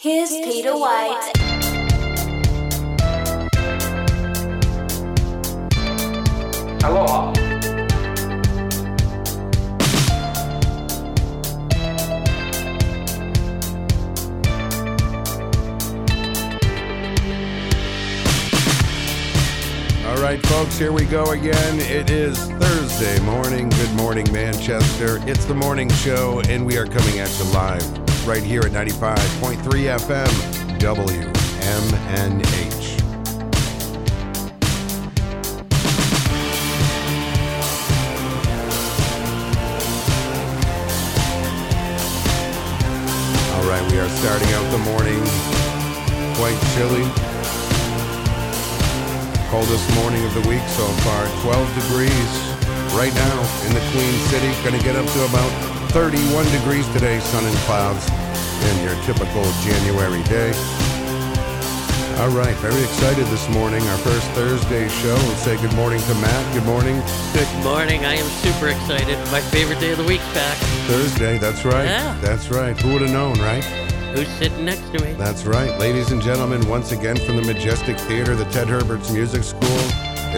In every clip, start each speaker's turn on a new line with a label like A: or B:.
A: Here's Peter White.
B: Aloha.
C: All right, folks, here we go again. It is Thursday morning. Good morning, Manchester. It's the morning show, and we are coming at you live right here at 95.3 FM, WMNH. All right, we are starting out the morning quite chilly. Coldest morning of the week so far, 12 degrees right now in the Queen City. Going to get up to about 31 degrees today, sun and clouds, in your typical January day. All right, very excited this morning. Our first Thursday show. We'll say good morning to Matt. Good morning.
D: Good morning. I am super excited. My favorite day of the week's back.
C: Thursday, that's right.
D: Yeah.
C: That's right. Who would have known, right?
D: Who's sitting next to me?
C: That's right. Ladies and gentlemen, once again from the Majestic Theater, the Ted Herbert's Music School,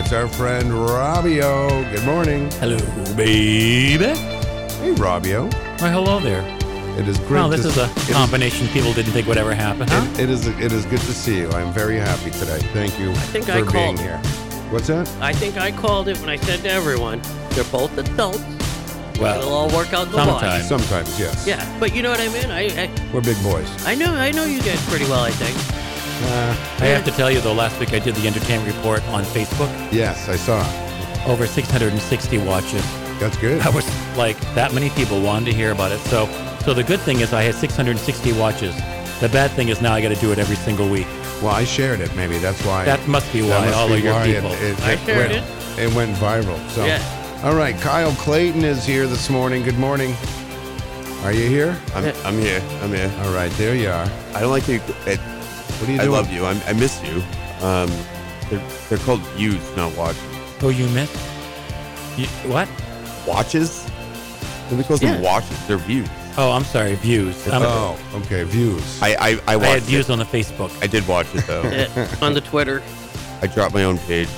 C: it's our friend Robbio. Good morning.
E: Hello, baby.
C: Hey, Robbio.
E: Why, hello there.
C: It is great
E: Wow, this
C: to
E: is a
C: it
E: combination people didn't think would ever happen, huh?
C: It, it is it is good to see you. I'm very happy today. Thank you
D: think
C: for
D: I
C: being
D: called.
C: here. What's that?
D: I think I called it when I said to everyone, they're both adults. It'll all work out in the wash.
E: sometime.
C: Sometimes, yes.
D: Yeah, but you know what I mean? I, I
C: We're big boys.
D: I know I know you guys pretty well, I think.
C: Uh,
E: I have to tell you, though, last week I did the entertainment report on Facebook.
C: yes, I saw.
E: Over 660 watches.
C: That's good.
E: That was like that many people wanted to hear about it. So, so the good thing is I had 660 watches. The bad thing is now I got to do it every single week.
C: Well, I shared it. Maybe that's why.
E: That must be
C: That
E: why
C: must
E: all
C: be
E: of your
C: why
E: people.
C: It, it,
D: I
C: it
D: shared
C: went, it went viral. So,
D: Yeah.
C: all right, Kyle Clayton is here this morning. Good morning. Are you here?
F: I'm, I'm here. I'm here.
C: All right, there you are.
F: I don't like you. It,
C: What are you
F: I
C: doing?
F: love you. I'm, I miss you. Um, they're, they're called views, not watches.
E: Oh, you missed? You, what?
F: Watches? Nobody calls them
E: Yeah.
F: watches. They're views.
E: Oh, I'm sorry. Views. I'm,
C: Oh, okay. Views.
F: I I, I
E: I had
F: Oh, watched
E: views
F: it.
E: on the Facebook.
F: I did watch it though.
D: Yeah, Uh, on the Twitter.
F: I dropped my own page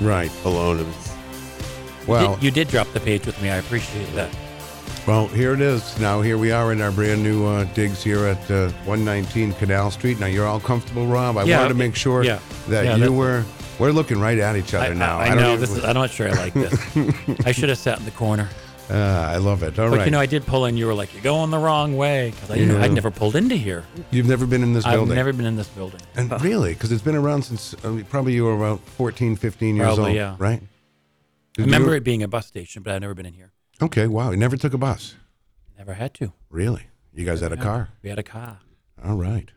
C: right.
F: alone. It was,
C: Well,
E: Did- you did drop the page with me. I appreciate that.
C: Well, here it is. Now here we are in our brand new uh, digs here at uh, 119 Canal Street. Now you're all comfortable, Rob. I
E: Yeah,
C: wanted to
E: okay.
C: make sure
E: Yeah.
C: that
E: Yeah,
C: you
E: that's-
C: were. We're looking right at each other
E: I,
C: now.
E: I, I know
C: even-
E: this. Is, I'm not sure I like this. I should have sat in the corner.
C: Uh, I love it. All
E: But
C: right.
E: you know, I did pull in. You were like, "You're going the wrong way," because I didn't.
C: Yeah.
E: I'd never pulled into here.
C: You've never been in this
E: I've
C: building.
E: never been in this building.
C: And really, because it's been around since uh, probably you were about 14, 15 years
E: Probably,
C: old,
E: yeah. I
C: right? Did
E: remember
C: you-
E: it being a bus station, but I've never been in here.
C: Okay. Wow. You never took a bus.
E: Never had to.
C: Really? You guys had a
E: Yeah.
C: car.
E: We had a car.
C: All right.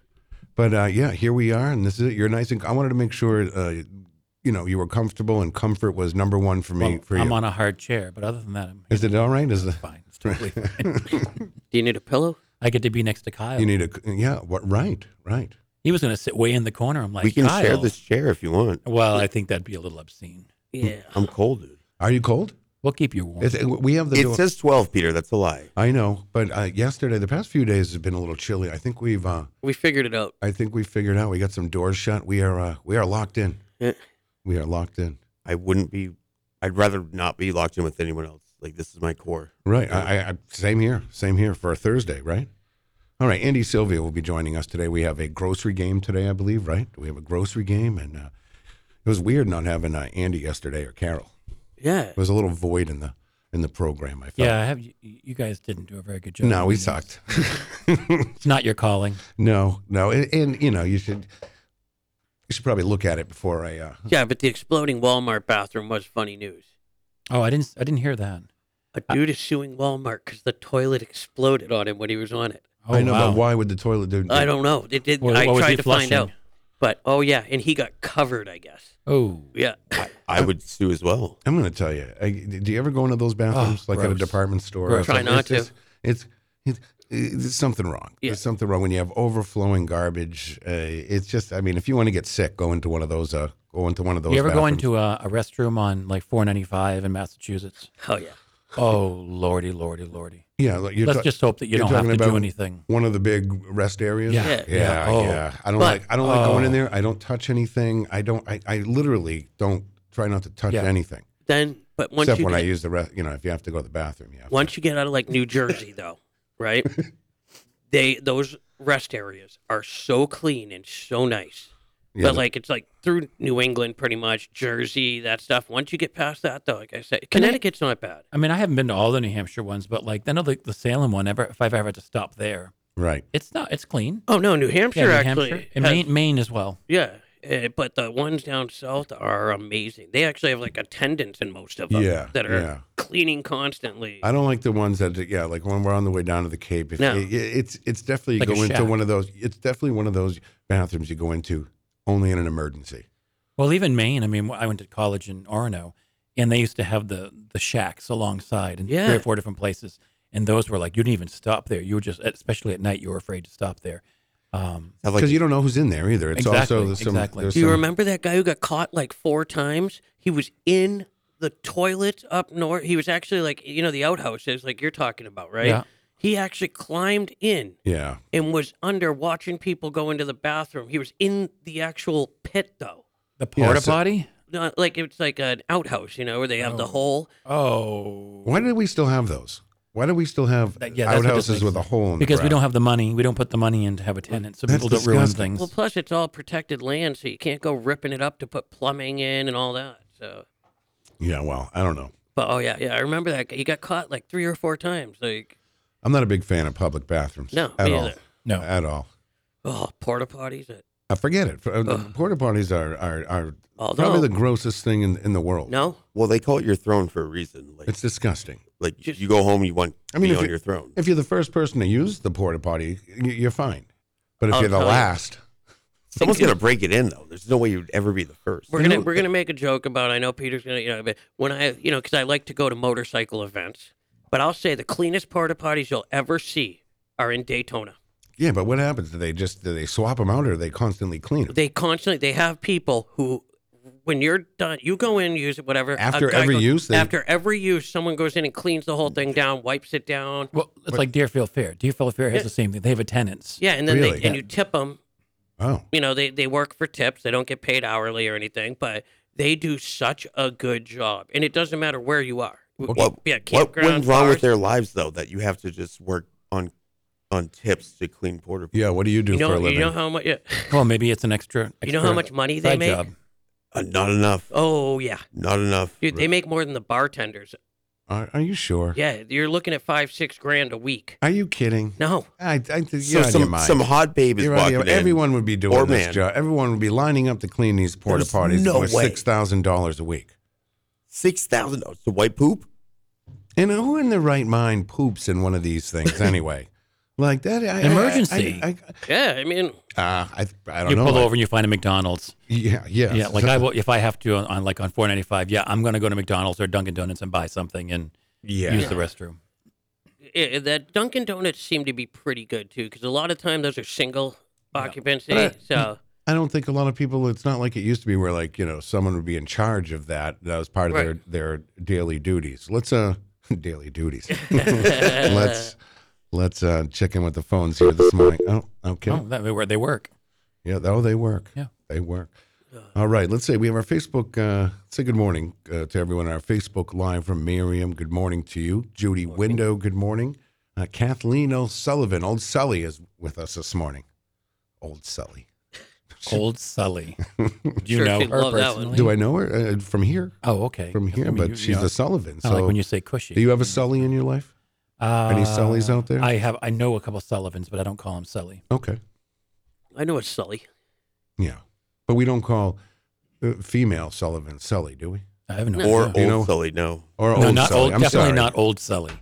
C: But uh, yeah, here we are, and this is it. You're nice, and I wanted to make sure, uh, you know, you were comfortable, and comfort was number one for me.
E: Well,
C: for you,
E: I'm on a hard chair, but other than that, I'm
C: is it all right? Is the
E: fine. It's totally fine.
D: Do you need a pillow?
E: I get to be next to Kyle.
C: you need a yeah? What right? Right.
E: he was going to sit way in the corner. I'm like,
F: we can
E: Kyle.
F: share this chair if you want.
E: Well, I think that'd be a little obscene.
D: Yeah.
F: I'm cold, dude.
C: Are you cold?
E: We'll keep you warm.
C: It's, uh, we have the.
F: It
C: door-
F: says 12, Peter. That's a lie.
C: I know, but uh, yesterday, the past few days has been a little chilly. I think we've, uh,
D: We figured it out.
C: I think we figured out. We got some doors shut. We are, uh, we are locked in.
D: Yeah.
C: We are locked in.
F: I wouldn't be. I'd rather not be locked in with anyone else. Like this is my core.
C: Right. I, I, I- same here. Same here for a Thursday, right? All right. Andy Sylvia will be joining us today. We have a grocery game today, I believe, right? We have a grocery game. And uh, it was weird not having uh, Andy yesterday or Carol.
D: Yeah.
C: There was a little void in the in the program, I felt.
E: yeah, I have. You, you guys didn't do a very good job.
C: No, we
E: It's-
C: sucked.
E: It's not your calling.
C: no, no. And, and, you know, you should you should probably look at it before I. Uh,
D: Yeah, but the exploding Walmart bathroom was funny news.
E: Oh, I didn't. I didn't hear that.
D: A dude is suing Walmart because the toilet exploded on him when he was on it.
E: Oh,
C: I know,
E: wow.
C: but why would the toilet do
D: I don't know. It did.
E: What-
D: I
E: what was
D: tried
E: he
D: to
E: flushing?
D: find out. But oh yeah, and he got covered, I guess.
E: Oh,
D: Yeah.
F: I would sue as well.
C: I'm going to tell you. I, do you ever go into those bathrooms,
E: Oh,
C: like at a
E: gross.
C: department store?
E: Gross.
C: or
D: Try
C: something?
D: not
C: it's just- it's, it's it's something wrong.
D: Yeah.
C: There's something wrong when you have overflowing garbage. Uh, it's just, I mean, if you want to get sick, go into one of those. Uh, go into one of those.
E: you ever go
C: bathrooms.
E: into a, a restroom on like 495 in Massachusetts?
D: Oh yeah.
E: Oh lordy, lordy, lordy.
C: Yeah, like you're
E: Let's
C: ta-
E: just hope that you
C: you're
E: don't have
C: talking
E: to do
C: about-
E: anything.
C: one of the big rest areas.
E: Yeah.
D: Yeah.
C: yeah,
E: Yeah. Oh.
C: yeah. I don't
D: But-
C: like I don't like going in
E: Oh.
C: there. I don't touch anything. I don't. I, I literally don't try not to touch
E: Yeah.
C: anything
D: Then, but once
C: except
D: you
C: when
D: get,
C: I use the rest. You know, if you have to go to the bathroom, yeah.
D: once you get out of like New Jersey, though, right? they those rest areas are so clean and so nice.
C: yeah,
D: but
C: the-
D: like it's like through New England, pretty much Jersey, that stuff. Once you get past that, though, like I said,
E: And I-
D: Connecticut's not bad.
E: I mean, I haven't been to all the New Hampshire ones, but like I know the, the Salem one. Ever if I've ever had to stop there,
C: right.
E: it's not. It's clean.
D: Oh no, New Hampshire
E: yeah, New
D: actually.
E: Hampshire. and
D: has-
E: Maine, Maine as well.
D: Yeah, eh, but the ones down south are amazing. They actually have like attendants in most of them
C: Yeah,
D: that are
C: yeah.
D: cleaning constantly.
C: I don't like the ones that yeah, like when we're on the way down to the Cape. If,
D: No.
C: it- it's it's definitely you
E: Like a
C: go into
E: shack.
C: one of those. It's definitely one of those bathrooms you go into only in an emergency.
E: Well, even Maine. I mean, I went to college in Orono, and they used to have the the shacks alongside in three
D: Yeah.
E: or four different places, and those were like you didn't even stop there. You were just, especially at night, you were afraid to stop there. Um,
F: Have
C: Because
F: like
C: you don't know who's in there either. It's
E: Exactly,
C: also there's some,
E: exactly.
C: There's
D: Do you
C: some-
D: remember that guy who got caught like four times? He was in the toilet up north. He was actually like you know the outhouses like you're talking about, right?
E: Yeah.
D: He actually climbed in
C: Yeah,
D: and was under watching people go into the bathroom. He was in the actual pit though.
E: the
C: Yeah,
E: porta
C: so-
E: potty.
D: Not like it's like an outhouse, you know, where they have the hole.
E: Oh,
C: why do we still have those? Why do we still have
E: That- yeah, that's what this
C: outhouses
E: makes
C: with a
E: sense.
C: hole in
E: because we
C: the ground?
E: don't have the money. We don't put the money in to have a tenant, so
C: That's
E: people don't ruin
C: disgusting.
E: things.
D: Well, plus it's all protected land, so you can't go ripping it up to put plumbing in and all that. So,
C: Yeah, well, I don't know.
D: but oh yeah, yeah, I remember that. guy. He got caught like three or four times. Like,
C: I'm not a big fan of public bathrooms.
D: No,
C: at
D: me
C: all.
D: either.
E: No.
C: at all.
D: oh, porta potties. At,
C: I forget it. Uh, the Porta potties are are, are
D: although,
C: probably the grossest thing in, in the world.
D: no,
F: well, they call it your throne for a reason. Like
C: it's disgusting.
F: like
D: Just-
F: you go home, you want
C: I mean,
F: to
C: if
F: be on
C: you-
F: your throne.
C: If you're the first person to use the porta potty, y- you're fine. But if
D: I'll
C: you're the
D: tell you.
C: last,
F: Someone's gonna break it in though. There's no way you'd ever be the first.
D: we're gonna we're gonna make a joke about. I know Peter's gonna, you know, but when I, you know, because I like to go to motorcycle events, but I'll say the cleanest porta potties you'll ever see are in Daytona.
C: yeah. But what happens? Do they just do they swap them out, or do they constantly clean them?
D: They constantly they have people who, when you're done, you go in, use it, whatever. a
C: After
D: guy
C: every
D: goes-
C: use, they-
D: after every use, someone goes in and cleans the whole thing down, wipes it down.
E: Well, it's like Deerfield Fair. Deerfield Fair has
D: Yeah.
E: the same thing. They have attendants.
D: Yeah, and then
C: Really?
D: they, and you tip them.
C: Oh,
D: You know, they they work for tips. They don't get paid hourly or anything, but they do such a good job, and it doesn't matter where you are. W-
F: What,
D: yeah,
F: what went
D: campgrounds,
F: wrong with
D: bars.
F: their lives though that you have to just work on on tips to clean porta
C: yeah. What do you do
D: You
C: for a
D: know,
C: living?
D: you know how much. Yeah,
E: Well, maybe it's an extra. extra
D: you know how much money they
E: side
D: make.
E: job.
F: Uh, not enough.
D: Oh yeah,
F: Not enough.
D: dude, they make more than the bartenders.
C: are, are you sure?
D: Yeah, you're looking at five, six grand a week.
C: Are you kidding?
D: No,
C: I, I, you're
F: so
C: out of your
F: some
C: mind.
F: some hot babe is
C: You're out of
F: walking
C: your-
F: in.
C: everyone would be doing
F: Or
C: this
F: man.
C: job. Everyone would be lining up to clean these porta
F: There's
C: potties
F: no
C: for
F: way.
C: six thousand dollars a week.
F: six thousand dollars to white poop.
C: And who in their right mind poops in one of these things anyway? like that I, I-
E: Emergency.
C: I,
D: yeah, I mean,
C: I, uh, I, I don't
E: You
C: know.
E: pull
C: I-
E: over and you find a McDonald's.
C: Yeah, yeah,
E: Yeah, like I will if I have to on, on like on four ninety five. Yeah, I'm gonna go to McDonald's or Dunkin' Donuts and buy something and
C: yeah.
E: use the restroom.
D: Yeah, that Dunkin' Donuts seem to be pretty good too, because a lot of time those are single occupancy.
C: But I-
D: so
C: I don't think a lot of people. It's not like it used to be, where like you know someone would be in charge of that. That was part of
D: Right.
C: their their daily duties. Let's uh daily duties. let's let's uh check in with the phones here this morning. Oh, okay.
E: Oh, that where they work.
C: Yeah, oh, they work.
E: Yeah.
C: they work. All right, let's say we have our Facebook. Uh, say good morning uh, to everyone. Our Facebook live from Miriam. Good morning to you, Judy Window. Good morning, uh, Kathleen O'Sullivan. Old Sully is with us this morning. Old Sully.
E: Old Sully. You
D: Sure,
E: know
D: she'd
E: her
D: love that one.
E: personally.
C: Do I know her uh, from here?
E: Oh, okay.
C: From here,
E: I mean,
C: but
E: you-
C: she's
E: you know,
C: a Sullivan.
E: I
C: So,
E: like when you say cushy.
C: do you have a Sully in your life?
E: uh,
C: any Sullys out there?
E: I have. I know a couple Sullivans, but I don't call them Sully.
C: Okay,
D: I know it's Sully.
C: yeah, but we don't call uh, female Sullivan Sully, do we?
E: I have no. idea.
F: Or old
C: You know-
F: Sully, no.
C: Or
E: no,
C: old
E: not
C: Sully?
E: old.
C: I'm
E: definitely
C: sorry.
E: not old Sully.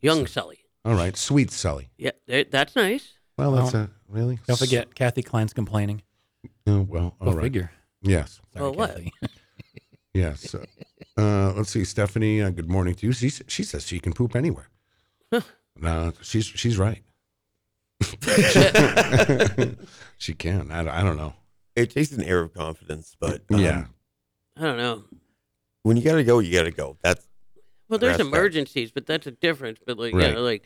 D: Young Sully.
C: All right, sweet Sully.
D: Yeah, there- that's nice.
C: Well, that's
E: Well,
C: a really.
E: Don't forget, Kathy Klein's complaining.
C: Oh, well, all
E: Go
C: right.
E: figure.
C: Yes,
E: Sorry,
D: Well, what?
E: Kathy.
C: yes. Uh, let's see, Stephanie. Uh, good morning to you. She, she says she can poop anywhere. No, she's she's right. she can. I, don't- I don't know.
F: It takes an air of confidence, but um,
C: yeah,
D: I don't know.
F: when you gotta go, you gotta go. That's
D: Well, there's
F: Grass fed.
D: emergencies, but that's a difference. But like,
F: Right.
D: you know, like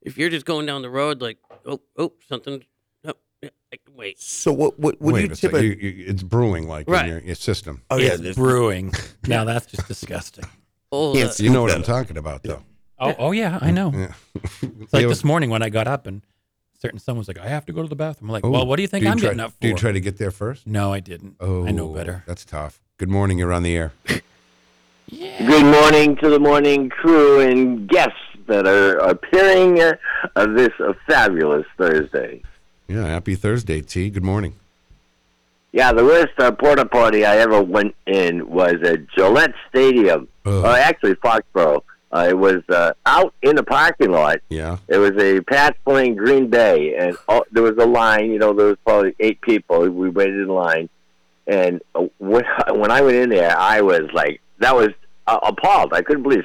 D: if you're just going down the road, like, oh, oh, something, oh, yeah, like, wait,
F: So what? What would
C: Wait
F: you
C: a
F: tip
C: sec-
F: a?
C: you- you- It's brewing like
D: Right.
C: in your, your system.
F: oh yeah,
E: it's
F: this,
E: brewing. now that's just disgusting.
D: hold
F: Yes.
D: up.
C: You know what
F: that
C: I'm
F: up.
C: talking about, though.
E: Oh, oh yeah, I know.
C: Yeah.
E: It's like
C: Yeah,
E: this morning when I got up and certain someone's like, I have to go to the bathroom. I'm like,
C: oh,
E: well, what do you think
C: you
E: I'm
C: try-
E: getting up for?
C: Do you try to get there first?
E: no, I didn't.
C: Oh,
E: I know better.
C: That's tough. Good morning. You're on the air.
A: Good morning to the morning crew and guests that are appearing uh, on this uh, fabulous Thursday.
C: Yeah. Happy Thursday, T. Good morning.
A: Yeah, the worst uh, porta party I ever went in was at Gillette Stadium.
C: Ugh.
A: Uh, actually, Foxborough. Uh, it was uh, out in the parking lot.
C: Yeah.
A: It was a Pats playing Green Bay, and all, there was a line. You know, there was probably eight people. We waited in line, and uh, when I, when I went in there, I was like, that was uh, appalled. I couldn't believe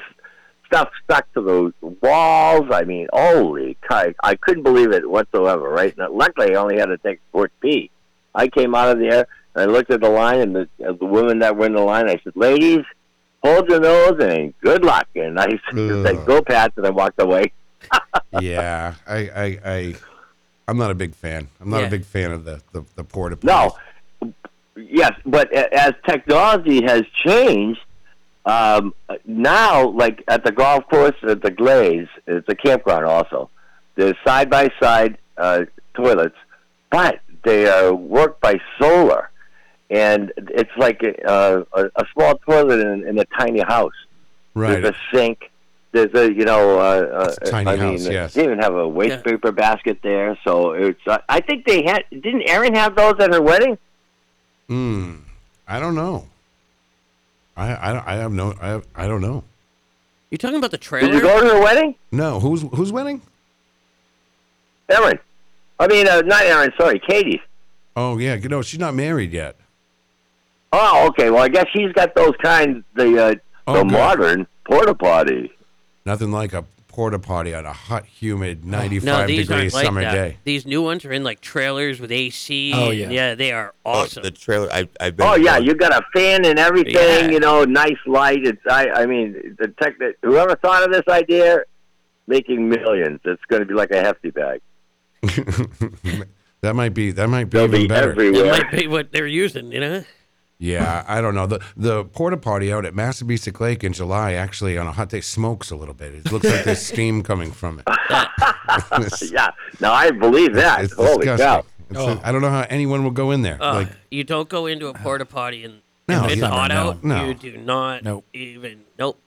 A: stuff stuck to those walls. I mean, holy cow! I couldn't believe it whatsoever. Right? Now, luckily, I only had to take Fort P. I came out of there and I looked at the line, and the, uh, the women that were in the line. I said, "Ladies, hold your nose and good luck." And I
C: Ugh.
A: said, "Go, Pats," and I walked away.
C: yeah. I, I, I, I'm not a big fan. I'm not
D: Yeah.
C: a big fan of the, the, the porta
A: No.
C: potties.
A: Yes, but a- as technology has changed, um, now, like at the golf course at the Glaze, it's a campground also. There's side by side toilets, but they are worked by solar, and it's like a, a, a small toilet in, in a tiny house.
C: Right.
A: There's a sink. There's a you know, uh,
C: It's
A: uh,
C: a tiny
A: I
C: house,
A: mean,
C: yes.
A: they even have a waste
D: Yeah.
A: paper basket there. So it's. Uh, I think they had. Didn't Erin have those at her wedding?
C: Mm, I don't know. I, I, I have no. I, have, I don't know.
D: You talking about the
A: Did you
D: trailer?
A: go to her wedding,
C: No. Who's who's winning?
A: Erin? I mean, uh, not Erin. Sorry, Katie's.
C: Oh yeah. No, she's not married yet.
A: Oh, okay. Well, I guess she's got those kinds. The uh,
C: Oh,
A: the
C: good.
A: modern porta potty.
C: Nothing like a porta potty on a hot,
E: Oh.
C: humid,
D: No,
C: 95
D: these
C: degree
D: aren't like
C: summer
D: that.
C: day.
D: These new ones are in like trailers with AC.
E: Oh,
D: and
E: yeah.
D: yeah, they are
F: Oh,
D: awesome.
F: the trailer. I, I've been.
A: Oh
F: to
A: yeah,
F: one.
A: you got a fan and everything.
D: Yeah.
A: You know, nice light. It's. I. I mean, the tech. that- Whoever thought of this idea, making millions. It's going to be like a hefty bag.
C: that might be. That might be
A: They'll
C: even
A: be
C: better.
D: that
A: everywhere.
D: might be what they're using. You know,
C: Yeah, I don't know. The the porta potty out at Massabesic Lake in July actually on a hot day smokes a little bit. It looks like there's steam coming from it. It's-
A: yeah. Now I believe that.
C: it's
A: Holy
C: disgusting.
A: cow!
C: It's a- I don't know how anyone will go in there.
D: uh,
C: like
D: you don't go into a porta potty and
C: No,
D: if it's
C: you-
D: hot
E: no,
D: out.
C: no.
D: You do not
E: Nope.
D: even. Nope.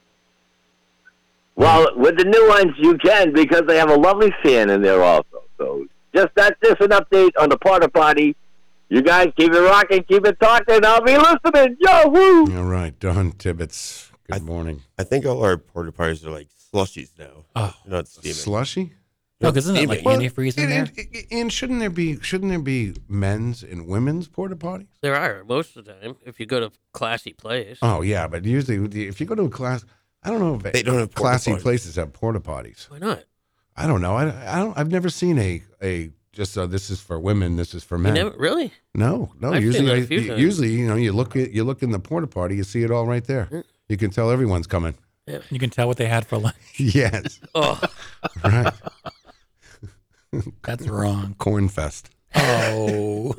A: Well, with the new ones, you can because they have a lovely fan in there also. So just that's just an update on the porta potty. You guys keep it rocking, keep it talking. I'll be listening. Yo woo!
C: all right, Don Tibbetts. Good
F: I-
C: morning.
F: I think all our porta parties are like slushies now.
E: Oh.
F: They're not steaming.
C: Slushy?
E: No, Oh, 'cause isn't it like
F: Well,
E: antifreeze in
C: And,
E: there?
C: and, and shouldn't there be shouldn't there be men's and women's porta potties?
D: There are most of the time if you go to classy place.
C: Oh yeah, but usually with the- if you go to a class, I don't know if
F: They don't have porta
C: classy
F: potties.
C: places have porta potties.
D: Why not?
C: I don't know. I, I don't. I've never seen a a just uh, this is for women. This is for
D: You
C: men.
D: never really.
C: No, no.
D: I've seen
C: usually,
D: that a
C: I,
D: few
C: you-
D: times.
C: usually, you know, you look at you look in the porta potty, you see it all right there.
D: Mm.
C: You can tell everyone's coming.
E: You can tell what they had for lunch.
C: Yes,
D: Oh,
C: right.
E: That's wrong.
C: Corn fest.
E: Oh.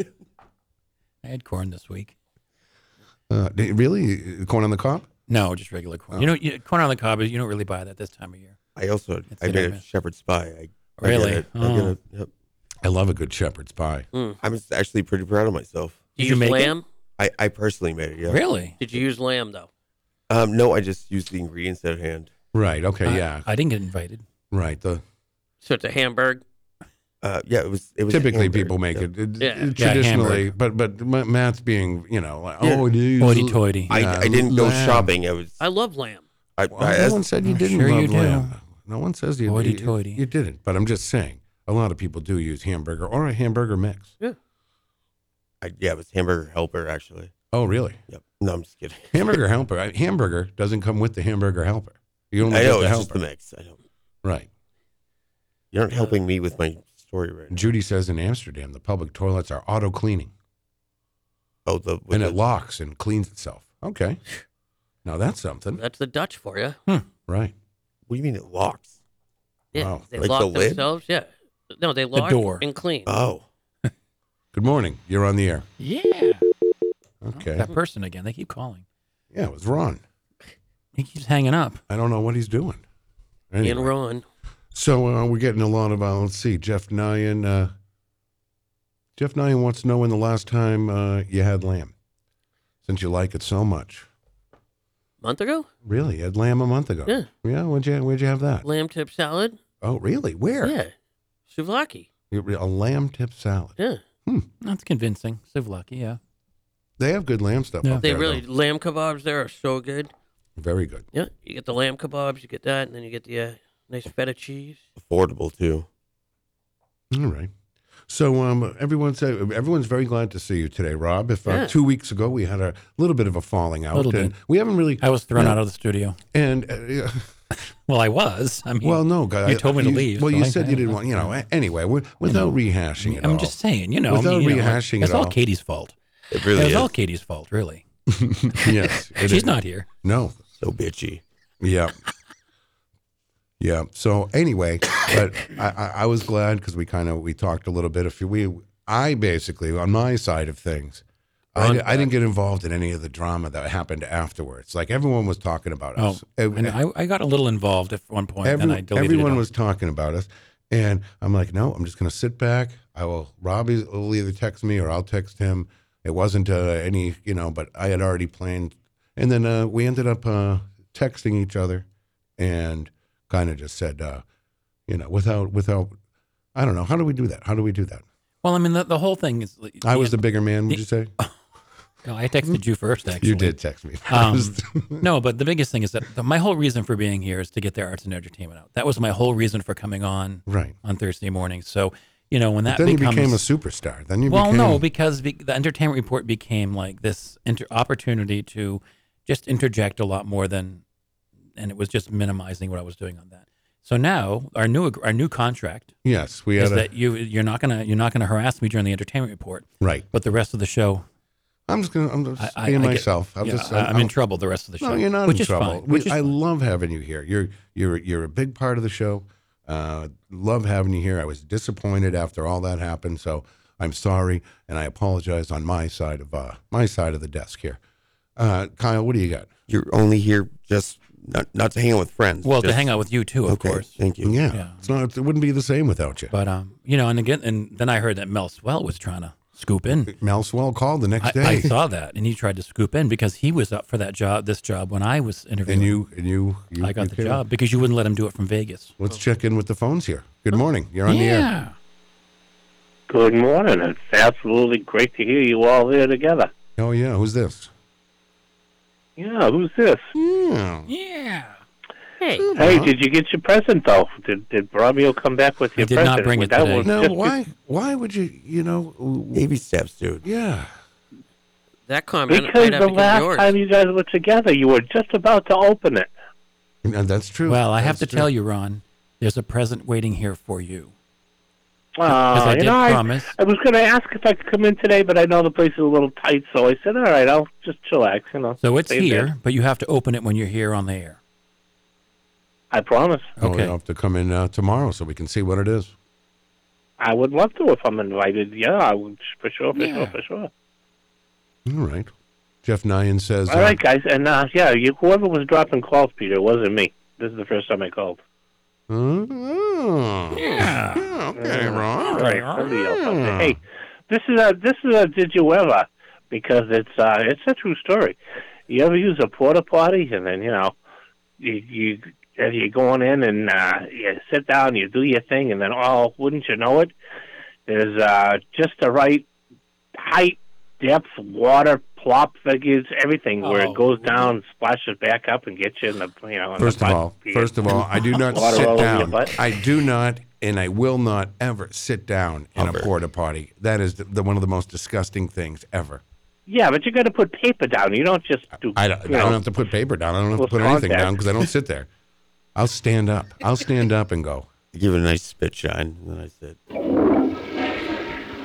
E: I had corn this week.
C: Uh, d- really, corn on the cob?
E: No, just regular corn.
C: Oh.
E: You know, you, corn on the cob is you don't really buy that this time of year.
F: I also
E: It's
F: I
E: hit or
F: made a
E: miss.
F: shepherd's pie. I, I
E: Really?
F: did it. I did
E: Oh.
F: it. Yep.
C: I love a good shepherd's pie.
D: Mm.
F: I'm s- actually pretty proud of myself.
D: did you
E: you
D: use
E: make it?
D: lamb?
F: I, I personally made it. Yeah.
E: Really?
D: Did you use lamb though?
F: Um, no, I just used the ingredients at hand.
C: Right.
D: Uh,
C: Okay.
E: I-
C: yeah.
E: I, didn't get invited.
C: right. The
D: So it's a hamburg.
F: Uh, yeah, it was. It was
C: typically
F: hamburger.
C: people make
F: Yeah.
C: it, it-
D: Yeah. Yeah,
C: traditionally,
E: hamburger.
C: but but Ma- Matt's being you know like,
F: Yeah.
C: oh dude,
E: Hoity toity.
F: I,
C: Yeah,
F: I didn't go
C: lamb.
F: shopping. I was.
D: I love lamb.
F: I, I,
C: Well, no one
F: asked-
C: said you
E: I'm
C: didn't
E: sure
C: love
E: you do.
C: lamb. No one says you,
E: Hoity
C: you,
E: toity.
C: you didn't. But I'm just saying, a lot of people do use hamburger or a hamburger mix.
F: I- yeah, it was hamburger helper actually.
C: Oh, really?
F: Yep. No, I'm just kidding.
C: Hamburger helper. I- Hamburger doesn't come with the hamburger helper. You only
F: I
C: get
F: know
C: the
F: it's
C: helper.
F: just the mix. I know.
C: right.
F: You're not helping me with my story right now.
C: Judy says in Amsterdam, the public toilets are auto cleaning
F: Oh, the, with
C: and
F: the
C: it locks and cleans itself. Okay. Now that's something.
D: That's the Dutch for you.
E: Hmm.
C: Right.
F: What do you mean it locks?
D: Yeah,
C: Wow.
D: they
F: Like
D: lock
F: the lid?
D: themselves. Yeah, no, they lock
E: door.
D: and clean.
F: Oh,
C: Good morning. You're on the air.
E: Yeah.
C: Okay.
E: Oh, That person again. They keep calling.
C: Yeah, it was Ron.
E: He keeps hanging up.
C: I don't know what he's doing.
D: and
C: Anyway,
D: Ron.
C: so uh, we're getting a lot of, uh, let's see, Jeff Nyan. Uh, Jeff Nyan wants to know when the last time uh, you had lamb, since you like it so much.
D: Month ago,
C: Really? You had lamb a month ago?
D: Yeah.
C: Yeah? Where'd you, where'd you have that?
D: lamb tip salad.
C: Oh, really? Where?
D: Yeah, souvlaki.
C: You- A lamb tip salad.
D: Yeah,
E: That's convincing. Sivlucky, yeah.
C: They have good lamb stuff.
E: Yeah.
C: up
D: they
C: there,
D: really
C: though.
D: lamb kebabs there are so good.
C: very good.
D: Yeah, you get the lamb kebabs, you get that, and then you get the uh, nice feta cheese.
F: affordable too.
C: All right. So um, everyone's uh, everyone's very glad to see you today, Rob. If uh,
D: Yeah.
C: two weeks ago we had a little bit of a falling out,
E: Little
C: and
E: bit.
C: we haven't really
E: I was thrown
C: Yeah.
E: out of the studio.
C: and uh,
E: Well, I was. I mean,
C: well, no, guy,
E: you told me to leave,
C: Well,
E: so
C: you
E: I-
C: said
E: I-
C: you didn't want, you know. a- Anyway, we- without rehashing it,
E: I'm
C: all.
E: just saying, you know, I
C: Without
E: mean, you know,
C: rehashing
E: it's
C: it
E: all
C: all.
E: Katie's fault.
F: It
E: It's
F: really is
E: all Katie's fault, really.
C: yes, it
E: She's
C: is.
E: not here.
C: No,
F: so bitchy.
C: Yeah. Yeah. So anyway, but I, I, I was glad because we kind of we talked a little bit. If we, I basically on my side of things, I, di- I didn't get involved in any of the drama that happened afterwards. Like everyone was talking about
E: Oh,
C: us. Ev-
E: and I, I got a little involved at one point,
C: every-
E: and I deleted it
C: everyone
E: all.
C: was talking about us, and I'm like, no, I'm just gonna sit back. I will. Robbie will either text me or I'll text him. It wasn't uh, any, you know, but I had already planned. And then uh, we ended up uh, texting each other, and kind of just said, uh, you know, without without, I don't know, how do we do that? How do we do that?
E: Well, I mean, the, the whole thing is.
C: I was the bigger man. Would you say
E: No, I texted you first, actually.
C: you did text me?
E: Um,
C: first.
E: no, but the biggest thing is that the, my whole reason for being here is to get their arts and entertainment out. That was my whole reason for coming on
C: right.
E: on Thursday morning. So, you know, when that
C: Then
E: becomes
C: you became a superstar. Then you
E: well,
C: became
E: no, because be, the entertainment report became like this inter- opportunity to just interject a lot more than, and it was just minimizing what I was doing on that. So now our new ag- our new contract
C: yes, we had
E: is
C: a
E: that you you're not gonna you're not gonna harass me during the entertainment report,
C: right.
E: but the rest of the show,
C: I'm just gonna. I'm just
E: I- I-
C: being
E: I get-
C: myself. I'm
E: yeah,
C: just.
E: I- I'm,
C: I'll-
E: in trouble. The rest of the show,
C: No, you're not
E: which
C: in
E: is
C: trouble.
E: fine,
C: We-
E: which is
C: I
E: fine.
C: love having you here. You're you're you're a big part of the show. Uh, love having you here. I was disappointed after all that happened, so I'm sorry and I apologize on my side of uh, my side of the desk here. Uh, Kyle, what do you got?
F: You're only here just not, not to hang out with friends.
E: well to
F: just-
E: hang out with you too, of
F: okay,
E: course.
F: Thank you.
C: Yeah,
E: Yeah.
C: it's not. It wouldn't be the same without you.
E: But um, you know, and again, and then I heard that Mel Swell was trying to scoop in.
C: Mel Swell called the next
E: I,
C: day,
E: I saw that, and he tried to scoop in because he was up for that job, this job when I was interviewing.
C: and you and you. you
E: I got
C: you
E: the
C: came.
E: job because you wouldn't let him do it from Vegas.
C: Let's check in with the phones here. Good morning. You're on the air.
A: Good morning. It's absolutely great to hear you all here together.
C: Oh yeah, who's this?
A: Yeah, who's this?
C: Yeah.
E: yeah.
D: Hey,
A: Hey, did you get your present though? Did did Romeo come back with
E: He
A: your
E: did not
A: present?
E: bring it
A: That
E: today.
A: was
C: No,
A: just-
C: why? Why would you? You know?
F: Baby steps, dude.
C: Yeah.
D: that comment
A: Because
D: I'd have
A: the
D: to give
A: last
D: yours.
A: time you guys were together, you were just about to open it.
C: No, that's true.
E: Well, I have to
C: That's
E: tell
C: true.
E: you, Ron, there's a present waiting here for you.
A: Uh,
E: I
A: you
E: did
A: know,
E: promise.
A: I, I was going to ask if I could come in today, but I know the place is a little tight, so I said, "All right, I'll just chillax." You know.
E: So it's
A: stay
E: here,
A: there.
E: but you have to open it when you're here on the air.
A: I promise.
C: Oh,
E: Okay.
C: you'll have to come in uh, tomorrow so we can see what it is.
A: I would love to if I'm invited. Yeah, I would, for sure, for sure, for sure.
C: All right. Jeff Nyan says,
A: All right, guys, and uh, yeah, you, whoever was dropping calls, Peter, it wasn't me. This is the first time I called.
C: uh, oh, yeah. Okay, Ron.
A: Right. Somebody else out
C: Hmm.
A: there. Hey, this is a this is a did you ever? Because it's uh it's a true story. You ever use a porta potty and then you know you you and you're going in and uh, you sit down, you do your thing, and then oh, wouldn't you know it? There's uh just the right height, depth, water plop figures, everything where
E: Oh,
A: it goes down, splashes back up, and gets you in the you know. In
C: First
A: the
C: of
A: butt.
C: all, first of all, I do not
A: Water all
C: sit
A: over your
C: down.
A: butt.
C: I do not, and I will not ever sit down in
F: Ever.
C: a porta potty. That is the, the one of the most disgusting things ever.
A: yeah, but you got to put paper down. You don't just do.
C: I don't,
A: you
C: I
A: know,
C: don't have to put paper down. I don't have to
A: Well,
C: put anything
A: contact.
C: down because I don't sit there. I'll stand up. I'll stand up and go.
F: I give it a nice spit shine, and then I said,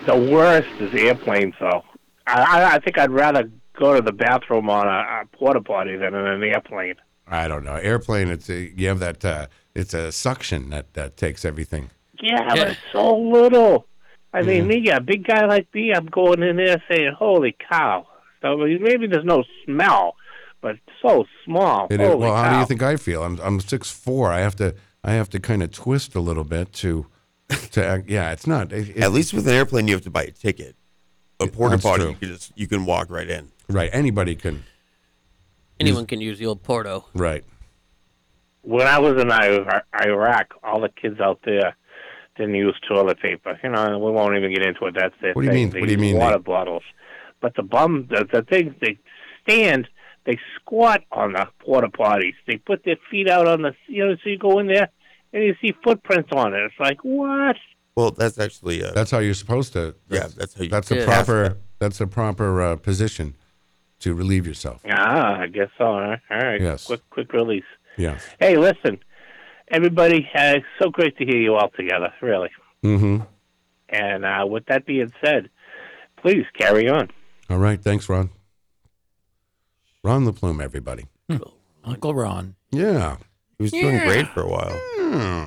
A: The worst is airplanes, though. I, I, I think I'd rather
G: go to the bathroom on a, a porta potty than in an airplane.
C: I don't know. Airplane, it's a, you have that. Uh, it's a suction that, that takes everything.
G: Yeah, but it's so little. I mean, me, a big guy like me, I'm going in there saying, "Holy cow!" So maybe there's no smell, but so small.
C: It is-
G: Holy
C: well,
G: cow!
C: how do you think I feel? I'm I'm six four. I have to I have to kind of twist a little bit to to act- yeah. It's not it- it-
F: At least with an airplane, you have to buy a ticket. A porta
C: that's
F: potty,
C: true.
F: you can just you can walk right in.
C: right. Anybody can
D: Anyone can use the old Porto.
C: right.
G: when I was in Ira- Iraq, all the kids out there didn't use toilet paper. You know, and we won't even get into it. That's it.
C: What do you mean?
G: They
C: What do you
G: use
C: mean
G: Water
C: they-
G: bottles. But the bum, the, the things they stand, they squat on the porta potties. They put their feet out on the, you know, so you go in there and you see footprints on it. It's like what?
F: Well, that's actually uh,
C: That's how you're supposed to.
F: yeah,
C: That's,
F: that's how you.
C: that's
D: Yeah.
C: a proper that's a proper uh, position to relieve yourself.
G: Ah, I guess so. All right.
C: Yes.
G: Quick, quick release.
C: Yes.
G: Hey, listen, everybody, uh, so great to hear you all together. Really.
C: Mm-hmm.
G: And uh, with that being said, please carry on.
C: All right. Thanks, Ron. Ron the Plume, everybody. Oh.
E: Uncle Ron.
C: Yeah.
F: he was doing great for a while.
E: Oh,
C: Hmm.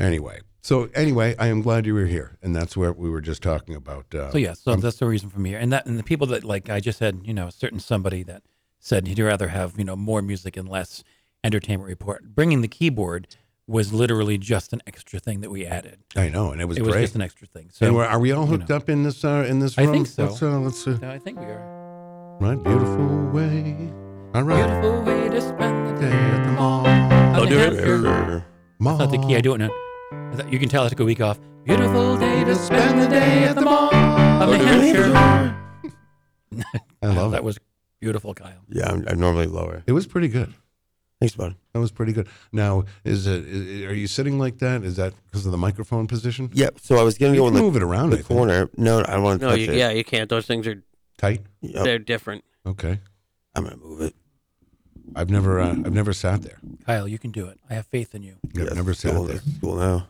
C: Anyway, so anyway, I am glad you were here, and that's where we were just talking about. Uh,
E: So yeah, so that's the reason from here, and that and the people that like I just had, you know, a certain somebody that said he'd rather have you know more music and less entertainment report. Bringing the keyboard was literally just an extra thing that we added.
C: I know, and it was
E: it was
C: great.
E: just an extra thing. So
C: and we're, are we all
E: you
C: hooked
E: know.
C: up in this uh, in this
E: I
C: room?
E: think so.
C: Let's, uh, let's uh,
E: No, I think we are.
C: right, beautiful way. All right.
E: Beautiful way to spend the
C: Day
E: day.
C: at the mall.
E: I'll do it.
C: Mall.
E: That's not the key. I do it now. I thought- You can tell I took a week off. Beautiful day to spend the day at the mall of New Hampshire.
C: I love
E: That
C: it.
E: was beautiful, Kyle.
F: Yeah, I'm, I'm normally lower.
C: It was pretty good.
F: Thanks, bud.
C: That was pretty good. Now, is it? Is, are you sitting like that? Is that because of the microphone position?
F: Yeah, so I was gonna
C: You
F: go in
C: can
F: the,
C: move it around. I
F: the
C: think.
F: corner. No, I want to
D: No,
F: touch
D: you,
F: it.
D: yeah, you can't. Those things are
C: Tight.
F: Yep,
D: they're different.
C: Okay.
F: I'm gonna move it.
C: I've never. Uh, I've never sat there.
E: Kyle, you can do it. I have faith in you.
C: I've
F: Yeah,
C: never
F: it's
C: sat
F: cool.
C: there.
F: It's Cool now.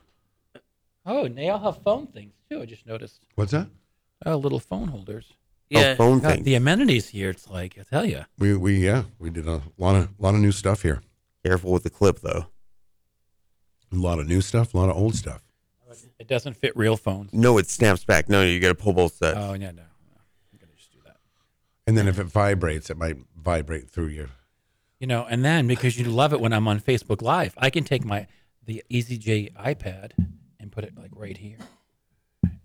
E: Oh, and they all have phone things too. I just noticed.
C: What's that?
E: Oh, little phone holders.
D: Yeah,
F: Oh, phone
E: God,
F: thing.
E: the amenities here, it's like I tell you.
C: We we yeah. We did a lot of lot of new stuff here.
F: Careful with the clip though.
C: A lot of new stuff. A lot of old stuff.
E: It doesn't fit real phones.
F: No, it snaps back. No, you gotta pull both sets.
E: Oh yeah, no. I'm gonna just do that.
C: And then if it vibrates, it might vibrate through your.
E: You know, and then because you love it when I'm on Facebook Live, I can take my the EasyJ iPad and put it like right here,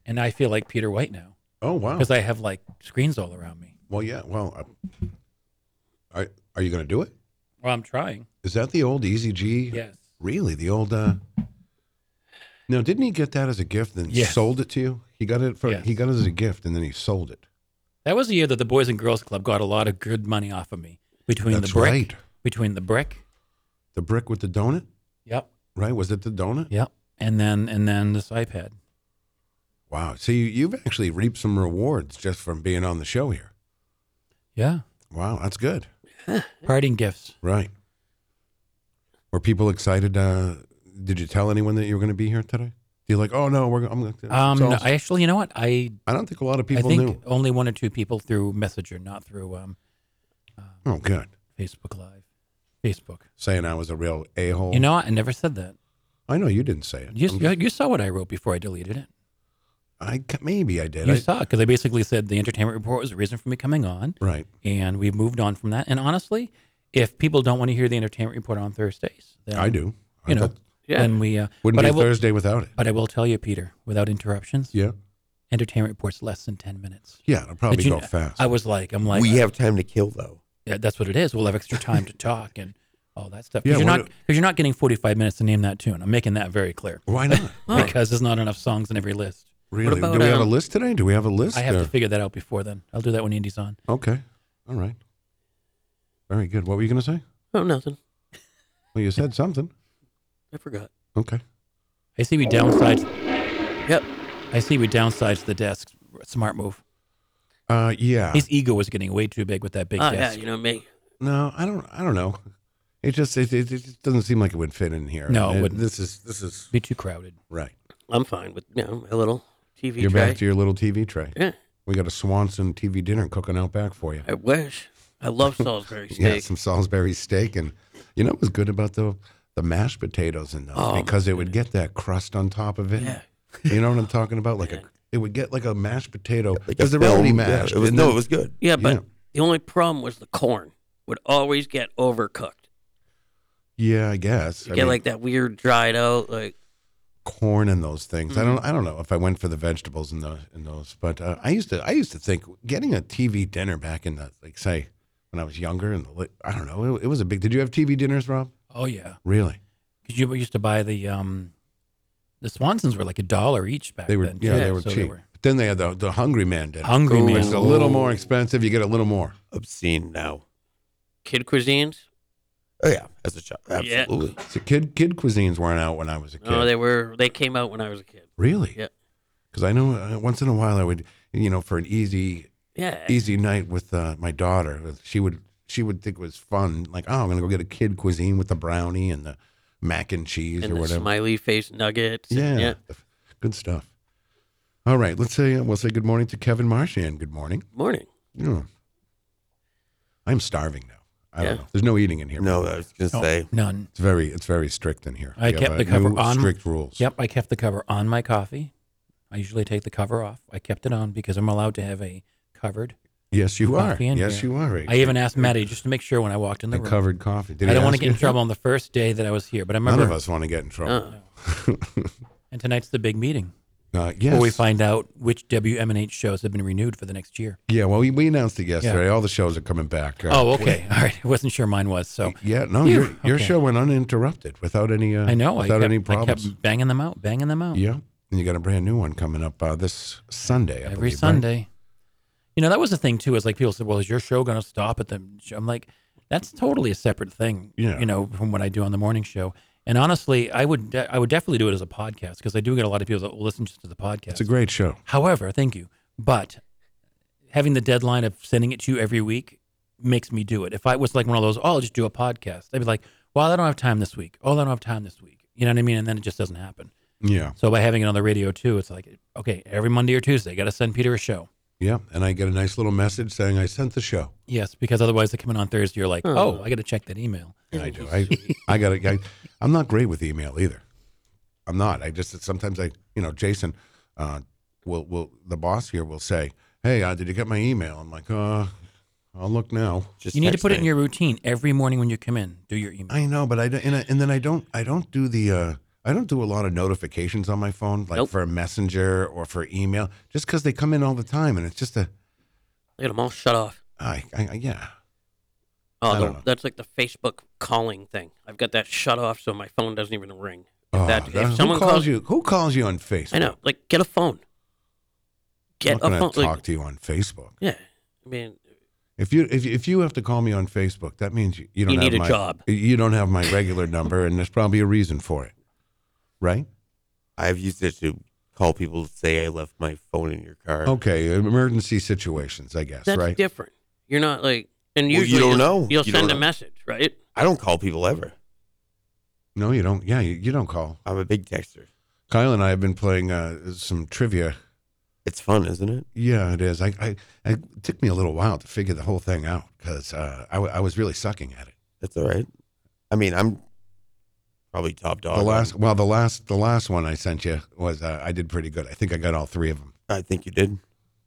E: and I feel like Peter White now
C: Oh wow.
E: because I have like screens all around me.
C: Well yeah. Well, uh, are are you gonna do it?
E: Well, I'm trying.
C: Is that the old Easy G?
E: Yes.
C: Really, the old. uh No, didn't he get that as a gift and
E: Yes.
C: sold it to you? He got it for
E: Yes.
C: he got it as a gift and then he sold it.
E: That was the year that the Boys and Girls Club got a lot of good money off of me between
C: That's
E: the brick,
C: right.
E: between the brick.
C: The brick with the donut,
E: Yep.
C: right? Was it the donut?
E: Yep. And then and then this iPad.
C: Wow. So you, you've actually reaped some rewards just from being on the show here.
E: Yeah.
C: Wow, that's good.
E: Parting gifts.
C: Right. Were people excited? Uh, did you tell anyone that you were going to be here today? You're like, oh no, we're. I'm going to.
E: Um, no, I actually, you know what? I
C: I don't think a lot of people
E: I think
C: knew.
E: only one or two people through Messenger, not through um,
C: Oh, good.
E: Facebook Live. Facebook.
C: Saying I was a real a hole.
E: You know, I never said that.
C: I know you didn't say it.
E: You,
C: I'm-
E: you, you saw what I wrote before I deleted it.
C: I ca- maybe I did.
E: you
C: I-
E: saw because I basically said the entertainment report was the reason for me coming on,
C: right.
E: and we've moved on from that. And honestly, if people don't want to hear the entertainment report on Thursdays, then
C: I do. I
E: You know,
C: thought-
D: Yeah.
E: then we uh,
C: wouldn't
E: but
C: be
E: I
C: a
E: will,
C: Thursday without it.
E: But I will tell you, Peter, without interruptions,
C: Yeah.
E: entertainment reports less than ten minutes.
C: Yeah. It'll probably
E: But you
C: go
E: know,
C: fast.
E: I was like, I'm like,
F: we have time to kill though.
E: yeah, that's what it is. We'll have extra time to talk and all that stuff.
C: Yeah,
E: Because you're
C: what
E: not because you're not getting 45 minutes to name that tune. I'm making that very clear
C: Why not?
E: because there's not enough songs in every list.
C: Really?
D: about,
C: do we have a
D: um,
C: list today? Do we have a list?
E: I have
C: or-
E: to figure that out before then. I'll do that when Indy's on.
C: Okay. All right. Very good. What were you going to say?
D: oh nothing.
C: Well, you said something.
D: I forgot.
C: Okay.
E: I see we downsides.
D: Yep.
E: I see we downsides the desk. Smart move.
C: Uh, yeah.
E: His ego was getting way too big with that big
D: Oh yeah,
E: desk.
D: you know me.
C: No, I don't. I don't know. It just it, it, it just doesn't seem like it would fit in here.
E: No, it
C: And
E: wouldn't.
C: This is this is
E: Be too crowded.
C: right.
D: I'm fine with you know a little TV
C: You're
D: tray.
C: back to your little TV tray.
D: yeah.
C: We got a Swanson TV dinner cooking out back for you.
D: I wish. I love Salisbury steak.
C: Yeah, some Salisbury steak, and you know what was good about the the mashed potatoes in those
D: Oh,
C: because it would get that crust on top of it.
D: Yeah.
C: You know what I'm talking about? Like a it would get like a mashed potato
F: Like
C: because
F: a
C: they're already
F: film, yeah,
C: mashed.
F: it was,
C: and
F: no,
C: then-
F: it was good.
D: Yeah, but
C: Yeah.
D: the only problem was the corn would always get overcooked.
C: yeah, I guess. I
D: get
C: mean,
D: like that weird dried out like
C: corn and those things. I don't I don't know if I went for the vegetables in those in those, but uh, I used to I used to think getting a TV dinner back in the like say when I was younger and the lit- I don't know it, it was a big. Did you have TV dinners, Rob?
E: Oh yeah,
C: Really?
E: because you used to buy the um, the Swansons were like a dollar each back
C: They were
E: then.
C: yeah,
E: too.
C: they were
E: So
C: cheap. But then they had the the Hungry Man dinner.
E: Hungry
D: Ooh.
E: man,
C: It's a little more expensive. You get a little more.
F: Obscene now.
D: kid cuisines.
F: Oh yeah, as a child,
D: Yeah.
F: absolutely.
C: So kid kid cuisines weren't out when I was a kid.
D: No, Oh, they were they came out when I was a kid.
C: really?
D: Yeah.
C: Because I know uh, once in a while I would you know for an easy
D: Yeah.
C: easy night with uh, my daughter. She would she would think it was fun. Like, oh, I'm gonna go get a kid cuisine with the brownie and the mac and cheese
D: and
C: or
D: the
C: whatever.
D: smiley face nuggets. and-
C: yeah,
D: yeah.
C: good stuff. All right, let's say we'll say good morning to Kevin Marshan. Good morning.
D: Morning.
C: Yeah. I'm starving now. I don't
D: Yeah.
C: know. There's no eating in here.
F: No, I was gonna
E: No,
F: say
E: Oh, none.
C: It's very it's very strict in here.
E: I
C: We
E: kept
C: have,
E: the
C: uh,
E: cover
C: new
E: on.
C: Strict rules.
E: Yep, I kept the cover on my coffee. I usually take the cover off. I kept it on because I'm allowed to have a covered.
C: Yes, you are.
E: Coffee in
C: Yes,
E: here.
C: you are. Rachel.
E: I even asked Maddie just to make sure when I walked in the
C: the
E: room.
C: covered coffee. Did
E: I
C: he
E: don't want to
C: ask
E: get in
C: you?
E: trouble on the first day that I was here, but I
C: None
E: remember.
C: of us want to get in trouble.
D: Uh,
E: And tonight's the big meeting
C: Uh, yes.
E: where we find out which WMNH shows have been renewed for the next year.
C: Yeah, well, we, we announced it yesterday. All the shows are coming back. Uh,
E: Oh, okay. All right. I wasn't sure mine was. So
C: Yeah, no,
E: Phew,
C: your, your
E: okay.
C: show went uninterrupted without any. Uh,
E: I know. I
C: without
E: kept,
C: any
E: I
C: problems.
E: kept banging them out, banging them out.
C: yeah, and you got a brand new one coming up uh, this Sunday. I
E: every
C: believe, right?
E: Sunday. You know, that was the thing too. Is like people said, "Well, is your show going to stop at the?" Show? I'm like, that's totally a separate thing.
C: Yeah.
E: You know, from what I do on the morning show. And honestly, I would de- I would definitely do it as a podcast because I do get a lot of people that will listen just to the podcast.
C: It's a great show.
E: However, thank you. But having the deadline of sending it to you every week makes me do it. If I was like one of those, oh, I'll just do a podcast. I'd be like, well, I don't have time this week. Oh, I don't have time this week. You know what I mean? And then it just doesn't happen.
C: Yeah,
E: So by having it on the radio too, it's like, okay, every Monday or Tuesday, got to send Peter a show.
C: yeah, and I get a nice little message saying I sent the show.
E: Yes, because otherwise they come in on Thursday. You're like, oh, I got to check that email.
C: And I do. I I got to. I'm not great with email either. I'm not. I just sometimes I you know Jason, uh, will will the boss here will say, hey, uh, did you get my email? I'm like, uh, I'll look now.
F: just
E: You need to
F: text
E: put it in
F: me.
E: your routine every morning when you come in. Do your email.
C: I know, but I don't, and, I, and then I don't I don't do the uh, I don't do a lot of notifications on my phone like
D: Nope.
C: for messenger or for email just because they come in all the time and it's just a
D: I got them all shut off.
C: I, I, I yeah I
D: Oh,
C: don't know.
D: the, that's like the Facebook calling thing. I've got that shut off so my phone doesn't even ring. If
C: Oh,
D: that,
C: that-
D: if someone
C: who calls,
D: calls
C: you who calls you on Facebook
D: I know. Like, get a phone. Get
C: I'm not
D: a phone.
C: gonna
D: like,
C: talk to you on Facebook
D: yeah. I mean,
C: if you if you- if you have to call me on Facebook that means you, you don't
D: You
C: have
D: need a
C: my,
D: job.
C: you don't have my regular number and there's probably a reason for it right
F: I've used it to call people to say I left my phone in your car.
E: Oh.
C: okay emergency situations I guess
D: that's
C: right
D: different. You're not like, and
F: Well, you
D: usually
F: don't
D: will
F: know.
D: You'll
F: You don't
D: send a
F: know.
D: message, right?
F: I don't call people ever.
C: no you don't yeah you, you don't call
F: I'm a big texter.
C: Kyle and I have been playing uh, some trivia
F: It's fun, isn't it?
C: Yeah, it is. I, I, I it took me a little while to figure the whole thing out because uh, I, w- I was really sucking at it.
F: That's all right. I mean, I'm probably top dog.
D: Oh,
C: The
F: on-
C: last, well, the last, the last one I sent you was uh, I did pretty good. I think I got all three of them.
F: I think you did.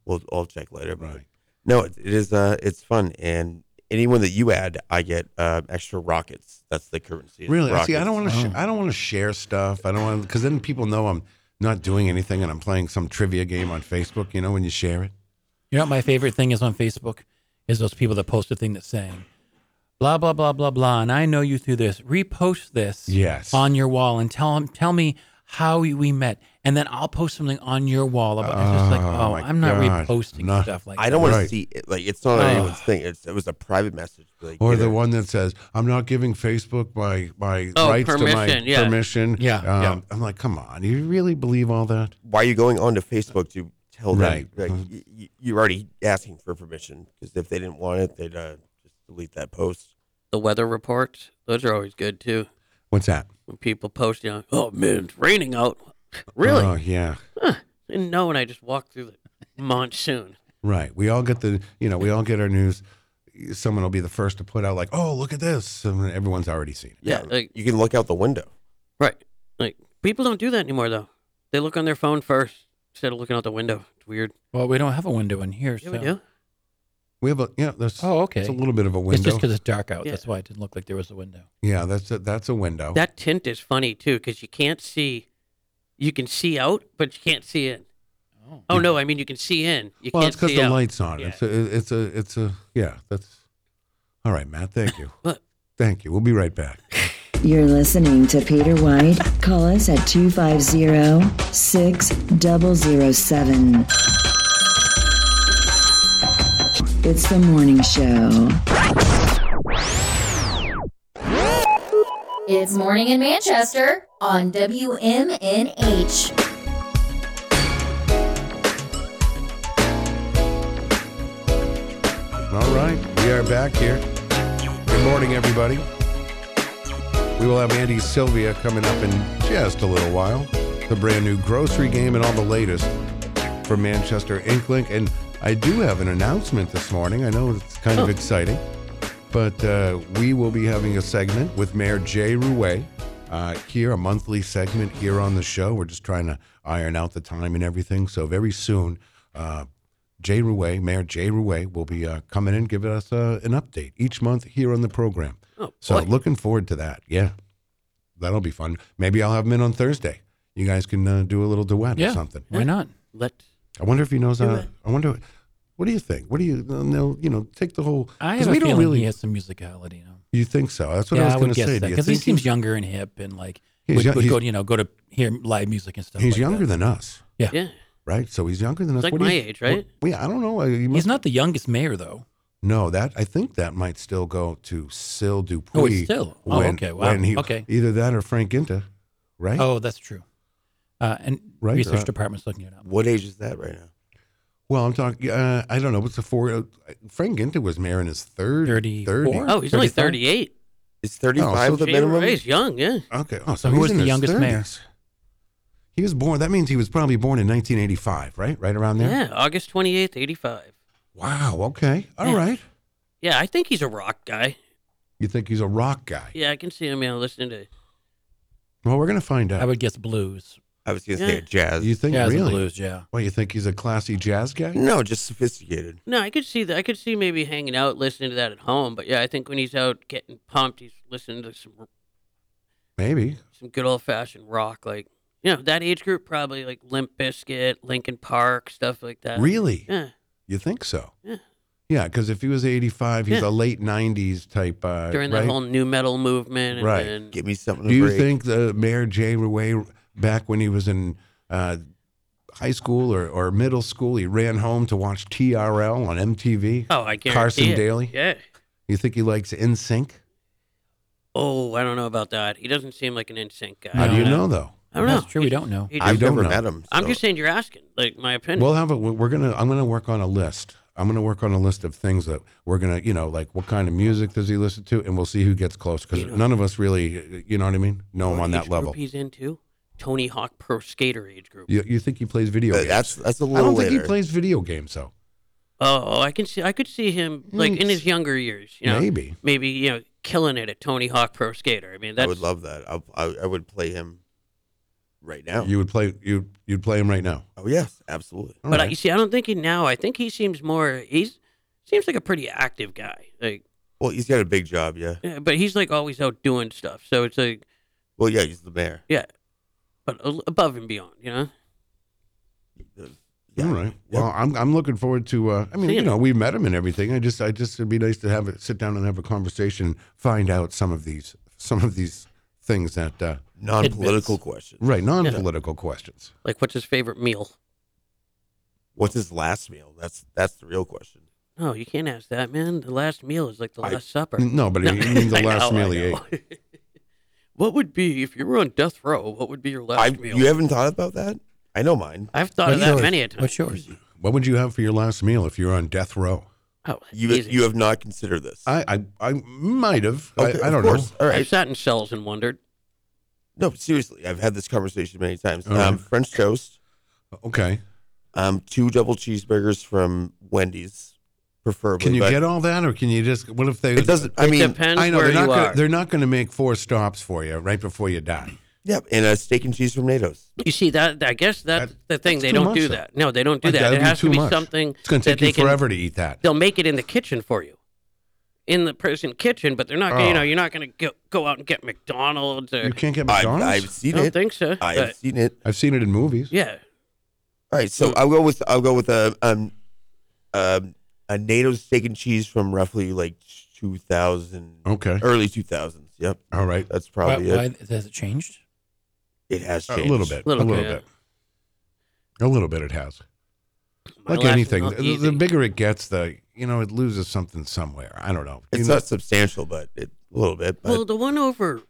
F: We'll I'll check later. But no, it, it is. Uh, it's fun, and anyone that you add, I get uh, extra rockets. That's the currency. is
C: Really? See, I
F: rockets.
C: don't want to.
D: Oh.
C: Sh- I don't want to share stuff. I don't want because then people know I'm not doing anything and I'm playing some trivia game on Facebook. You know, when you share it.
E: You know what my favorite thing is on Facebook is those people that post a thing that's saying, blah blah blah blah blah, and I know you through this. Repost this
C: Yes.
E: on your wall and tell 'em- tell me how we met, and then I'll post something on your wall about. it's just like,
C: Oh,
E: oh,
C: my
E: I'm not
C: God.
E: reposting
C: No.
E: stuff like.
F: I don't want
C: Right. Uh.
F: to see it. Like it's not
E: Ugh.
F: anyone's thing. It's, it was a private message. Like,
C: Or the
F: either-
C: one that says, "I'm not giving Facebook my my
D: Oh,
C: rights to my
D: permission, yeah.
C: permission."
E: Yeah,
C: Um,
E: yeah.
C: I'm like, come on, you really believe all that?
F: Why are you going on to Facebook to tell them?
C: Right. Uh-huh.
F: Like, y- y- you're already asking for permission because if they didn't want it, they'd uh, just delete that post.
D: The weather reports, those are always good too.
C: What's that?
D: When people post, you know, oh man, it's raining out. Really?
C: Oh yeah.
D: Didn't know, and I just walked through the monsoon.
C: Right. We all get the, you know, we all get our news. Someone will be the first to put out like, "Oh, look at this!" And everyone's already seen it.
D: Yeah, like
F: You can look out the window.
D: right. Like people don't do that anymore though. They look on their phone first instead of looking out the window. It's weird.
E: Well, we don't have a window in here.
D: Yeah,
E: so.
D: we do.
C: We have a yeah. There's
E: Oh, okay.
C: It's a little bit of a
E: It's
C: window.
E: just because it's dark out.
D: Yeah.
E: That's why it didn't look like there was a window.
C: yeah, that's a, that's a window.
D: That tint is funny too because you can't see. You can see out, but you can't see in.
E: Oh.
D: Oh no, I mean you can see in. You
C: well,
D: can't
C: it's because
D: see
C: the
D: out.
C: lights on.
D: Yeah.
C: It's a, it's a it's a yeah. That's all right, Matt. Thank you.
D: What?
C: Thank you. We'll be right back.
H: You're listening to Peter White. Call us at 250 6007. It's the morning show.
I: It's morning in Manchester on WMNH.
C: All right, we are back here. Good morning, everybody. We will have Andy Sylvia coming up in just a little while. The brand new grocery game and all the latest from Manchester Inklink. And I do have an announcement this morning. I know it's kind of
D: Oh.
C: exciting, but uh, we will be having a segment with Mayor Jay Rouet uh, here, a monthly segment here on the show. We're just trying to iron out the time and everything. So very soon, uh, Jay Rouet, Mayor Jay Rouet, will be uh, coming in, giving us uh, an update each month here on the program.
D: Oh,
C: so
D: boy.
C: looking forward to that. Yeah, that'll be fun. Maybe I'll have him in on Thursday. You guys can uh, do a little duet or
E: Yeah.
C: something.
E: Why not?
D: Let
C: I wonder if he knows.
D: Do
C: Uh,
D: it.
C: I wonder. What do you think? What do you? uh, No, you know, take the whole.
E: I
C: 'cause
E: have a
C: we don't
E: feeling
C: really.
E: he has some musicality. You know?
C: You think so? That's what
E: yeah,
C: I was
E: would
C: going to
E: guess
C: say.
E: that
C: Do you
E: because he
C: think
E: seems younger and hip and like
C: He's
E: would,
C: young-
E: would
C: he's-
E: go you know go to hear live music and stuff.
C: he's
E: like
C: younger
E: that.
C: than us,
D: yeah.
C: right? So he's younger than us.
D: like
C: What do
D: my
C: you-
D: age, right?
C: What, yeah, I don't know. He
E: He's
C: must-
E: not the youngest mayor though.
C: No, that I think that might still go to Sil Dupuis.
E: Oh, it's still. Oh,
C: when-
E: okay, wow,
C: when he-
E: okay.
C: Either that or Frank Ginta, right?
E: Oh, that's true. Uh, and
C: Right,
E: research
C: right.
E: department's looking it up.
F: What age is that right now?
C: Well, I'm talking. Uh, I don't know. What's the four? Uh, Frank Ginta was mayor in his third.
E: 34?
D: Oh, he's only
E: 35?
D: 38.
F: Is 35
C: Oh, so
F: the
D: Jay
F: minimum?
D: Rouet's young, yeah.
C: Okay. Oh,
E: So who
C: he's
E: was
C: in
E: the
C: his
E: youngest mayor?
C: 30s. He was born. That means he was probably born in 1985, right? Right around there.
D: Yeah, August 28th, 85.
C: Wow. Okay. All right.
D: Yeah. Yeah, I think he's a rock guy.
C: You think he's a rock guy?
D: Yeah, I can see him, you know, listening to.
C: Well, we're gonna find out.
E: I would guess blues.
F: I was going to
D: Yeah.
F: say jazz.
C: you think
E: Jazz and
C: really?
E: blues, yeah.
C: Well, you think he's a classy jazz guy?
F: no, just sophisticated.
D: No, I could see that. I could see maybe hanging out, listening to that at home. But yeah, I think when he's out getting pumped, he's listening to some
C: Maybe.
D: some good old fashioned rock, like you know that age group probably like Limp Bizkit, Linkin Park, stuff like that.
C: really?
D: Yeah,
C: You think so?
D: Yeah.
C: Yeah, because if he was 85, he's
D: Yeah.
C: a late 90s type. Uh,
D: during
C: right?
D: that whole new metal movement. And
C: Right.
D: then-
F: Give me something
C: Do
F: to
C: you
F: break.
C: think the Mayor Jay Rouet, back when he was in uh, high school or, or middle school, he ran home to watch TRL on MTV?
D: oh, I guarantee
C: Carson
D: it.
C: Daly?
D: Yeah.
C: You think he likes NSYNC?
D: Oh, I don't know about that. He doesn't seem like an NSYNC guy.
C: How do you
E: No.
C: know, though?
D: I don't know.
E: That's true. We don't know.
D: He
C: I
F: I've
D: just-
C: don't
F: never
C: know.
F: met him.
D: I'm
F: so-
D: just saying you're asking, like my opinion.
C: We'll have a, we're gonna, I'm gonna work on a list. I'm gonna work on a list of things that we're gonna, you know, like what kind of music does he listen to, and we'll see who gets close because
D: You know-
C: none of us really, you know what I mean, know him
D: What
C: on
D: age
C: that
D: group
C: level.
D: He's into Tony Hawk Pro Skater age group.
C: You, you think he plays video
F: Uh,
C: games?
F: that's that's a
C: I
F: little
C: don't think
F: later.
C: he plays video games though.
D: Oh, I can see. I could see him like in his younger years. You know,
C: Maybe.
D: maybe you know, killing it at Tony Hawk Pro Skater. I mean, that's
F: I would love that. I, I I would play him right now.
C: You would play you you'd play him right now.
F: oh yes, absolutely.
C: All
D: but I,
C: right.
D: you see, I don't think he now. I think he seems more. He's seems like a pretty active guy. Like,
F: Well, he's got a big job, yeah.
D: yeah, but he's like always out doing stuff. So it's like,
F: Well, yeah, he's the mayor.
D: yeah, but a- above and beyond. You know,
F: Yeah.
C: all right. Well, I'm I'm looking forward to. Uh, I mean, you
D: Seeing
C: know, we met him and everything. I just I just it'd be nice to have a, sit down and have a conversation, and find out some of these some of these things that uh,
F: Non-political question.
C: right non-political questions.
D: like what's his favorite meal?
F: What's his last meal? That's that's the real question.
D: No, you can't ask that, man. The last meal is like the
F: I-
D: last supper.
C: N- No, but I mean the
D: I
C: last
D: know, I
C: meal he ate.
D: know. what would be if you were on death row? What would be your last
F: I,
D: meal?
F: you haven't thought about that? I know mine.
D: I've thought of
E: What's
D: that
E: yours?
D: many a time.
E: What's yours?
C: What would you have for your last meal if you were on death row?
D: Oh,
F: You
D: easy.
F: you have not considered this.
C: I I, I might have.
F: Okay,
C: I, I
F: of
C: don't
F: course.
C: know.
F: All
D: I've
F: right.
D: sat in cells and wondered.
F: No, seriously, I've had this conversation many times.
C: All
F: Um,
C: right.
F: French toast,
C: Okay.
F: um, two double cheeseburgers from Wendy's, preferably.
C: Can you
F: but
C: get all that, or can you just? What if they?
F: It doesn't. I
D: It
F: mean,
D: depends
C: I know
D: where
C: they're not.
D: you
C: Gonna,
D: are.
C: they're not going to make four stops for you right before you die.
F: yeah, and a steak and cheese from NATO's.
D: You see that? I guess that's
C: That-
D: the thing.
C: that's
D: They
C: too
D: don't
C: much,
D: do
C: though.
D: that. No, they don't do
C: Like,
D: that.
C: that'd
D: It has
C: too
D: to be
C: much.
D: something
C: It's going to
D: that
C: take you
D: they can-
C: forever to eat that.
D: They'll make it in the kitchen for you, in the person kitchen. But they're not. gonna You know,
C: Oh.
D: you're not going to go, go out and get McDonald's. Or,
C: You can't get
F: I've,
C: McDonald's.
F: I've
D: I
F: seen
D: don't
F: it.
D: think so.
F: I
D: but-
F: have seen it.
C: I've seen it in movies.
D: yeah,
F: All right, so I'll go with I'll go with a um, um a NATO's steak and cheese from roughly like two thousand
C: Okay.
F: early two thousands. Yep,
C: All right.
F: that's
E: Why,
F: probably it.
E: why has it changed?
F: It has
C: A
F: changed
C: little bit. a
D: Little
C: little
D: bit,
C: bit. A little bit. It has.
D: My
C: like
D: last
C: anything,
D: one,
C: the,
D: easy.
C: the bigger it gets, the you know it loses something somewhere. I don't know. You
F: It's
C: know,
F: not substantial, but it, a little bit. But
D: well, the one over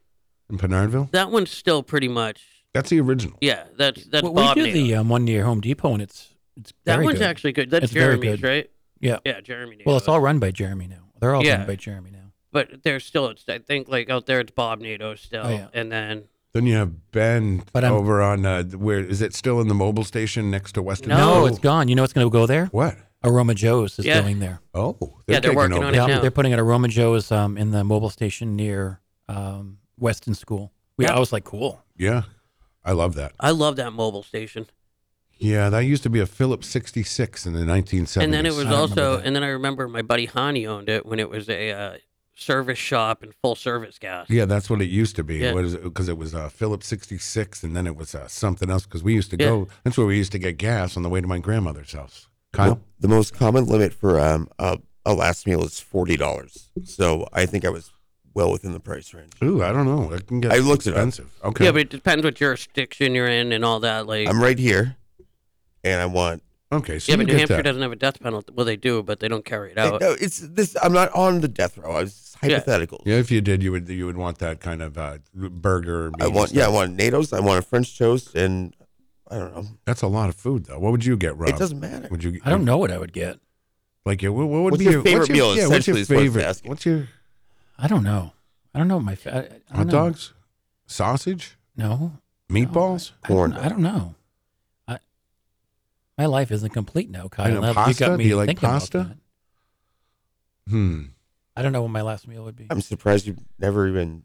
C: in Pinardville.
D: that one's still pretty much.
C: That's the original.
D: Yeah, that's that's
E: Well,
D: Bob.
E: we do
D: Nato.
E: the um, one near Home Depot, and it's it's
D: that
E: very
D: one's
E: good.
D: actually good. That's
E: It's very
D: Jeremy's,
E: good.
D: right?
E: yeah.
D: Yeah, Jeremy.
E: Well,
D: Nato.
E: it's all run by Jeremy now. They're all
D: Yeah. Oh,
E: run by Jeremy now.
D: But there's still, it's, I think, like out there, it's Bob Nato still,
E: Oh, yeah.
D: and then
C: Then you have Ben
E: But I'm-
C: over on uh, where is it still in the mobile station next to Western?
D: No.
E: No, it's gone. You know what's going to go there?
C: What?
E: Aroma Joe's is
D: Yeah.
E: going there.
C: Oh,
D: Yeah, they're
C: taking
D: working
C: over.
D: on it.
E: Yeah,
D: now.
E: they're putting an Aroma Joe's um, in the mobile station near um, Weston School. We,
D: Yeah.
E: I was like, cool.
C: Yeah, I love that.
D: I love that mobile station.
C: Yeah, that used to be a Phillips 66 in the 1970s.
D: And then it was
E: I don't
D: also,
E: remember that.
D: and then I remember my buddy Hani owned it when it was a uh, service shop and full service gas.
C: Yeah, that's what it used to be.
D: Yeah.
C: Because it, 'cause it was uh, Phillips 66, and then it was uh, something else. Because we used to go. That's where we used to get gas on the way to my grandmother's house. Kyle,
F: Well, the most common limit for um a, a last meal is forty dollars. So I think I was well within the price range.
C: ooh, I don't know. It can get
F: I looked it up.
C: expensive. Okay.
D: Yeah, but it depends what jurisdiction you're in and all that. Like,
F: I'm right here, and I want.
C: okay, so
D: yeah,
C: you
D: but New
C: get
D: Hampshire
C: that.
D: doesn't have a death penalty. Well, they do, but they don't carry it out.
F: No, it's this. I'm not on the death row. I was
D: Yeah.
F: hypothetical.
C: Yeah, if you did, you would you would want that kind of uh, burger. meat
F: I
C: and
F: want. Yeah, I
C: stuff.
F: want NATO's. I want a French toast, and I don't know.
C: That's a lot of food, though. What would you get, Rob?
F: It doesn't matter.
C: Would you?
E: I don't know what I would get.
C: Like, yeah, what, what would
F: What's
C: be
F: your favorite
C: what's your,
F: meal,
C: Yeah, what's your
F: essentially, is what it's
C: favorite?
F: asking.
C: What's your
E: I don't know. I don't know. My fa- I, I don't
C: hot
E: know.
C: dogs, sausage,
E: No.
C: meatballs?
E: I don't,
F: Corn.
E: I don't know. I, my life isn't complete now, Kyle.
C: know,
E: Now that You
C: pasta?
E: got me
C: Do you like
E: thinking about
C: pasta?
E: that.
D: Oh,
C: Hmm.
E: I don't know what my last meal would be.
F: I'm surprised you've never even.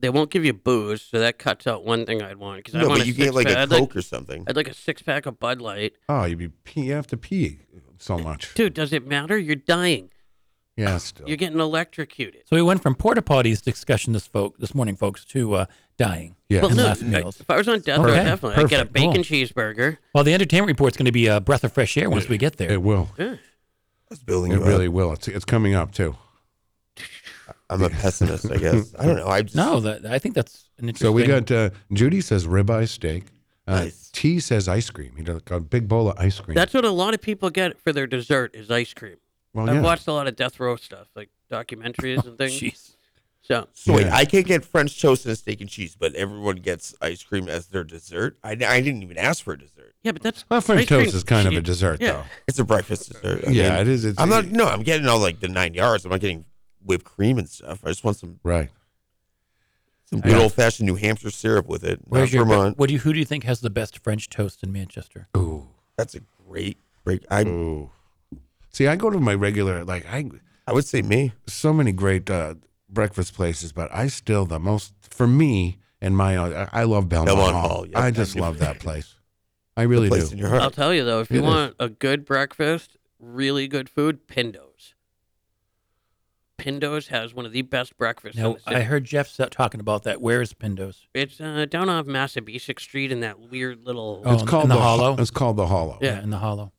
D: They won't give you booze, so that cuts out one thing I'd want. Because I
F: No,
D: want
F: but
D: a
F: you get like
D: six-pack.
F: a
D: I'd
F: Coke or something.
D: I'd like a six pack of Bud Light.
C: Oh, you'd be pee. You have to pee so much.
D: Dude, does it matter? You're dying.
C: Yeah, still.
D: You're getting electrocuted.
E: So we went from porta potties discussion this folk this morning, folks, to uh, dying.
C: Yeah.
D: Well,
E: And
D: no,
E: last
D: I-
E: meals.
D: if I was on death row,
E: Okay,
D: definitely I'd get a
E: perfect,
D: bacon
E: cool.
D: cheeseburger.
E: Well, the entertainment report's going to be a breath of fresh air once we get there.
C: It will.
D: Yeah.
F: It's building
C: It
F: you up.
C: really will. It's, it's coming up too.
F: I'm a pessimist, I guess. I don't know. I just,
E: No, that, I think that's an interesting.
C: So we got uh, Judy says ribeye steak. Uh,
F: Nice.
C: T says ice cream. He does a big bowl of ice cream.
D: That's what a lot of people get for their dessert is ice cream.
E: Oh,
C: well,
D: I've
C: yeah.
D: watched a lot of death row stuff, like documentaries and things.
E: Jeez.
D: So
F: So wait,
C: Yeah.
F: I can't get French toast and steak and cheese, but everyone gets ice cream as their dessert. I, I didn't even ask for a dessert.
D: yeah, but that's
C: Well, French
D: ice cream-
C: toast is kind of
D: Yeah.
C: a dessert,
D: Yeah.
F: It's a breakfast dessert.
C: though. yeah, it is. It's,
F: I'm not. No, I'm getting all like the nine yards. I'm not getting whipped cream and stuff. I just want some
C: right.
F: some good
C: Yeah.
F: old fashioned New Hampshire syrup with it. Not
E: Where's your
F: Vermont.
E: What do you, who do you think has the best French toast in Manchester?
C: Ooh,
F: That's a great break. I
C: ooh. See, I go to my regular like I
F: I would say me.
C: so many great uh, breakfast places, but I still the most for me and my own. I- I love Belmont,
F: Belmont
C: Hall.
F: Hall, yeah.
C: I just love that place. I really
F: the place
C: do.
F: in your
D: I'll
F: heart.
D: tell you though, if you
C: It is.
D: want a good breakfast, really good food, Pindo's. Pindo's has one of the best breakfasts. in
E: Now
D: the city.
E: I heard Jeff sa- talking about that. Where is Pindos?
D: It's uh, down off Massabesic Street in that weird little
E: Oh,
C: it's
E: in
C: called
E: the
C: Ho-
E: Hollow?
C: It's called the Hollow.
D: Yeah.
E: in the Hollow.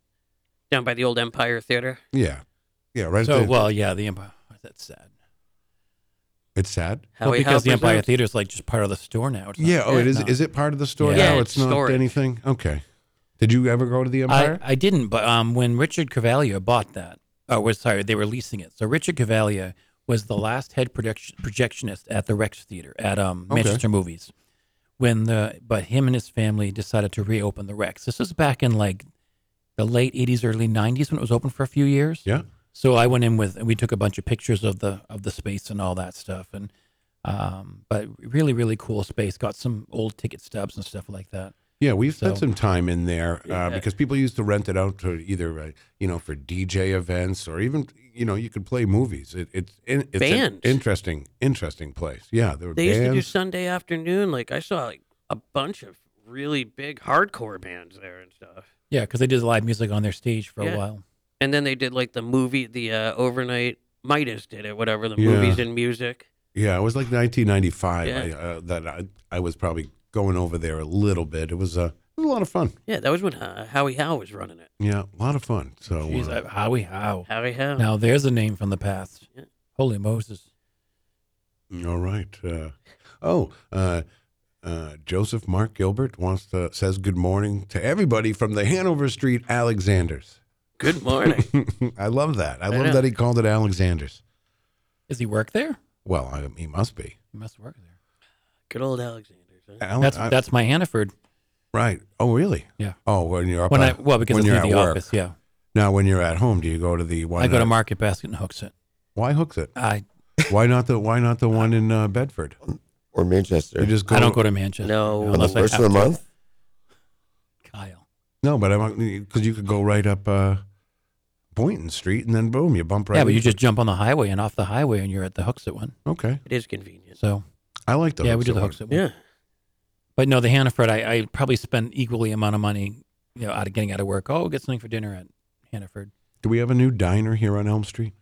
D: down by the old Empire Theater.
C: yeah, yeah. Right.
E: so
C: there.
E: well, yeah, the Empire. That's sad.
C: it's sad.
E: Well,
D: Howie
E: because the
D: Halperzon.
E: Empire Theater is like just part of the store now. It's not-
C: Yeah. Oh, it is.
E: No.
C: Is it part of the store
E: Yeah,
C: now?
D: it's
C: It's, not
D: storage.
C: anything. Okay. Did you ever go to
E: I,
C: the Empire?
E: I didn't, but um, when Richard Cavalier bought that, oh, was sorry, they were leasing it. So Richard Cavalier was the last head projection, projectionist at the Rex Theater at um,
C: Okay.
E: Manchester Movies. When the but him and his family decided to reopen the Rex. This was back in like the late '80s, early '90s when it was open for a few years.
C: yeah.
E: So I went in with and we took a bunch of pictures of the of the space and all that stuff and um but really really cool space got some old ticket stubs and stuff like that.
C: Yeah, we've spent
E: So-
C: some time in there uh,
E: Yeah.
C: because people used to rent it out to either uh, you know for DJ events or even you know you could play movies. It, it's in, it's an
D: Bands.
C: interesting, interesting place. Yeah, there were
D: They used to do
C: bands.
D: Sunday afternoon. Like I saw like, a bunch of really big hardcore bands there and stuff.
E: Yeah, because they did live music on their stage for
D: Yeah.
E: a while.
D: And then they did like the movie, the uh, overnight Midas did it, whatever the
C: Yeah.
D: movies and music.
C: yeah, it was like 1995
D: Yeah.
C: I, uh, that I, I was probably going over there a little bit. It was, uh, it was a lot of fun.
D: Yeah, that was when uh, Howie Howe was running it.
C: Yeah, a lot of fun. So uh,
E: Jeez, I- Howie Howe.
D: Howie Howe.
E: Now there's a name from the past.
D: Yeah.
E: Holy Moses.
C: All right. Uh, oh, uh, uh, Joseph Mark Gilbert wants to says good morning to everybody from the Hanover Street Alexanders.
D: Good morning.
C: I love that. I
D: I
C: love
D: know.
C: that he called it Alexanders.
E: Does he work there?
C: Well, I, he must be.
E: He must work there.
D: Good old Alexander's. Huh?
C: Ale-
E: that's
C: Oh, I-
E: that's my Hannaford.
C: right. Oh, really?
E: Yeah.
C: Oh, when you're up
E: When I
C: at,
E: well because
C: when
E: it's
C: you're
E: near
C: at
E: the
C: work.
E: office. Yeah,
C: Now, when you're at home, do you go to the one?
E: I go to
C: at-
E: Market Basket and hooks it.
C: Why hooks it?
E: I
C: Why not the Why not the one in uh, Bedford?
F: or Manchester.
C: You just go.
E: I don't go to Manchester.
D: No.
E: you know,
F: on the
E: unless I
F: first of
E: have
F: the
E: to.
F: month.
E: Kyle.
C: No, but I'm because you could go right up uh, Boynton Street and then boom, you bump right.
E: yeah, but you
C: into-
E: just jump on the highway and off the highway and you're at the Hooksett one.
C: okay.
D: It is convenient.
E: So
C: I like the
E: yeah,
C: hooks
E: we do the
C: one.
E: Hooksett one.
D: Yeah.
E: But no, the Hannaford, I, I probably spend equally amount of money, you know, out of getting out of work. Oh, get something for dinner at Hannaford.
C: Do we have a new diner here on Elm Street?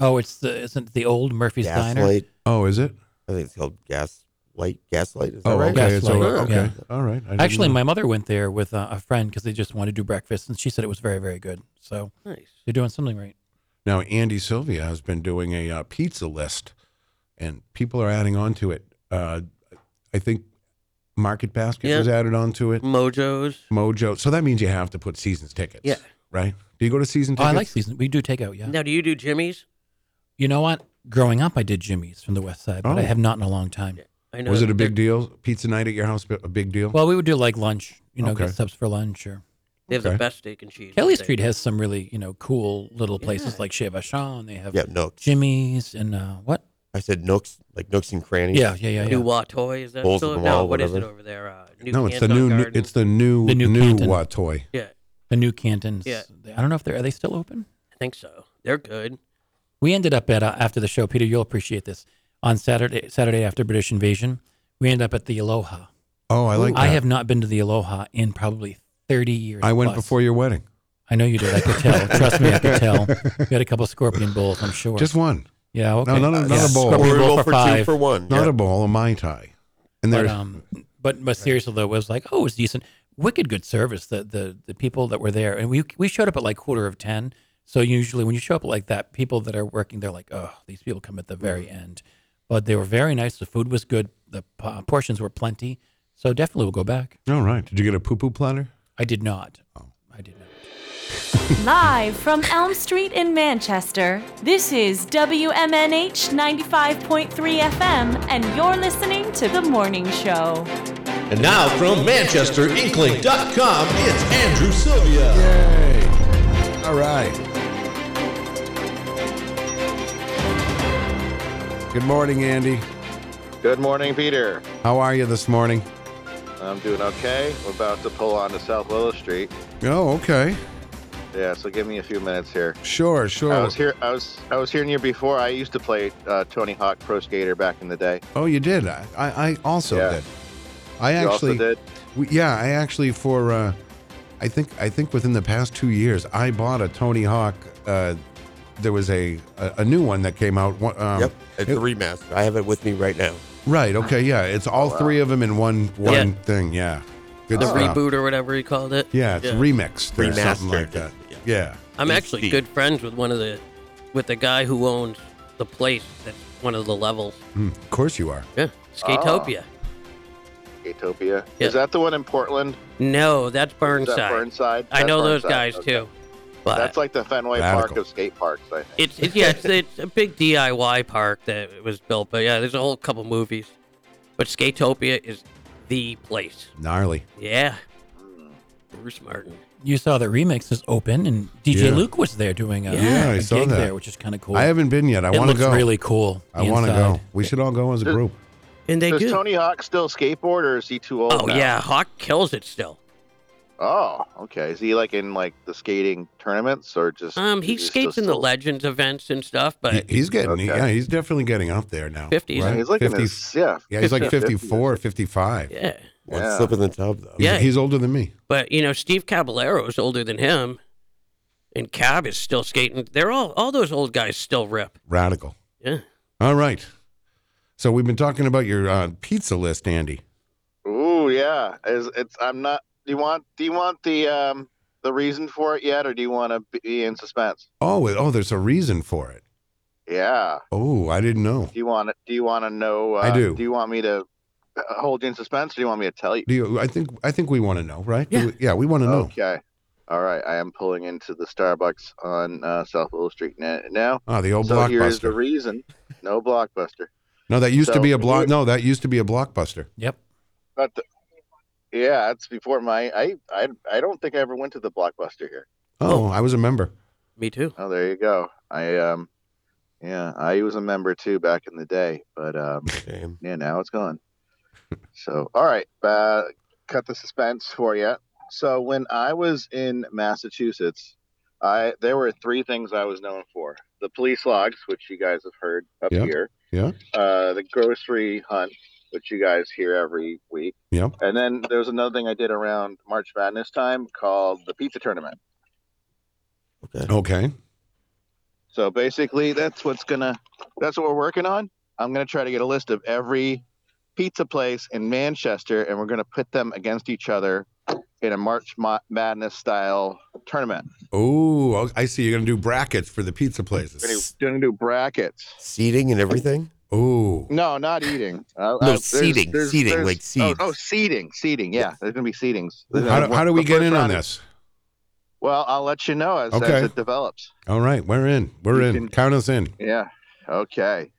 E: Oh, it's the isn't it the old Murphy's Diner?
F: Gaslight.
C: Oh, is it?
F: I think it's called Gaslight. Gaslight. Is that
C: Oh,
F: right?
C: okay. It's
E: Gaslight.
C: over- okay.
E: Yeah.
C: All right. I didn't
E: Actually,
C: know.
E: my mother went there with uh, a friend because they just wanted to do breakfast, and she said it was very, very good. So
D: Nice.
E: they're doing something right.
C: now Andy Sylvia has been doing a uh, pizza list, and people are adding on to it. Uh, I think Market Basket
D: Yeah.
C: was added onto it.
D: Mojo's.
C: Mojo. So that means you have to put seasons tickets.
D: Yeah.
C: Right. Do you go to season
E: Oh,
C: tickets?
E: I like season. We do takeout, yeah.
D: Now, do you do Jimmy's?
E: You know what? Growing up, I did Jimmy's from the West Side, but I
C: Oh.
E: have not in a long time.
D: I know.
C: Was it a
D: that
C: big
D: they're-
C: deal? Pizza night at your house, a big deal.
E: Well, we would do like lunch, you know,
C: Okay.
E: get subs for lunch. Or
D: They have
C: Okay.
D: the best steak and cheese.
E: Kelly
D: They-
E: Street has some really, you know, cool little places
D: Yeah.
E: like Chez Vachon. They have
F: Oh, Yeah, Nooks.
E: Jimmy's and uh, what?
F: I said Nooks, like Nooks and Crannies.
E: Yeah, yeah, yeah, yeah.
D: New Watoy. Is that
F: Holes
D: still?
F: in the
D: no,
F: wall,
D: what is it
F: whatever.
D: over there? Uh, new
C: no, it's the
D: Canton
C: new,
D: Garden?
C: It's the new
E: The new
C: new
E: Canton.
C: Watoy.
D: Yeah,
E: The new Cantons.
D: Yeah.
E: I don't know if they're are they still open.
D: I think so. They're good.
E: We ended up at uh, after the show, Peter. You'll appreciate this. On Saturday, Saturday after British invasion, we ended up at the Aloha.
C: Oh, I like.
E: I
C: that.
E: have not been to the Aloha in probably thirty years.
C: I went
E: plus.
C: before your wedding.
E: I know you did. I could tell. Trust me, I could tell. You had a couple of scorpion bowls, I'm sure.
C: Just one,
E: yeah, okay.
C: no, not a- not
E: Yeah,
C: a bowl.
E: Scorpion
F: Or
E: bowl for,
F: for, two
E: five.
F: for one.
C: not
F: yeah.
C: a bowl, a mai tai,
E: but,
C: and there's
E: um, but but seriously though, it was like, oh, it was decent, wicked good service. The the the people that were there, and we we showed up at like quarter of ten. So usually when you show up like that, people that are working, they're like, oh, these people come at the very
C: Mm.
E: end. But they were very nice. The food was good. The uh, portions were plenty. So definitely we'll go back.
C: All right. Did you get a poo poo platter?
E: I did not.
C: Oh.
E: I did not.
J: Live from Elm Street in Manchester, this is WMNH 95.3 FM, and you're listening to The Morning Show.
K: And now from Manchester, Inkling.com, it's Andrew Sylvia.
C: Yay. All right. Good morning, Andy.
L: Good morning, Peter.
C: How are you this morning?
L: I'm doing okay. We're about to pull onto South Willow Street.
C: Oh, okay.
L: Yeah, so give me a few minutes here.
C: Sure, sure.
L: I was here. I was. I was hearing you before. I used to play uh, Tony Hawk Pro Skater back in the day.
C: Oh, you did. I, I, I also
L: Yeah.
C: did. I
L: you
C: actually,
L: also did.
C: we- yeah, I actually for, uh, I think, I think within the past two years, I bought a Tony Hawk. Uh, there was a, a a new one that came out. one- Um,
F: Yep. It's a remaster. I have it with me right now.
C: Right. Okay. Yeah. It's all
L: wow.
C: three of them in one one
D: Yeah.
C: thing. Yeah. Good
D: The
C: stuff.
D: reboot or whatever he called it.
C: Yeah, it's remixed or something
F: Remastered.
C: like that.
F: Yeah.
C: Yeah.
D: I'm actually good friends with one of the, with the guy who owns the place. That's one of the levels.
C: Hmm, of course you are.
D: Yeah, Skatopia. Yeah.
L: Utopia. Ah. Is that the one in Portland?
D: No, that's
L: Is that
D: Burnside.
L: Burnside?
D: I
L: That's
D: know those
L: Burnside.
D: guys
L: Okay.
D: too. But
L: That's like the Fenway Park
C: Radical.
L: of skate parks. I think.
D: It's, it's yeah, it's, it's a big DIY park that was built, but yeah, there's a whole couple movies. But Skatopia is the place.
C: Gnarly.
D: Yeah,
L: Hmm.
D: Bruce Martin.
E: You saw the remix is open, and DJ
C: Yeah.
E: Luke was there doing a,
C: Yeah, I
E: a
C: saw
E: gig
C: that.
E: there, which is kind of cool.
C: I haven't been yet. I
E: it
C: want to
E: looks
C: go.
E: really cool.
C: I want to
E: inside.
C: go. We should all go as a
L: Just-
C: group.
D: And they
L: Does
D: do.
L: Tony Hawk still skateboard, or is he too old?
D: oh
L: now?
D: yeah, Hawk kills it still.
L: Oh, okay. Is he like in like the skating tournaments, or just
D: Um, he
L: is
D: skates
L: just
D: in the
L: still-
D: Legends events and stuff, but
C: He's getting, yeah, he's definitely getting up there now.
D: 50s.
C: right?
L: He's like in
C: 50s.
L: his- yeah,
C: Yeah, he's like
L: 50s.
C: 54, 55.
D: Yeah.
F: One slip in the tub, though.
C: He's-
D: Yeah.
C: He's older than me.
D: But you know, Steve Caballero is older than him, and Cab is still skating. They're all all those old guys still rip.
C: Radical.
D: Yeah.
C: All right. So we've been talking about your uh, pizza list, Andy.
L: Ooh, yeah. Is it's I'm not. Do you want? Do you want the um the reason for it yet, or do you want to be in suspense?
C: Oh, oh, there's a reason for it.
L: Yeah.
C: Oh, I didn't know.
L: Do you want to? Do you want to know? Uh,
C: I do.
L: Do you want me to uh, hold you in suspense, or do you want me to tell you?
C: Do you, I think I think we want to know, right? Yeah, we, yeah, we want to know.
L: Okay. All right. I am pulling into the Starbucks on uh, South Little Street na- now.
C: Ah, the old
L: so here is the
C: Blockbuster.
L: reason. No blockbuster.
C: No, that used to
L: So-
C: be a block. No, that used to be a blockbuster.
E: Yep.
L: But the, yeah, that's before my. I, I I don't think I ever went to the blockbuster here.
C: Oh, I was a member.
D: Me too.
L: Oh, there you go. I um, yeah, I was a member too back in the day, but um, yeah, now it's gone. So, all right, uh, cut the suspense for you. So, when I was in Massachusetts, I there were three things I was known for: the police logs, which you guys have heard up
C: Yeah.
L: here,
C: Yeah.
L: uh, the grocery hunt, which you guys hear every week,
C: Yep.
L: and then there was another thing I did around March Madness time called the pizza tournament.
C: Okay. Okay.
L: So basically, that's what's gonna that's what we're working on. I'm gonna try to get a list of every pizza place in Manchester, and we're gonna put them against each other in a March Ma- Madness style tournament.
C: Oh, I see. You're gonna do brackets for the pizza
L: We're gonna,
C: places.
L: gonna do brackets.
F: Seating and everything.
C: Oh,
L: No, not eating. Uh,
F: No,
L: there's-
F: seating, seating, like seeds.
L: Oh, oh, seating, seating. Yeah, there's gonna be seatings. There's
C: how
L: gonna
C: do,
L: be
C: how
L: one-
C: do we
L: the
C: get
L: first
C: in on
L: round-
C: this?
L: Well, I'll let you know as,
C: Okay.
L: as it develops.
C: All right, we're in. We're
L: You
C: in.
L: can-
C: Count us in.
L: Yeah. Okay.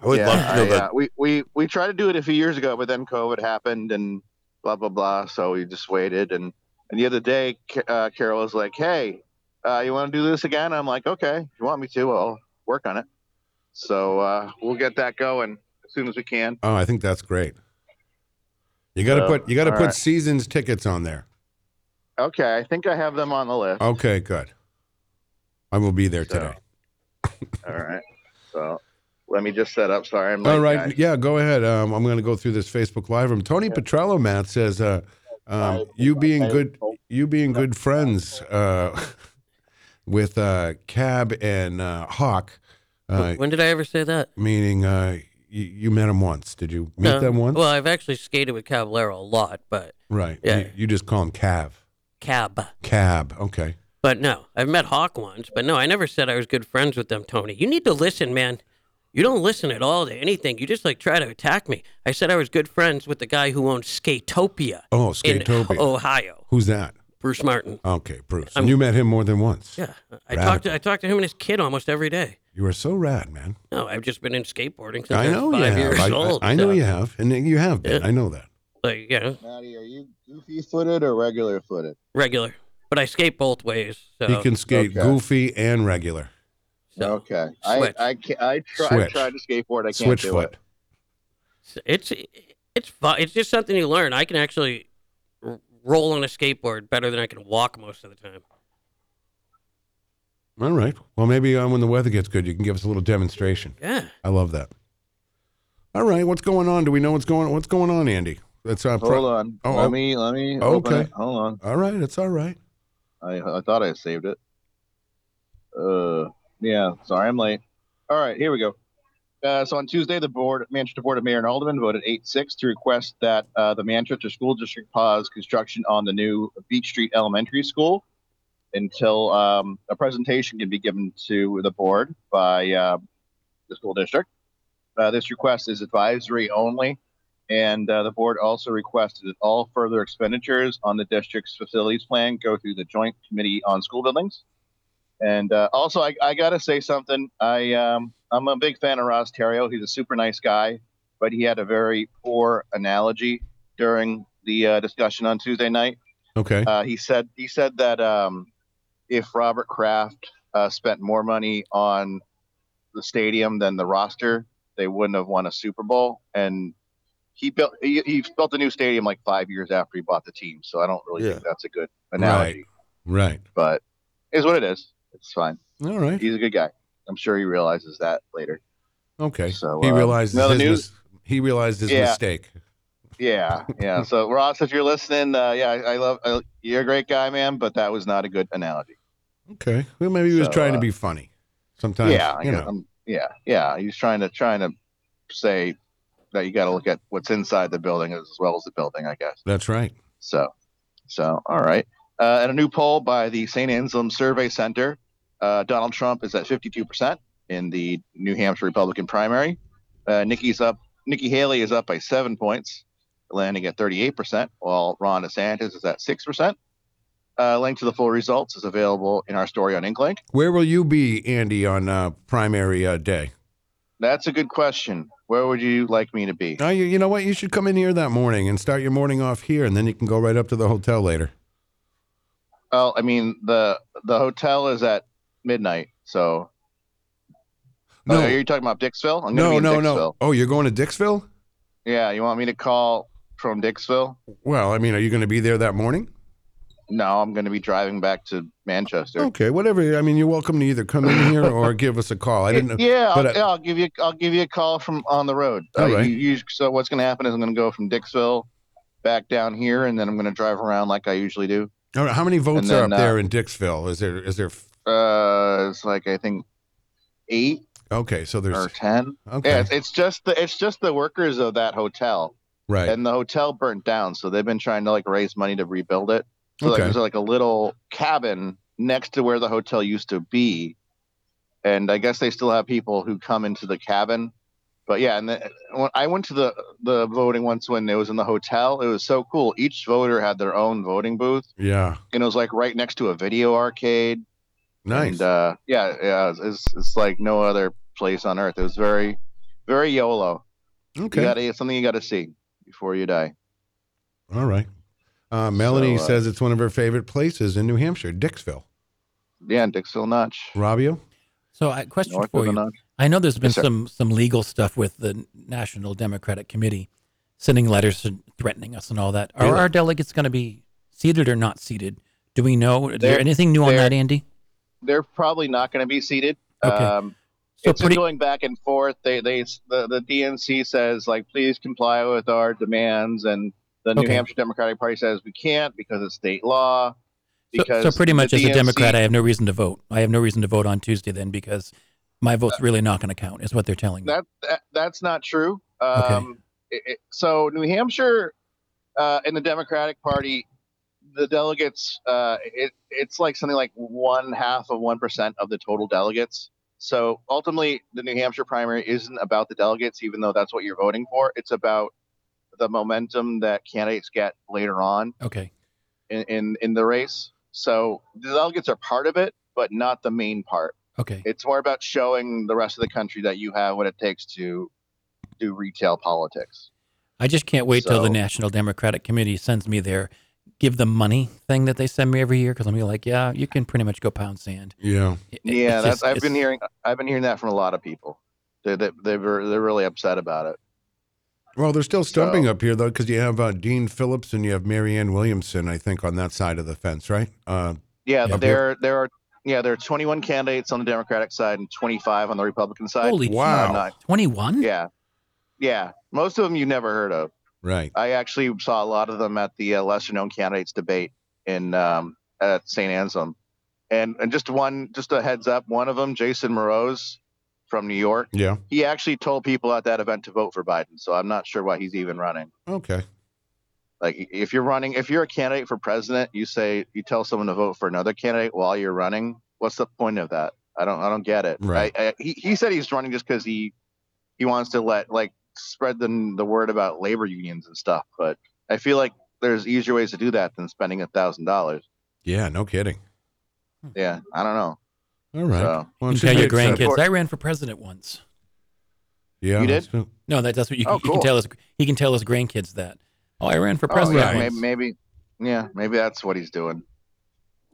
F: I would
L: Yeah,
F: love to know
L: I,
F: that.
L: uh, we, we we tried to do it a few years ago, but then COVID happened and blah blah blah. So we just waited. And and the other day, Ca- uh, Carol was like, "Hey, uh, you want to do this again?" I'm like, "Okay, if you want me to, I'll work on it." So uh, we'll get that going as soon as we can.
C: Oh, I think that's great. You gotta
L: So,
C: put you gotta
L: all
C: put
L: right.
C: seasons tickets on there.
L: Okay, I think I have them on the list.
C: Okay, good. I will be there
L: So,
C: today.
L: All right. So let me just set up. Sorry, I'm late,
C: All right,
L: guys.
C: yeah, go ahead. Um, I'm going to go through this Facebook Live room. Tony Petrello, Matt says, uh, um, "You being good, you being good friends uh, with uh, Cab and uh, Hawk, uh,
D: when did I ever say that?
C: meaning uh, you, you met him once. Did you meet
D: No.
C: them once?
D: Well, I've actually skated with Caballero a lot, but
C: right.
D: Yeah.
C: You, you just call him Cav.
D: Cab.
C: Cab. Okay.
D: But no, I've met Hawk once, but no, I never said I was good friends with them, Tony. You need to listen, man. You don't listen at all to anything. You just like try to attack me. I said I was good friends with the guy who owns Skatopia
C: Oh,
D: in
C: Skatopia.
D: Ohio,
C: Who's that?
D: Bruce Martin.
C: Okay, Bruce.
D: I'm-
C: and you met him more than once.
D: Yeah, I
C: Radical.
D: talked to I talked to him and his kid almost every day.
C: You are so rad, man.
D: No, I've just been in skateboarding since
C: I
D: was
C: know you
D: five
C: have.
D: years
C: I, I-
D: old.
C: I know
D: so,
C: you have, and you have been. I know that.
D: Like you know,
L: Maddie, are you goofy footed or regular footed?
D: regular, but I skate both ways. So
C: he can skate goofy and regular.
L: okay. I
D: Switch.
L: I can I try, I
C: Switch.
L: tried to skateboard. I can't
C: Switch
L: do
C: foot.
L: it.
D: it's it's fun. It's just something you learn. I can actually r- roll on a skateboard better than I can walk most of the time.
C: All right. Well, maybe uh, when the weather gets good, you can give us a little demonstration.
D: Yeah.
C: I love that. All right. What's going on? Do we know what's going What's going on, Andy? That's uh, pro-
L: Hold on.
C: Oh,
L: let
C: oh,
L: me let me
C: Oh,
L: open
C: okay.
L: it. Hold on.
C: All right. It's all right.
L: I I thought I saved it. Uh yeah, sorry I'm late. All right, here we go. Uh, so on Tuesday, the board, Manchester Board of Mayor and Aldermen voted 8 6 to request that uh, the Manchester School District pause construction on the new Beach Street Elementary School until um, a presentation can be given to the board by uh, the school district. Uh, this request is advisory only, and uh, the board also requested that all further expenditures on the district's facilities plan go through the Joint Committee on School Buildings. And uh, also, I, I gotta say something. I um, I'm a big fan of Ross Terrio. He's a super nice guy, but he had a very poor analogy during the uh, discussion on Tuesday night.
C: Okay.
L: Uh, he said he said that um, if Robert Kraft uh, spent more money on the stadium than the roster, they wouldn't have won a Super Bowl. And he built he, he built a new stadium like five years after he bought the team, so I don't really
C: Yeah.
L: think that's a good analogy.
C: Right.
L: But it's what it is. It's fine.
C: All right.
L: He's a good guy. I'm sure he realizes that later.
C: Okay.
L: So
C: he
L: uh,
C: realized
L: another
C: his
L: news.
C: mis- he realized his
L: Yeah.
C: mistake.
L: Yeah, yeah. So Ross, if you're listening, uh, yeah, I, I love I, you're a great guy, man. But that was not a good analogy.
C: Okay. Well, maybe he was
L: So,
C: trying to
L: uh,
C: be funny. Sometimes,
L: yeah, I
C: you
L: guess
C: know.
L: I'm- yeah, yeah. He's trying to trying to say that you got to look at what's inside the building as well as the building, I guess.
C: That's right.
L: So, so all right. Uh, and a new poll by the St. Anselm Survey Center, uh, Donald Trump is at 52% in the New Hampshire Republican primary. Uh, Nikki's up. Nikki Haley is up by seven points, landing at 38%, while Ron DeSantis is at 6%. Uh, link to the full results is available in our story on Inklink.
C: Where will you be, Andy, on uh, primary uh, day?
L: That's a good question. Where would you like me to be?
C: Oh, you, you know what? You should come in here that morning and start your morning off here, and then you can go right up to the hotel later.
L: Well, I mean the the hotel is at midnight, so.
C: No.
L: Oh, are you talking about Dixville? I'm gonna be
C: No,
L: in
C: no,
L: Dixville.
C: no. Oh, you're going to Dixville?
L: Yeah, you want me to call from Dixville?
C: Well, I mean, are you going to be there that morning?
L: No, I'm going to be driving back to Manchester.
C: Okay, whatever. I mean, you're welcome to either come in here or give us a call. I didn't know.
L: Yeah, I'll,
C: but, uh,
L: yeah, I'll give you I'll give you a call from on the road. Uh,
C: All right.
L: you- you- so what's going to happen is I'm going to go from Dixville back down here, and then I'm going to drive around like I usually do.
C: all right, how many votes
L: and
C: are
L: then,
C: up there
L: uh,
C: in Dixville? Is there is there?
L: Uh, it's like I think eight
C: Okay, so there's
L: or ten.
C: Okay.
L: Yeah, it's, it's just the it's just the workers of that hotel,
C: right.
L: and the hotel burnt down, so they've been trying to like raise money to rebuild it. So like
C: Okay.
L: there's like a little cabin next to where the hotel used to be, and I guess they still have people who come into the cabin. But yeah, and the, when I went to the the voting once when it was in the hotel. It was so cool. Each voter had their own voting booth,
C: yeah,
L: and it was like right next to a video arcade.
C: nice.
L: And uh, yeah, yeah, it's- it's it's like no other place on earth. It was very, very YOLO.
C: Okay.
L: You gotta, it's something you got to see before you die.
C: All right. Uh, Melanie
L: So, uh,
C: says it's one of her favorite places in New Hampshire, Dixville.
L: Yeah, Dixville Notch.
C: Robbio?
E: So, I question
L: North of
E: for
L: the
E: you.
L: Notch.
E: I know there's been
L: Yes, sir.
E: some some legal stuff with the National Democratic Committee sending letters and threatening us and all that. Are
C: Really?
E: our delegates going to be seated or not seated? Do we know? Is there
L: They're-
E: anything new on
L: they're-
E: that, Andy?
L: They're probably not going to be seated.
E: Okay.
L: Um,
E: So
L: it's
E: pretty-
L: going back and forth. They they the, the DNC says like please comply with our demands, and the New
E: Okay.
L: Hampshire Democratic Party says we can't because it's state law.
E: So,
L: Because
E: so pretty
L: the
E: much as a
L: DNC
E: Democrat, I have no reason to vote. I have no reason to vote on Tuesday then because my vote's really not going to count, is what they're telling me.
L: that, that that's not true. Um,
E: Okay.
L: it- it- so New Hampshire uh, in the Democratic Party, the delegates, uh, it, it's like something like one half of one percent of the total delegates. So ultimately, the New Hampshire primary isn't about the delegates, even though that's what you're voting for. It's about the momentum that candidates get later on
E: Okay.
L: in, in, in the race. So the delegates are part of it, but not the main part.
E: Okay.
L: It's more about showing the rest of the country that you have what it takes to do retail politics.
E: I just can't wait till the
L: So-
E: National Democratic Committee sends me their give them money thing that they send me every year because I'm gonna be like, yeah, you can pretty much go pound sand.
C: Yeah.
E: It- it-
L: Yeah,
E: it's
L: that's
E: just-
L: I've been
E: it's-
L: hearing I've been hearing that from a lot of people. They they they were they're really upset about it.
C: Well, they're still stumping
L: So-
C: up here, though, because you have uh, Dean Phillips and you have Marianne Williamson, I think, on that side of the fence, right? Uh,
L: Yeah,
C: Yeah.
L: there there are yeah there are 21 candidates on the Democratic side and 25 on the Republican side.
E: Holy
C: Wow.
L: Not-
E: 21?
L: yeah, yeah. Most of them you never heard of.
C: right.
L: I actually saw a lot of them at the uh, lesser known candidates debate in um, at St. Anselm. And and just one just a heads up, one of them, Jason Moroz from New York,
C: Yeah.
L: he actually told people at that event to vote for Biden. So I'm not sure why he's even running.
C: Okay.
L: Like if you're running, if you're a candidate for president, you say you tell someone to vote for another candidate while you're running. What's the point of that? I don't I don't get it.
C: Right.
L: I, I, he he said he's running just because he he wants to let like spread the the word about labor unions and stuff. But I feel like there's easier ways to do that than spending a thousand dollars.
C: Yeah, no kidding.
L: Yeah, I don't know.
C: All right.
L: So-
E: You
C: Well, it's
E: can tell your
C: just- it's, uh,
E: grandkids. I ran for president once.
C: Yeah.
L: You
C: that's-
E: No, that, that's what you,
L: Oh,
E: you can
L: cool.
E: tell us. He can tell us grandkids that. Oh, I ran for
L: Oh,
E: president.
L: yeah,
E: once.
L: maybe, maybe, yeah, maybe that's what he's doing.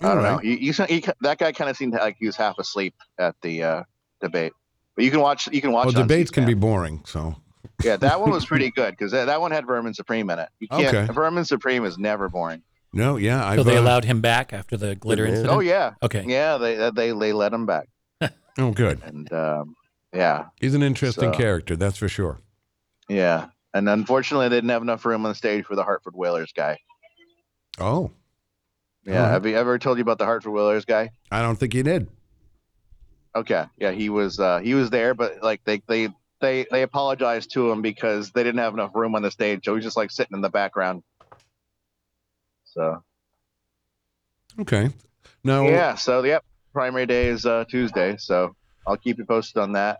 L: I
C: All
L: don't know.
C: right.
L: You, you, sound- you, that guy kind of seemed like he was half asleep at the uh, debate. But you can watch. You can watch.
C: Well,
L: it on
C: debates can
L: C-SPAN.
C: be boring, so
L: Yeah, that one was pretty good because that, that one had Vermin Supreme in it. You can't,
E: Okay.
L: Vermin Supreme is never boring.
C: No, yeah.
E: so
C: I've,
E: they
C: uh,
E: allowed him back after the glitter incident.
L: Oh yeah.
E: Okay.
L: Yeah, they uh, they they let him back.
C: Oh, good.
L: And um, yeah,
C: He's an interesting
L: So-
C: character, that's for sure.
L: yeah. And unfortunately, they didn't have enough room on the stage for the Hartford Whalers guy.
C: Oh,
L: Yeah,
C: Alright.
L: have you ever told you about the Hartford Whalers guy?
C: I don't think he did.
L: Okay, yeah, he was uh, he was there, but like they they they they apologized to him because they didn't have enough room on the stage, so he's just like sitting in the background. So
C: Okay. Now,
L: yeah, so yep, primary day is uh, Tuesday, so I'll keep you posted on that.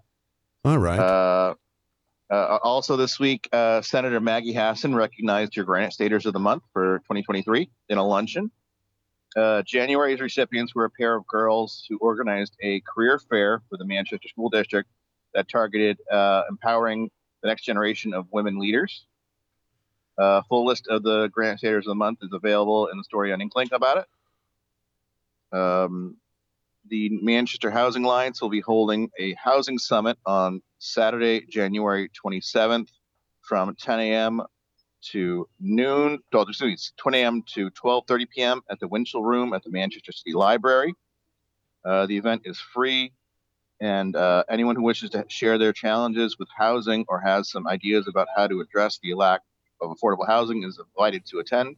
C: all right.
L: Uh, uh, also this week, uh, Senator Maggie Hassan recognized your Granite Staters of the Month for 2023 in a luncheon. Uh, January's recipients were a pair of girls who organized a career fair for the Manchester School District that targeted uh, empowering the next generation of women leaders. Uh, full list of the Granite Staters of the Month is available in the story on Inklink about it. Um, the Manchester Housing Alliance will be holding a housing summit on Saturday, January 27th from 10 a.m. to noon, oh, excuse me, it's 20 a.m. to 12:30 p.m. at the Winchell Room at the Manchester City Library. Uh, the event is free, and uh, anyone who wishes to share their challenges with housing or has some ideas about how to address the lack of affordable housing is invited to attend.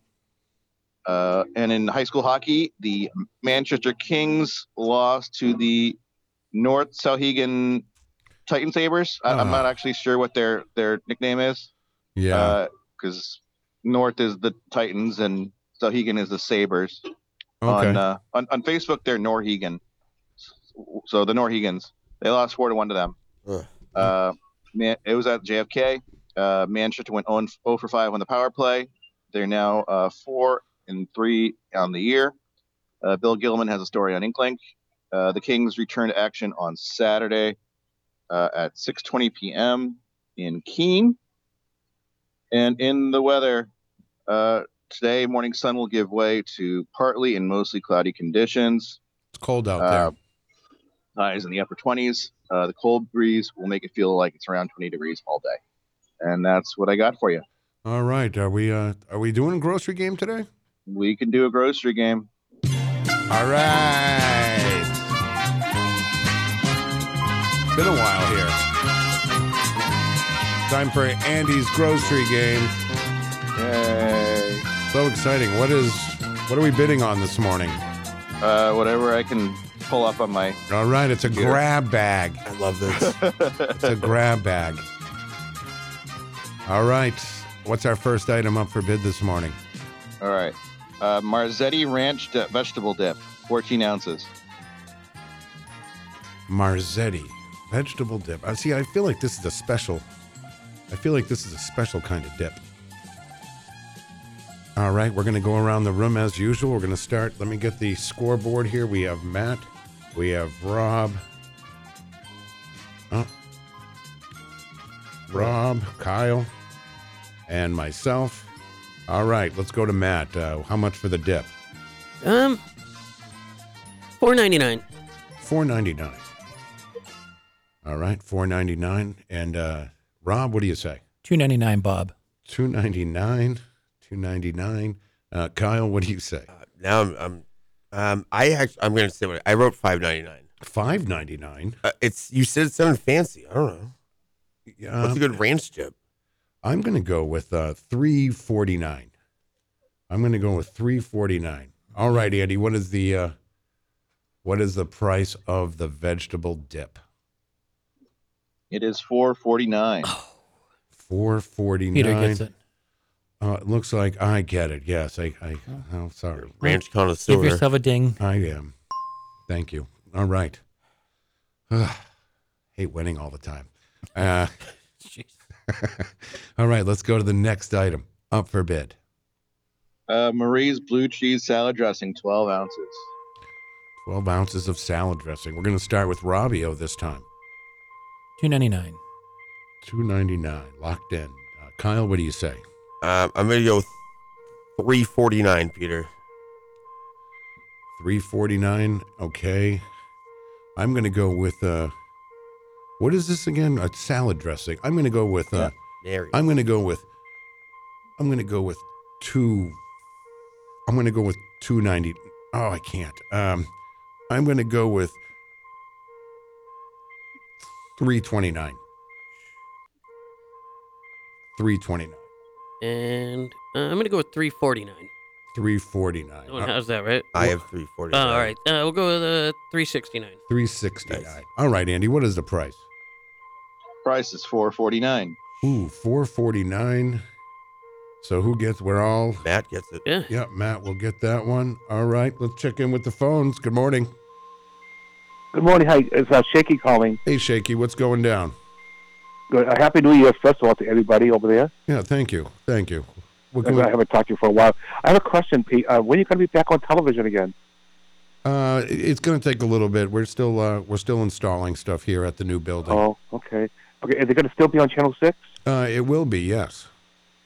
L: Uh, and in high school hockey, the Manchester Kings lost to the North Sauhegan Titan Sabers. I, I'm not actually sure what their their nickname is.
C: Yeah.
L: because Uh, North is the Titans and Sauhegan is the Sabers. On,
C: Okay.
L: uh, on on Facebook, they're Norhegan. So the Norhegans, they lost four to one to them. Uh, man, it was at JFK. Uh, Manchester went 0, 0 for 5 on the power play. They're now uh, 4 and 3 on the year. Uh, Bill Gilman has a story on Inklink. Uh, the Kings return to action on Saturday uh, at 6:20 p.m. in Keene. And in the weather, uh, today morning sun will give way to partly and mostly cloudy conditions.
C: It's cold out there.
L: Highs in the upper 20s. Uh, the cold breeze will make it feel like it's around 20 degrees all day. And that's what I got for you.
C: All right. Are we uh are we doing a grocery game today?
L: We can do a grocery game.
C: All right. Been a while here. Time for Andy's grocery game.
L: Yay.
C: So exciting. What is what are we bidding on this morning?
L: Uh, whatever I can pull up on my.
C: All right, it's a
L: Yeah.
C: grab bag. I
F: love this.
C: it's a grab bag. All right. What's our first item up for bid this morning?
L: All right. Uh, Marzetti Ranch di- Vegetable Dip, 14 ounces.
C: Marzetti vegetable dip. I see. I feel like this is a special. I feel like this is a special kind of dip. All right, we're going to go around the room as usual. We're going to start. Let me get the scoreboard here. We have Matt. We have Rob. Oh. Rob, Kyle, and myself. All right, let's go to Matt. Uh, how much for the dip?
D: Um, four ninety nine.
C: Four ninety nine. All right, four ninety nine. And uh, Rob, what do you say?
E: Two ninety nine, Bob.
C: Two ninety nine. Two ninety nine. Uh, Kyle, what do you say?
F: Now I'm, I'm um, I actually, I'm going to say what I wrote. Five ninety nine.
C: Five ninety nine.
F: Uh, it's you said it sounded fancy. I don't know. What's a good ranch dip?
C: Um, I'm going to go with uh, three forty nine. I'm going to go with three forty nine. All right, Andy. What is the uh, what is the price of the vegetable dip?
L: It is 449.
C: Four forty nine.
E: Peter gets it.
C: Uh, it looks like I get it. Yes, I. I oh, sorry.
F: Ranch connoisseur.
E: Give yourself a ding.
C: I am. Thank you. All right. Ugh. Hate winning all the time. Uh, all right, let's go to the next item up for bid.
L: Uh, Marie's Blue Cheese Salad Dressing, 12 ounces.
C: 12 ounces of salad dressing. We're going to start with Robbio this time.
E: Two ninety nine.
C: 299 locked in. Uh, Kyle, what do you say?
F: Um, I'm going to go three forty nine, Peter.
C: 349. Okay. I'm going to go with uh What is this again? A salad dressing. I'm going to go with. Uh,
F: There
C: I'm going to go with. I'm going to go with two. I'm going to go with two ninety. Oh, I can't. Um, I'm going to go with three twenty nine. Three twenty nine.
D: And uh, I'm gonna go with 349.
C: Three uh, forty nine.
D: Someone has that right?
F: I have three forty.
D: Oh, all right. Uh, we'll go with uh, 369.
C: Three sixty nine. All right, Andy. What is the price?
L: Price is four forty nine.
C: Ooh, four forty nine. So who gets? We're all.
F: Matt gets it.
D: Yeah.
C: Yeah, Matt will get that one. All right, let's check in with the phones. Good morning.
M: Good morning. Hi, it's uh, Shaky calling.
C: Hey, Shaky, what's going down?
M: Good. Uh, Happy New Year, first of all, to everybody over there.
C: Yeah, thank you, thank you. What can
M: I haven't talked to you for a while. I have a question, Pete. Uh, when are you going to be back on television again?
C: Uh, it- it's going to take a little bit. We're still uh, we're still installing stuff here at the new building.
M: Oh, okay. Okay, are they going to still be on Channel Six?
C: Uh, it will be, yes,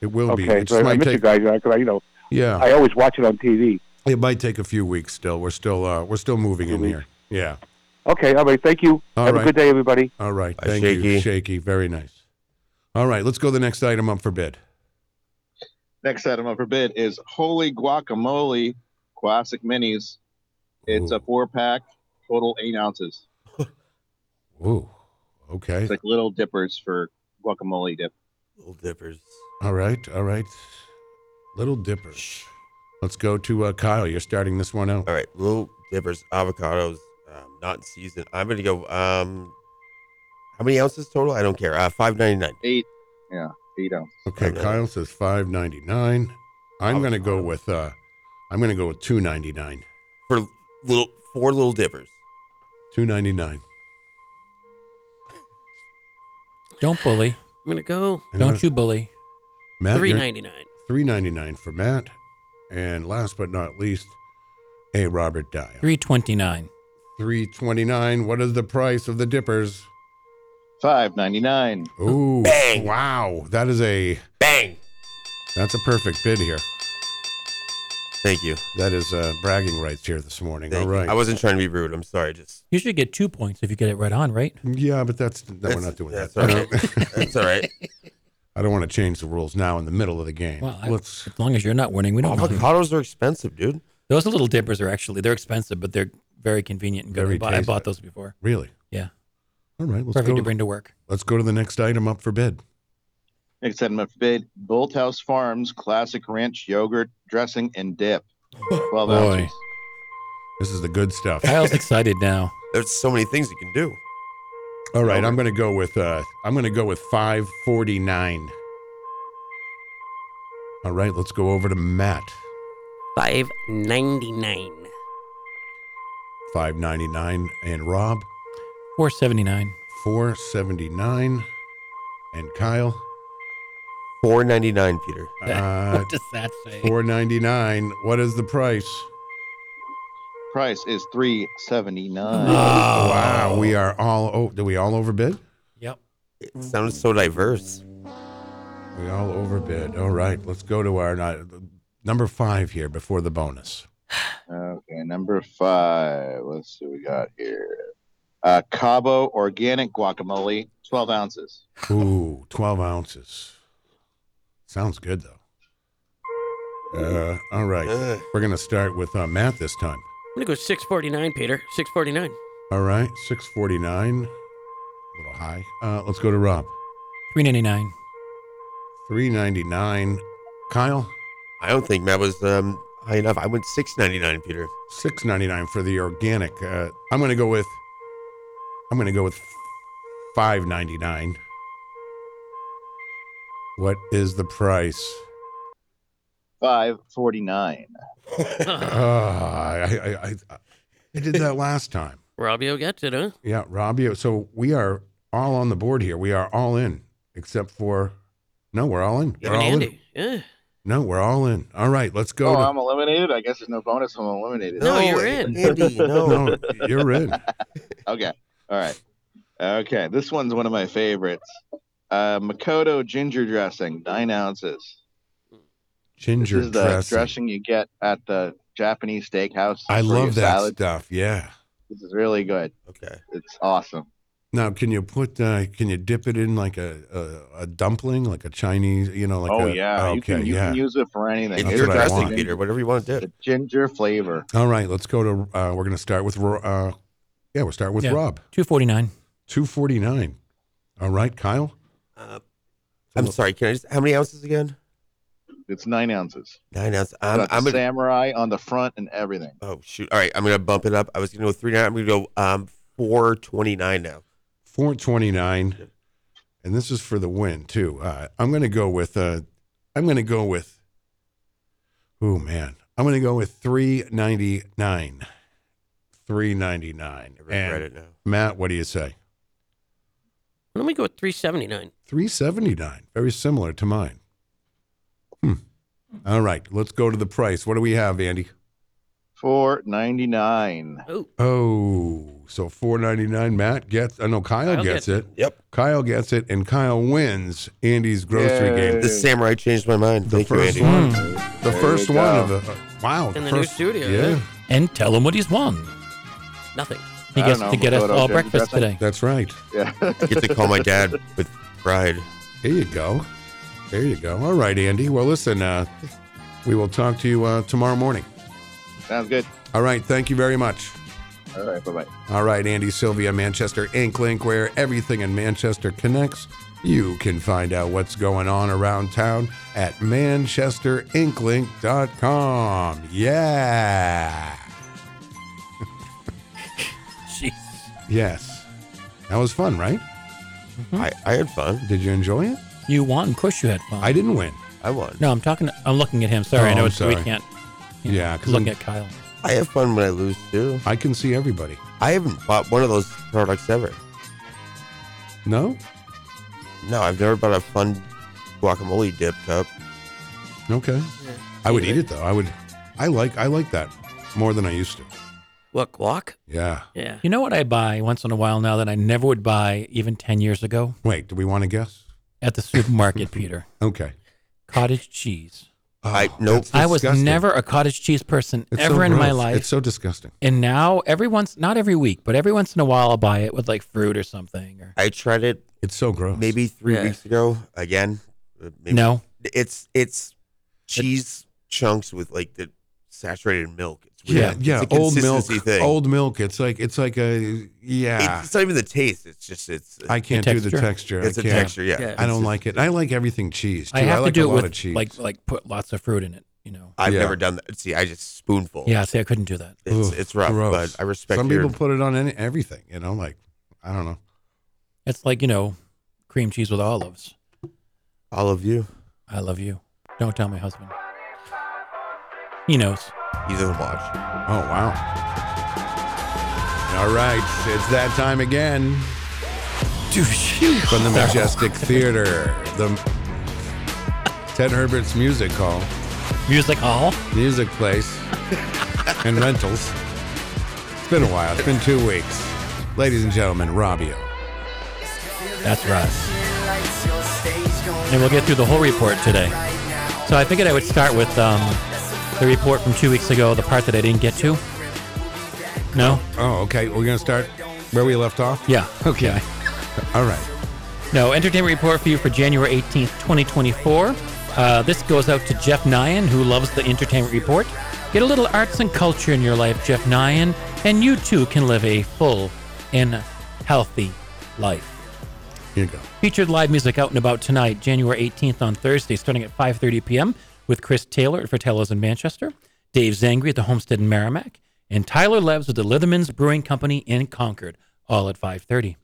C: it will
M: okay,
C: be. It
M: so I,
C: just
M: I
C: might
M: miss you
C: take
M: guys. I, 'cause I, you know,
C: yeah.
M: I always watch it on TV.
C: it might take a few weeks. Still, we're still uh, we're still moving in here. Yeah.
M: Okay, all right. Thank you.
C: All
M: have
C: right.
M: a good day, everybody.
C: All right.
F: Bye,
C: Thank you,
F: Shaky.
C: Shaky. Very nice. All right, let's go the next item up for bid.
L: Next item up for bid is Holy Guacamole Classic Minis. It's a four pack, total eight ounces.
C: Ooh. Okay.
L: It's like little dippers for guacamole dip.
F: Little dippers.
C: All right, all right. Little dippers. Let's go to uh, Kyle. You're starting this one out.
F: All right, little dippers, avocados, um, not in season. I'm gonna go. Um, how many ounces total? I don't care. Uh, five ninety nine.
L: Eight. Yeah, eight ounces.
C: Okay, Kyle says five ninety nine. I'm gonna go with uh, I'm gonna go with two ninety nine.
F: For little four little dippers.
C: Two ninety nine.
E: Don't bully.
D: I'm gonna go.
E: Don't you bully.
C: Matt,
D: Three ninety nine.
C: Three ninety nine for Matt, and last but not least, a Robert Dyer.
E: 329.
C: Three twenty nine. What is the price of the dippers?
L: Five ninety nine.
C: Ooh! Bang! Wow, that is a
F: bang.
C: That's a perfect bid here.
F: Thank you.
C: That is uh, bragging rights here this morning.
F: Thank
C: All
F: you.
C: right.
F: I wasn't trying to be rude. I'm sorry. Just
E: You should get two points if you get it right on, right?
C: Yeah, but that's no, we're not doing
F: that's
C: that.
F: all right. That's all right.
C: I don't want to change the rules now in the middle of the game.
E: Well, I-
C: Let's
E: as long as you're not winning, we don't. mind.
F: Avocados are expensive, dude.
E: Those little dippers are actually they're expensive, but they're very convenient and good.
C: Very
E: I bought- I
C: tasty.
E: bought those before.
C: really.
E: Yeah,
C: All right. Let's
E: perfect
C: go
E: to bring to work.
C: Let's go to the next item up for bid.
L: Next item up for bid Bolt House Farms Classic Ranch Yogurt Dressing and Dip. 12 ounces.
C: this is the good stuff.
E: Kyle's excited now.
F: There's so many things you can do.
C: All right, I'm going to go with uh, I'm going to go with 549. All right, let's go over to Matt.
D: Five ninety nine.
C: 599 and Rob
E: 479.
C: 479 and Kyle
F: Four ninety nine, Peter.
C: uh,
E: what does that say?
C: 499. What is the price?
L: Price is three seventy nine.
C: Wow, we are all oh, do we all overbid?
E: Oh. Yep.
F: It sounds so diverse.
C: We all overbid. All right, let's go to our ni- number five here before the bonus.
L: Okay, number five. Let's see what we got here. Uh, Cabo organic guacamole, twelve ounces.
C: Ooh, 12 ounces. Sounds good though. Uh, all right, we're gonna start with uh, Matt this time.
D: I'm gonna go 649, Peter. 649.
C: All right, 649, a little high. Uh, let's go to Rob.
E: 399.
C: 399. Kyle,
F: I don't think Matt was um, high enough. I went six ninety nine, Peter.
C: 699 for the organic. Uh, I'm gonna go with. I'm gonna go with 599. What is the price?
L: Five forty nine.
D: Uh-huh.
C: Ah, I, I, I, I did that last time.
D: Robbio gets it, huh?
C: Yeah, Robbie. So we are all on the board here. We are all in, except for no, we're all in.
D: You
C: We're
D: and
C: all
D: Andy.
C: in.
D: Yeah.
C: No, we're all in. All right, let's go.
L: oh,
C: to-
L: I'm eliminated. I guess there's no bonus. I'm eliminated.
D: No, you're in.
F: Andy, no.
C: no, you're in.
L: Okay. All right. Okay. This one's one of my favorites. Uh, Makoto ginger dressing, nine ounces.
C: Ginger
L: this is the
C: dressing.
L: dressing you get at the Japanese steakhouse.
C: I
L: for your
C: love that
L: salad.
C: stuff. Yeah.
L: This is really good.
F: Okay.
L: It's awesome.
C: Now, can you put uh, can you dip it in like a, a, a dumpling, like a Chinese, you know, like
L: oh
C: a,
L: yeah, you
C: okay,
L: can, you
C: yeah.
L: can use it for anything.
C: It's That's your what I dressing, want.
F: Peter, whatever you want to do.
L: The ginger flavor.
C: All right, let's go to. Uh, we're going to start with. Ro- Uh, yeah, we'll start with
E: Yeah,
C: Rob.
E: Two forty nine.
C: Two forty nine. All right, Kyle.
D: Uh,
F: I'm sorry. Can I just? How many ounces again?
L: It's nine ounces.
F: Nine ounces.
L: I'm,
F: I'm, I'm gonna,
L: samurai on the front and everything.
F: oh shoot. All right. I'm gonna bump it up. I was gonna go three nine. I'm gonna go um four twenty nine now.
C: Four twenty nine, and this is for the win too. Uh, I'm going to go with. Uh, I'm going to go with. Oh man, I'm going to go with three ninety nine. Three ninety nine.
F: regret it now.
C: Matt, what do you say?
D: Why don't we go with 379?
C: Three seventy nine. Very similar to mine. Hmm. All right, let's go to the price. What do we have, Andy?
L: Four ninety nine.
C: Oh, so four ninety nine. Matt gets. I uh, know Kyle,
L: Kyle
C: gets, it.
L: gets
C: Yep. Kyle gets it, and Kyle wins Andy's grocery
F: Yay.
C: game.
F: The samurai changed my mind.
C: The
F: Thank you,
C: first
F: Andy.
C: one.
F: Mm.
C: The
F: There
C: first
F: you
C: one
F: go.
C: of the. uh, wow.
D: In the new
C: first,
D: studio,
C: Yeah.
D: yeah.
E: And tell him what he's won.
D: Nothing.
E: He
F: I
E: gets
F: don't
E: to
F: know,
E: get us
F: Minnesota
E: all
F: Jets
E: breakfast
F: dressing.
E: today.
C: That's right.
L: Yeah.
F: Get to call my dad with pride.
C: There you go. There you go. All right, Andy. Well, listen. Uh, we will talk to you uh, tomorrow morning.
L: Sounds good.
C: All right. Thank you very much.
L: All right. Bye bye.
C: All right, Andy Sylvia, Manchester Inc., Link, where everything in Manchester connects. You can find out what's going on around town at manchesterinklink.com. Yeah.
E: Jeez.
C: Yes. That was fun, right? Hmm?
F: I, I had fun.
C: Did you enjoy it?
E: You won. Of course you had fun.
C: I didn't win.
F: I won.
E: No, I'm talking. I'm looking at him. Sorry,
C: Oh,
E: I know
C: I'm
E: it's, we
C: sorry.
E: can't. you know,
C: Yeah, 'cause
E: look
C: I'm-
E: at Kyle.
F: I have fun when I lose too.
C: I can see everybody.
F: I haven't bought one of those products ever.
C: No?
F: No, I've never bought a fun guacamole dip cup.
C: Okay. I would eat it though. I would I like I like that more than I used to.
D: What, guac?
C: Yeah.
D: Yeah.
E: You know what I buy once in a while now that I never would buy even ten years ago
C: Wait, do we want to guess?
E: at the supermarket, Peter.
C: Okay.
E: Cottage cheese.
F: I nope.
C: It's
E: I was
C: Oh, disgusting.
E: never a cottage cheese person
C: It's so
E: ever in my
C: gross.
E: life.
C: It's so disgusting.
E: and now every once, not every week, but every once in a while, I'll buy it with like fruit or something. Or
F: I tried it
C: It's so gross.
F: maybe three
E: Yeah.
F: weeks ago again. uh, maybe-
E: No.
F: it's it's cheese chunks with like the saturated milk. It's
C: Yeah,
F: weird.
C: yeah,
F: It's a
C: old milk,
F: consistency thing.
C: old milk. It's like it's like a yeah.
F: It's not even the taste. It's just it's.
C: I can't
E: The
C: do the
E: texture.
C: texture.
F: It's
C: I
F: a
C: can't.
F: texture, yeah. Yeah.
C: I don't
F: It's-
C: like it. I like everything cheese. Too.
E: I have
C: like
E: to do
C: a
E: it
C: lot
E: with
C: of cheese.
E: like like put lots of fruit in it. You know.
F: I've
C: yeah.
F: never done that. See, I just
C: Oh.
F: spoonful.
E: Yeah. See, I couldn't do that.
F: It's,
C: Ugh,
F: it's rough,
C: gross.
F: but I respect
C: Some
F: your.
C: people put it on any, everything. You know, like I don't know.
E: It's like you know, cream cheese with olives.
F: all of you.
E: I love you. Don't tell my husband. He knows.
F: He doesn't watch.
C: Oh wow! All right, it's that time again from the majestic theater. The Ted Herbert's Music Hall,
E: Music hall.
C: Music Place, and Rentals. It's been a while. It's been two weeks, ladies and gentlemen. Robbio.
E: That's right. And we'll get through the whole report today. So I figured I would start with um, the report from two weeks ago, the part that I didn't get to. No?
C: Oh, okay. We're gonna start where we left off.
E: Yeah.
C: Okay.
E: Yeah.
C: All right.
E: No, entertainment report for you for January 18th, 2024. Uh, this goes out to Jeff Nyan, who loves the entertainment report. Get a little arts and culture in your life, Jeff Nyan, and you too can live a full and healthy life.
C: Here you go.
E: Featured live music out and about tonight, January 18th on Thursday, starting at 5.30 p.m. with Chris Taylor at Fratello's in Manchester, Dave Zangri at the Homestead in Merrimack, and Tyler Leves with the Litherman's Brewing Company in Concord, all at 5.30.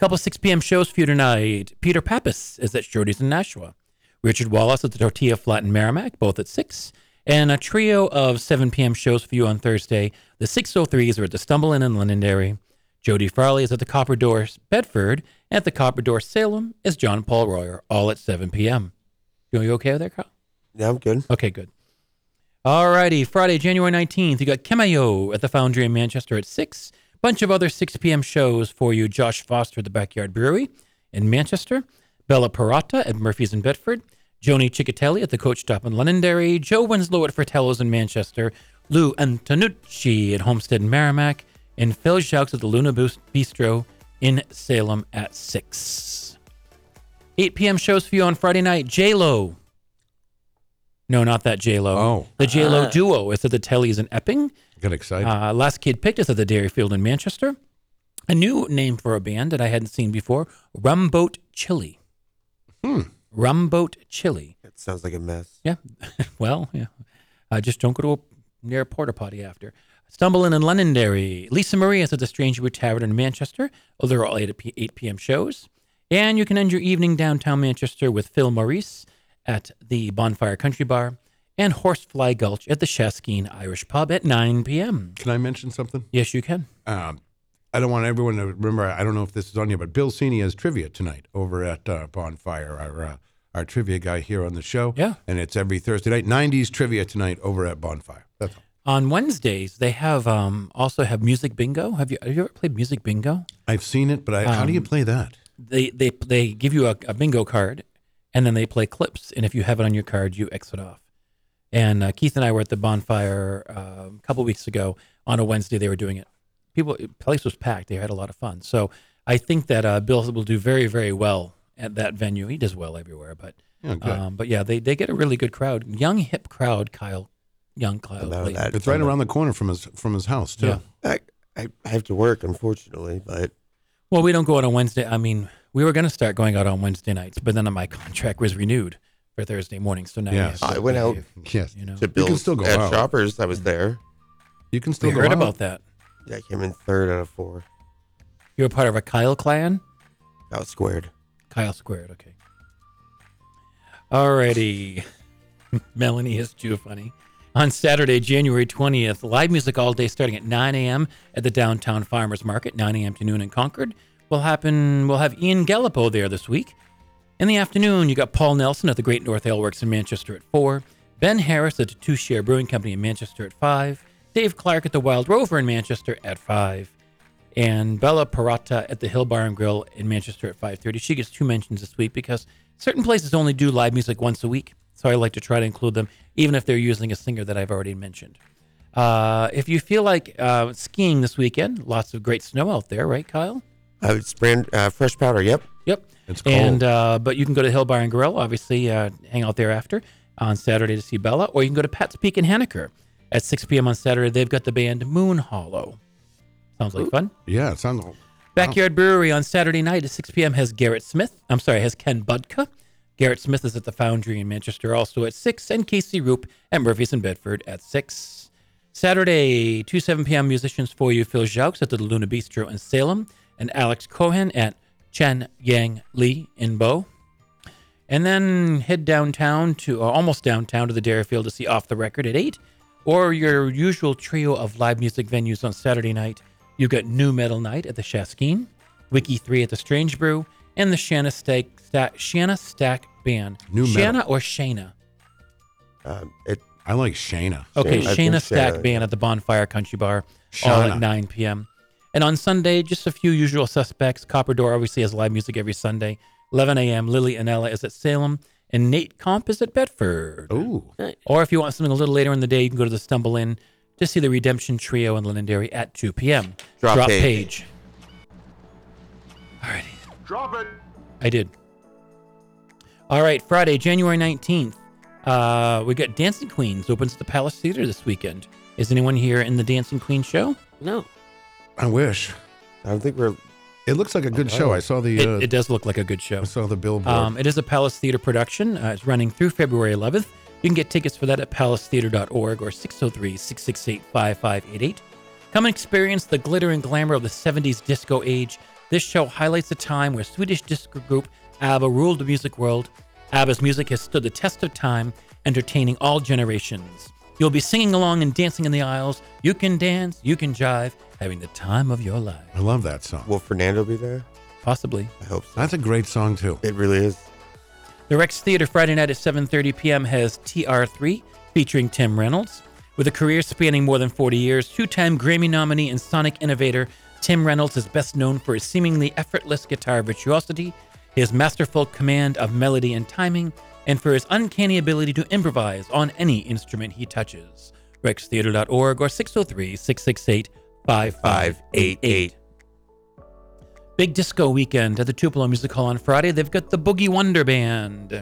E: Couple 6 p.m. shows for you tonight. Peter Pappas is at Shorty's in Nashua. Richard Wallace at the Tortilla Flat in Merrimack, both at 6. And a trio of 7 p.m. shows for you on Thursday. The 603s are at the Stumble Inn in Londonderry. Jody Farley is at the Copper Door Bedford. And at the Copper Door Salem is John Paul Royer, all at 7 p.m. You you okay with that, Carl?
F: Yeah, I'm good.
E: Okay, good. Alrighty, Friday, January 19th, you got Kemayo at the Foundry in Manchester at 6. Bunch of other 6 p.m. shows for you. Josh Foster at the Backyard Brewery in Manchester. Bella Parata at Murphy's in Bedford. Joni Ciccatelli at the Coach Stop in Londonderry. Joe Winslow at Fratello's in Manchester. Lou Antonucci at Homestead in Merrimack. And Phil Shouks at the Luna Bus- Bistro in Salem at 6. 8 p.m. shows for you on Friday night. J-Lo. No, not that J-Lo.
C: Oh.
E: The J-Lo
C: Ah.
E: duo is at the Tellies in Epping.
C: Got excited.
E: Uh, Last Kid Picked is at the Dairy Field in Manchester. A new name for a band that I hadn't seen before, Rumboat Chili.
F: Hmm.
E: Rumboat Chili.
F: It sounds like a mess.
E: Yeah. well, yeah. Uh, just don't go to a near a porta potty after. Stumble in in Londonderry. Lisa Marie is at the Strangewood Tavern in Manchester. Oh, they're all 8, p- 8 p.m. shows. And you can end your evening downtown Manchester with Phil Maurice at the Bonfire Country Bar and Horsefly Gulch at the Shaskeen Irish Pub at 9 p.m.
C: Can I mention something?
E: Yes, you can.
C: Um, I don't want everyone to remember. I don't know if this is on you, but Bill Cini has trivia tonight over at uh, Bonfire. Our uh, our trivia guy here on the show.
E: Yeah.
C: and it's every Thursday night. '90s trivia tonight over at Bonfire. That's all.
E: On Wednesdays, they have um, also have music bingo. Have you, have you ever played music bingo?
C: I've seen it, but I, how do you
E: Um,
C: play that?
E: They they they give you a, a bingo card, and then they play clips. And if you have it on your card, you exit off. And uh, Keith and I were at the bonfire um, a couple weeks ago on a Wednesday. They were doing it. People, place was packed. They had a lot of fun. So I think that uh, Bill will do very very well at that venue. He does well everywhere, but
C: Yeah, good.
E: um, but yeah, they they get a really good crowd, young hip crowd. Kyle, young Kyle. Layton.
C: it's right around the corner from his from his house too.
E: Yeah.
F: I, I, I have to work, unfortunately, but
E: Well, we don't go out on Wednesday. I mean, we were going to start going out on Wednesday nights, but then my contract was renewed for Thursday morning. So now we have to
F: I went out.
E: behave.
C: Yes,
E: You know,
F: to Bill's
C: still go
F: at
C: out.
F: Shoppers. I was there.
C: You can still
E: we
C: go
E: heard
C: out.
E: about that.
F: Yeah, I came in third out of four.
E: You were part of a Kyle clan,
F: Out squared.
E: Kyle squared. Okay. Alrighty, Melanie is too funny. On Saturday, January 20th, live music all day starting at 9 a.m. at the downtown farmers market, 9 a.m. to noon in Concord. Will happen. We'll have Ian Gallipo there this week. In the afternoon, you got Paul Nelson at the Great North Ale Works in Manchester at 4, Ben Harris at the Two Share Brewing Company in Manchester at 5, Dave Clark at the Wild Rover in Manchester at 5, and Bella Parata at the Hill Bar and Grill in Manchester at 5.30. She gets two mentions this week because certain places only do live music once a week, so I like to try to include them, even if they're using a singer that I've already mentioned. Uh, if you feel like uh, skiing this weekend, lots of great snow out there, right, Kyle?
F: I was brand uh, fresh powder. Yep.
E: Yep.
C: It's cold.
E: And uh, but you can go to Hill Bar and Grill, obviously, uh, hang out there after on Saturday to see Bella, or you can go to Pat's Peak in Henniker at 6 p.m. on Saturday. They've got the band Moon Hollow. Sounds like fun.
C: Yeah, it sounds.
E: Backyard Brewery on Saturday night at 6 p.m. has Garrett Smith. I'm sorry, has Ken Budka. Garrett Smith is at the Foundry in Manchester, also at 6, and Casey Roop at Murphy's in Bedford at 6. Saturday, 2 7 p.m. musicians for you Phil Jouks at the Luna Bistro in Salem, and Alex Cohen at Chen Yang Lee in Bo. And then head downtown to, or almost downtown to the Dairyfield to see Off the Record at 8, or your usual trio of live music venues on Saturday night. You've got New Metal Night at the Shaskeen, Wiki 3 at the Strange Brew, and the Shanna Stack, Stack, Shanna Stack Band.
C: New Metal.
E: Shanna or Shana?
F: Um, it,
C: I like Shayna.
E: Okay,
F: Shana. I
E: Shana
F: think
E: Stack
F: Shana,
E: Band at the Bonfire Country Bar, all
C: Shana.
E: at 9 p.m. And on Sunday, just a few usual suspects. Copper Door obviously has live music every Sunday. 11 a.m. Lily and Ella is at Salem, and Nate Comp is at Bedford.
C: Ooh.
E: Or if you want something a little later in the day, you can go to the Stumble Inn to see the Redemption Trio in Londonderry at 2 p.m.
F: Drop page.
E: page.
B: Drop it.
E: I did. All right, Friday, January 19th. Uh, we got Dancing Queens opens the Palace Theater this weekend. Is anyone here in the Dancing Queen show?
D: No.
C: I wish.
F: I don't think we're.
C: It looks like a good
F: Okay.
C: show. I saw the.
E: Oh, It,
C: uh,
E: it does look like a good show.
C: I saw the billboard.
E: Um, it is a Palace Theater production. Uh, it's running through February 11th. You can get tickets for that at palacetheater.org or 603 668 5588. Come and experience the glitter and glamour of the 70s disco age. This show highlights a time where Swedish disco group ABBA ruled the music world. ABBA's music has stood the test of time, entertaining all generations. You'll be singing along and dancing in the aisles. You can dance, you can jive, having the time of your life.
C: I love that song.
F: Will Fernando be there?
E: Possibly.
F: I hope so.
C: That's a great song too.
F: It really is.
E: The Rex Theater Friday night at 7:30 p.m. has TR3 featuring Tim Reynolds. With a career spanning more than 40 years, two-time Grammy nominee and sonic innovator, Tim Reynolds is best known for his seemingly effortless guitar virtuosity, his masterful command of melody and timing, and for his uncanny ability to improvise on any instrument he touches. oh RexTheater.org or 603-668-5588. Big disco weekend at the Tupelo Music Hall on Friday. They've got the Boogie Wonder Band.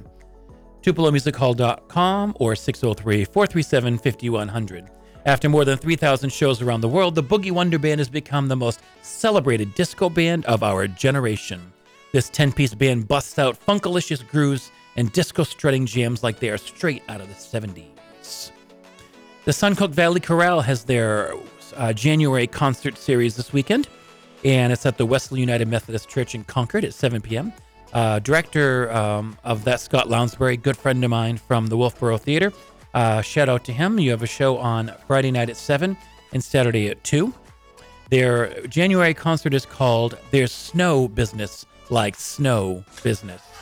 E: TupeloMusicHall.com or 603 437 5100. After more than 3,000 shows around the world, the Boogie Wonder Band has become the most celebrated disco band of our generation. This 10 piece band busts out funkalicious grooves and disco strutting jams like they are straight out of the 70s. The Suncook Valley Chorale has their uh, January concert series this weekend, and it's at the Wesley United Methodist Church in Concord at 7 p.m. Uh, director um, of that, Scott Lounsbury, good friend of mine from the Wolfboro Theater. Uh, shout out to him. You have a show on Friday night at 7 and Saturday at 2. Their January concert is called There's Snow Business Like Snow Business.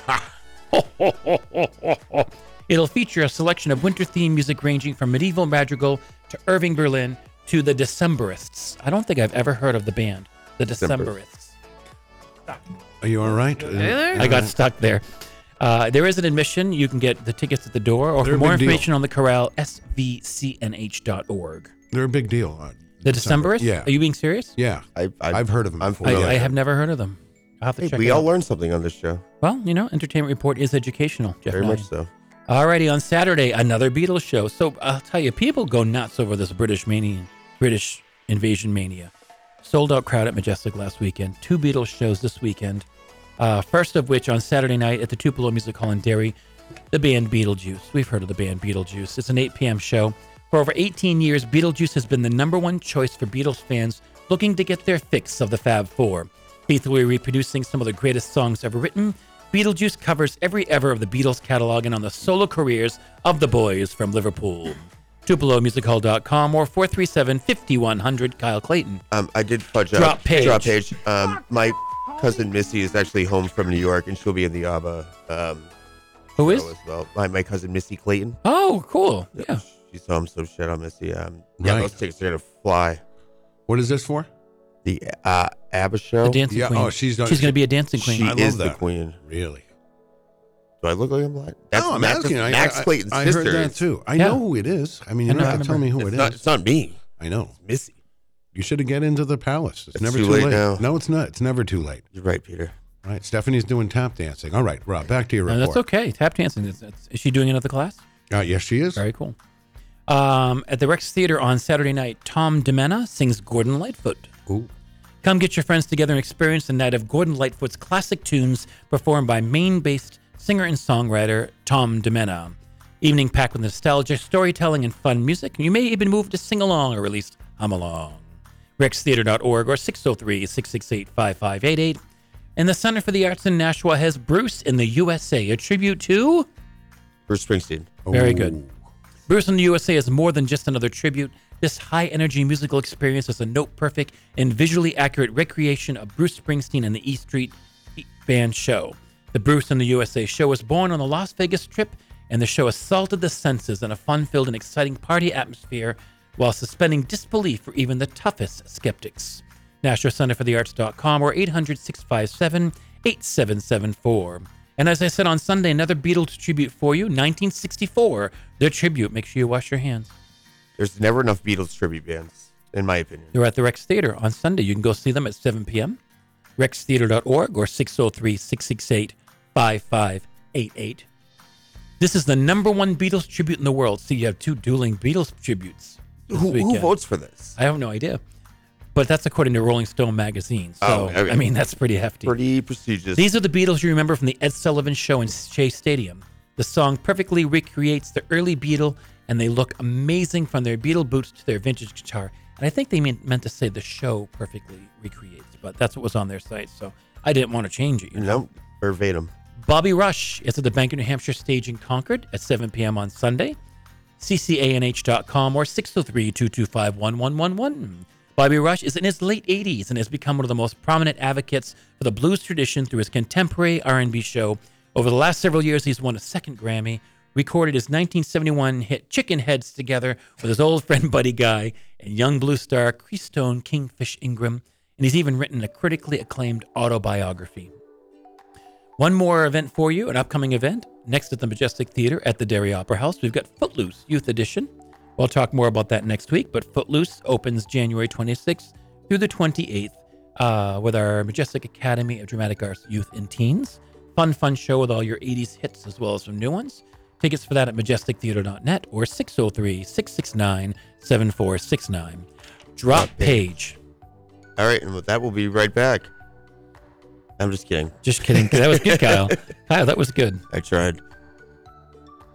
E: It'll feature a selection of winter themed music ranging from medieval madrigal to Irving Berlin to the Decemberists. I don't think I've ever heard of the band, the Decemberists.
C: Are you all right? uh,
E: I
C: Mm-hmm.
E: got stuck there. Uh, there is an admission. You can get the tickets at the door, or
C: They're
E: for
C: a
E: more
C: big deal.
E: information on the corral, svcnh.org.
C: They're a big deal. uh,
E: The
C: December.
E: Decemberists?
C: Yeah.
E: Are you being serious?
C: Yeah. Oh,
F: I, I,
C: I've heard of them
F: I'm
C: before.
E: I,
F: familiar.
E: I have never heard of them. I'll have to
F: Hey,
E: check
F: we
E: it
F: all
E: out.
F: learned something on this show.
E: Well, you know, Entertainment Report is educational, Jeff.
F: Very much
E: Mellion.
F: so.
E: Alrighty, on Saturday, another Beatles show. So I'll tell you, people go nuts over this British mania, British invasion mania. Sold out crowd at Majestic last weekend. Two Beatles shows this weekend. Uh, first of which on Saturday night at the Tupelo Music Hall in Derry, the band Beetlejuice. We've heard of the band Beetlejuice. It's an 8 p.m. show. For over 18 years, Beetlejuice has been the number one choice for Beatles fans looking to get their fix of the Fab Four. Faithfully reproducing some of the greatest songs ever written, Beetlejuice covers every ever of the Beatles catalog and on the solo careers of the boys from Liverpool. TupeloMusicHall.com or 437 5100 Kyle Clayton.
F: Um, I did fudge
E: Drop
F: up.
E: page.
F: Drop page. Um, my cousin Missy is actually home from New York, and she'll be in the ABBA. Um,
E: Who
F: show as well? My, my cousin Missy Clayton.
E: Oh, cool. Yeah.
F: She's home, so shit on Missy. Um, yeah,
C: Right.
F: those tickets are gonna fly.
C: What is this for?
F: The uh, ABBA show.
E: The dancing
C: Yeah,
E: queen.
C: oh, she's not-
E: going to be a dancing queen.
F: She
C: I love
F: is the
C: that.
F: queen.
C: Really?
F: Do I look like I'm lying?
C: no, I'm
F: Max,
C: asking. I-
F: Max
C: I,
F: Clayton's
C: I,
F: sister.
C: heard that too. I
E: Yeah.
C: know who it is. I mean,
E: I know,
C: you're
E: I
C: not going to tell me
E: remember.
C: who
F: It's
C: it
F: not,
C: is.
F: it's not me.
C: I know.
F: It's Missy.
C: You should have get into the palace. It's,
F: It's
C: never
F: too late now.
C: No, it's not. It's never too late.
F: You're right, Peter.
C: All right. Stephanie's doing tap dancing. All right, Rob, back to your
E: No,
C: report.
E: that's okay. Tap dancing. Is, is she doing another class?
C: Uh, yes, she is.
E: Very cool. Um, at the Rex Theater on Saturday night, Tom Demena sings Gordon Lightfoot.
C: Ooh.
E: Come get your friends together and experience the night of Gordon Lightfoot's classic tunes performed by Maine based singer and songwriter Tom Demena. Evening packed with nostalgia, storytelling, and fun music. You may even move to sing along or at least hum along. RexTheater.org or 603 668 5588. And the Center for the Arts in Nashua has Bruce in the USA, a tribute to.
F: Bruce Springsteen.
E: Very
C: Ooh.
E: good. Bruce in the USA is more than just another tribute. This high energy musical experience is a note perfect and visually accurate recreation of Bruce Springsteen and the E Street Band show. The Bruce in the USA show was born on the Las Vegas trip, and the show assaulted the senses in a fun filled and exciting party atmosphere while suspending disbelief for even the toughest skeptics. National Center for the Arts.com or 800 657 8774. And as I said on Sunday, another Beatles tribute for you, 1964. Their tribute. Make sure you wash your hands.
F: There's never enough Beatles tribute bands, in my opinion.
E: They're at the Rex Theater on Sunday. You can go see them at 7 p.m. RexTheater.org or 603 668 5588. This is the number one Beatles tribute in the world. See, you have two dueling Beatles tributes.
F: Who,
E: this
F: who
E: weekend.
F: votes for this?
E: I have no idea. But that's according to Rolling Stone magazine. So,
F: Oh, okay.
E: I mean, that's pretty hefty.
F: Pretty prestigious.
E: These are the Beatles you remember from the Ed Sullivan Show in Shea Stadium. The song perfectly recreates the early Beatle, and they look amazing from their Beatle boots to their vintage guitar. And I think they meant, meant to say the show perfectly recreates, but that's what was on their site, so I didn't want to change it. You know?
F: no, verbatim.
E: Bobby Rush is at the Bank of New Hampshire stage in Concord at 7 p.m. on Sunday. CCANH.com or 603 225 1111. Bobby Rush is in his late 80s and has become one of the most prominent advocates for the blues tradition through his contemporary R&B show. Over the last several years, he's won a second Grammy, recorded his 1971 hit Chicken Heads together with his old friend Buddy Guy and young blues star Keystone Kingfish Ingram, and he's even written a critically acclaimed autobiography. One more event for you, an upcoming event. Next at the Majestic Theater at the Derry Opera House, we've got Footloose Youth Edition. We'll talk more about that next week, but Footloose opens January 26th through the 28th. uh, with our Majestic Academy of Dramatic Arts Youth and Teens. Fun, fun show with all your 80s hits as well as some new ones. Tickets for that at majestictheater.net or 603 669 7469. Drop page.
F: All right, and with that, we'll be right back. I'm just kidding.
E: Just kidding. That was good, Kyle. Kyle, that was good.
F: I tried.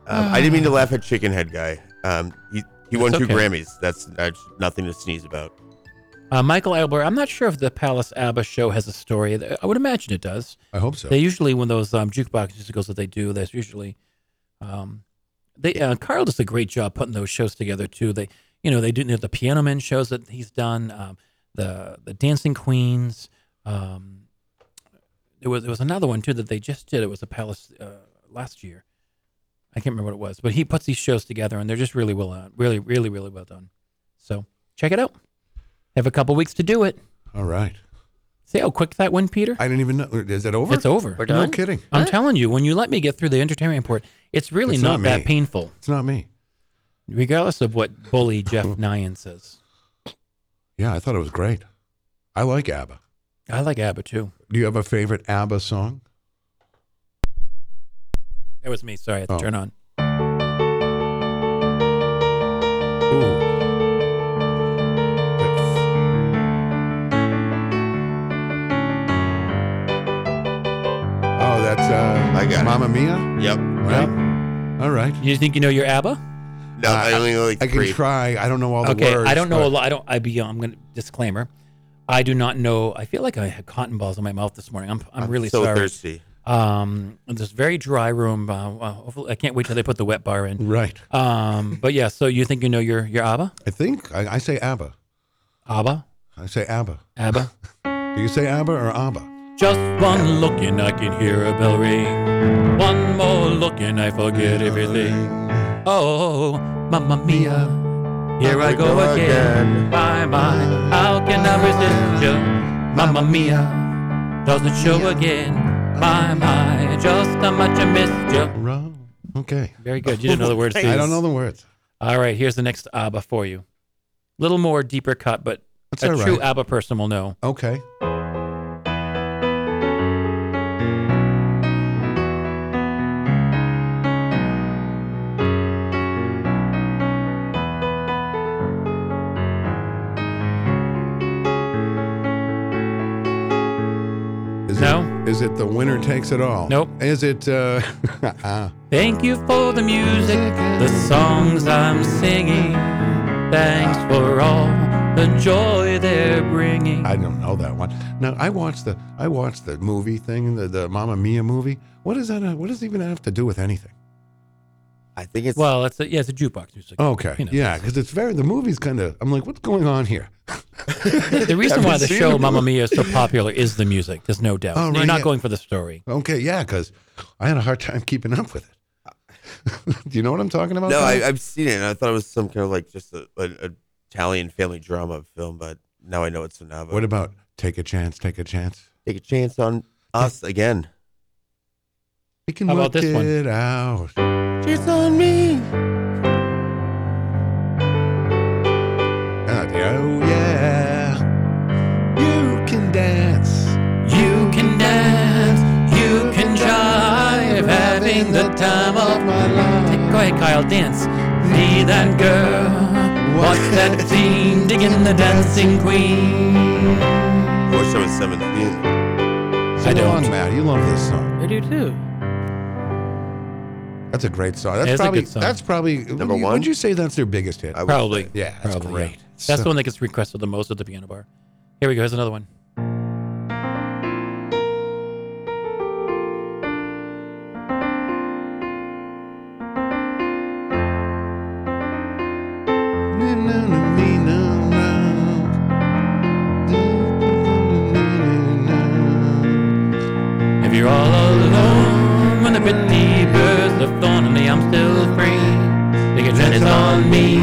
F: Um, I didn't mean to laugh at Chicken Head guy. Um, he he won
E: That's
F: two
E: okay.
F: Grammys. That's, that's nothing to sneeze about.
E: Uh, Michael Albert, I'm not sure if the Palace Abba show has a story. I would imagine it does.
C: I hope so.
E: They usually, when those um, jukebox musicals that they do, there's usually, um, they uh, Carl does a great job putting those shows together too. They, you know, they do you know, the Piano Man shows that he's done, um, the the Dancing Queens. Um, there was there was another one too that they just did. It was a Palace uh, last year. I can't remember what it was, but he puts these shows together, and they're just really well done. Really, really, really well done. So check it out. Have a couple weeks to do it.
C: All right.
E: See how quick that went, Peter?
C: I didn't even know. Is that over?
E: It's over. Uh,
C: We're No done? kidding.
E: I'm telling you, when you let me get through the entertainment report, it's really
C: It's
E: not,
C: not
E: that
C: me.
E: painful.
C: It's not me.
E: Regardless of what bully Jeff Nyan says.
C: Yeah, I thought it was great. I like ABBA.
E: I like ABBA too.
C: Do you have a favorite ABBA song?
E: That was me. Sorry, I had to
C: Oh.
E: turn on.
C: Ooh. Oh, that's uh,
F: I got it.
C: Mamma Mia.
F: Yep.
C: Right. All right.
E: You think you know your ABBA?
F: No, I only like
C: I can
F: three.
C: try. I don't know all the
E: okay,
C: words.
E: I don't know a
C: but-
E: lot. I don't. I be. I'm gonna disclaimer. I do not know. I feel like I had cotton balls in my mouth this morning. I'm. I'm,
F: I'm
E: really
F: so
E: sorry.
F: thirsty.
E: Um, this very dry room. Uh, well, hopefully, I can't wait till they put the wet bar in.
C: Right.
E: Um, but yeah. So you think you know your your ABBA?
C: I think I, I say ABBA.
E: ABBA.
C: I say ABBA.
E: ABBA.
C: Do you say ABBA or ABBA?
E: Just one look and I can hear a bell ring. One more look and I forget everything. Oh, mamma mia. Here I go again. Bye bye. How can I resist you? Mamma mia. Doesn't show again. My my. Just how much I missed you.
C: Wrong. Okay.
E: Very good. You didn't know the words.
C: I
E: Suze.
C: don't know the words.
E: All right. Here's the next ABBA for you. Little more deeper cut, but
C: That's
E: a
C: all
E: true
C: right.
E: ABBA person will know.
C: Okay. Is
E: No?
C: It, is it the winner takes it all?
E: Nope.
C: Is it? Uh, uh,
E: Thank you for the music, the songs I'm singing. Thanks for all the joy they're bringing.
C: I don't know that one. Now I watched the I watched the movie thing, the the Mamma Mia movie. What does that? What does it even have to do with anything?
F: I think it's
E: Well, it's a, yeah, it's a jukebox music.
C: Okay.
E: You know.
C: Yeah, because it's very the movie's kind of. I'm like, what's going on here?
E: The reason why the
C: Haven't seen
E: show
C: the
E: Mamma
C: movie.
E: Mia is so popular is the music. There's no doubt.
C: Oh,
E: You're
C: right,
E: not
C: yeah.
E: going for the story.
C: Okay. Yeah, because I had a hard time keeping up with it. do you know what I'm talking about?
F: no,
C: Kyle?
F: I, I've seen it. and I thought it was some kind of like just a, an Italian family drama film, but now I know it's an ABBA.
C: What about take a chance? Take a chance.
F: Take a chance on us again.
C: We can
E: How about
C: work
E: this one?
C: it out.
F: It's on me.
C: Ah, yeah, Oh yeah, you can dance.
E: You can dance, you can jive, having the time of my life. Go ahead, Kyle, dance. See that girl, watch that fiend, dig in the dancing queen.
F: I wish I was 17.
C: So
E: I don't.
C: long, Matt. You love this song.
D: I do too.
C: That's a great song. That's
E: It is a
C: probably
E: good song.
C: that's probably
F: Number
C: would you-
F: one?
C: Would you say that's their biggest hit?
F: I would
E: Probably.
F: say.
C: yeah, that's
E: Probably.
C: great.
E: That's the
C: So-
E: one that gets requested the most at the piano bar. Here we go. Here's another one. If you're all alone, when the bitty birds of thorny, I'm still free. Take a chance on me.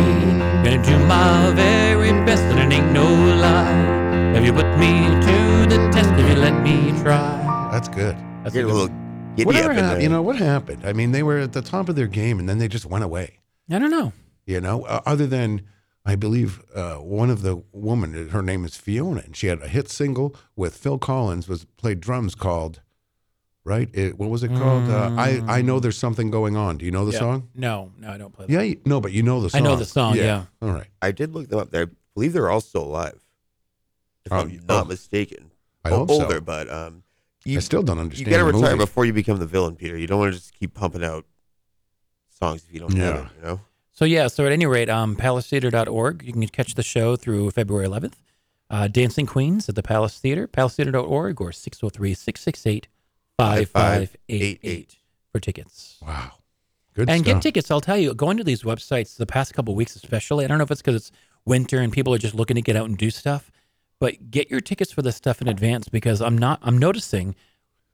E: Gonna do my very best, and it ain't no lie. Have you put me to the test? If you let me try.
C: That's good.
E: That's
F: Get a
E: good
F: little
E: one.
F: giddy
C: Whatever
F: up in
C: hap-
F: there.
C: you know what happened? I mean, they were at the top of their game, and then they just went away.
E: I don't know.
C: You know, uh, other than I believe uh, one of the women, her name is Fiona, and she had a hit single with Phil Collins, was played drums called, right? It, what was it called? Uh, I I know there's something going on. Do you know the
E: Mm. Yeah.
C: song?
E: No, no, I don't play that.
C: Yeah, you, no, but you know the
E: I
C: song.
E: know the song, yeah.
C: All right.
F: I did look them up. I believe they're all still alive, if
C: Oh,
F: I'm
C: you-
F: not
C: oh.
F: mistaken.
C: I
F: O-
C: hope so.
F: older, but um,
C: I still don't
F: you
C: understand.
F: got to
C: the
F: retire
C: movie.
F: before you become the villain, Peter. You don't want to just keep pumping out songs if you don't have
E: Yeah.
F: it. You know,
E: So yeah, so at any rate, um, palacetheater.org. You can catch the show through February 11th. Uh, Dancing Queens at the Palace Theater, palacetheater.org or 603-668-5588 for tickets.
C: Wow. Good
E: and get
C: stuff.
E: tickets. I'll tell you, going to these websites the past couple weeks especially, I don't know if it's because it's winter and people are just looking to get out and do stuff, but get your tickets for this stuff in advance because I'm not I'm noticing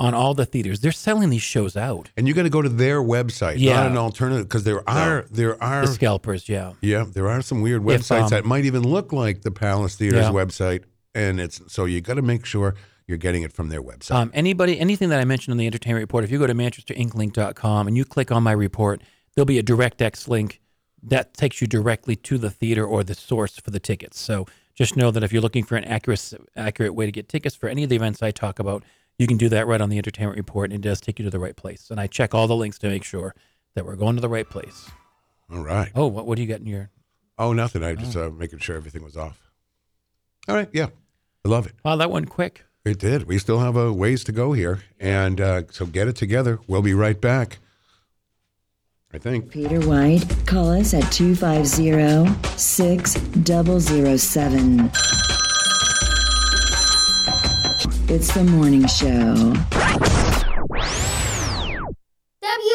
E: on all the theaters, they're selling these shows out.
C: And you got to go to their website,
E: Yeah.
C: not an alternative, because there are there are
E: The scalpers, yeah.
C: Yeah, there are some weird
E: If,
C: websites
E: um,
C: that might even look like the Palace Theater's
E: Yeah.
C: website, and it's so you got to make sure you're getting it from their website.
E: Um, anybody, anything that I mentioned in the entertainment report, if you go to manchesterinklink.com and you click on my report, there'll be a DirectX link that takes you directly to the theater or the source for the tickets. So just know that if you're looking for an accurate, accurate way to get tickets for any of the events I talk about, you can do that right on the entertainment report, and it does take you to the right place. And I check all the links to make sure that we're going to the right place.
C: All right.
E: Oh, what, what do you got in your?
C: Oh, nothing. I just uh, making sure everything was off. All right. Yeah, I love it.
E: Wow, oh, that went quick.
C: It did. We still have a ways to go here, and uh, so get it together. We'll be right back. I think.
H: Peter White, call us at 250 6007. It's the morning show.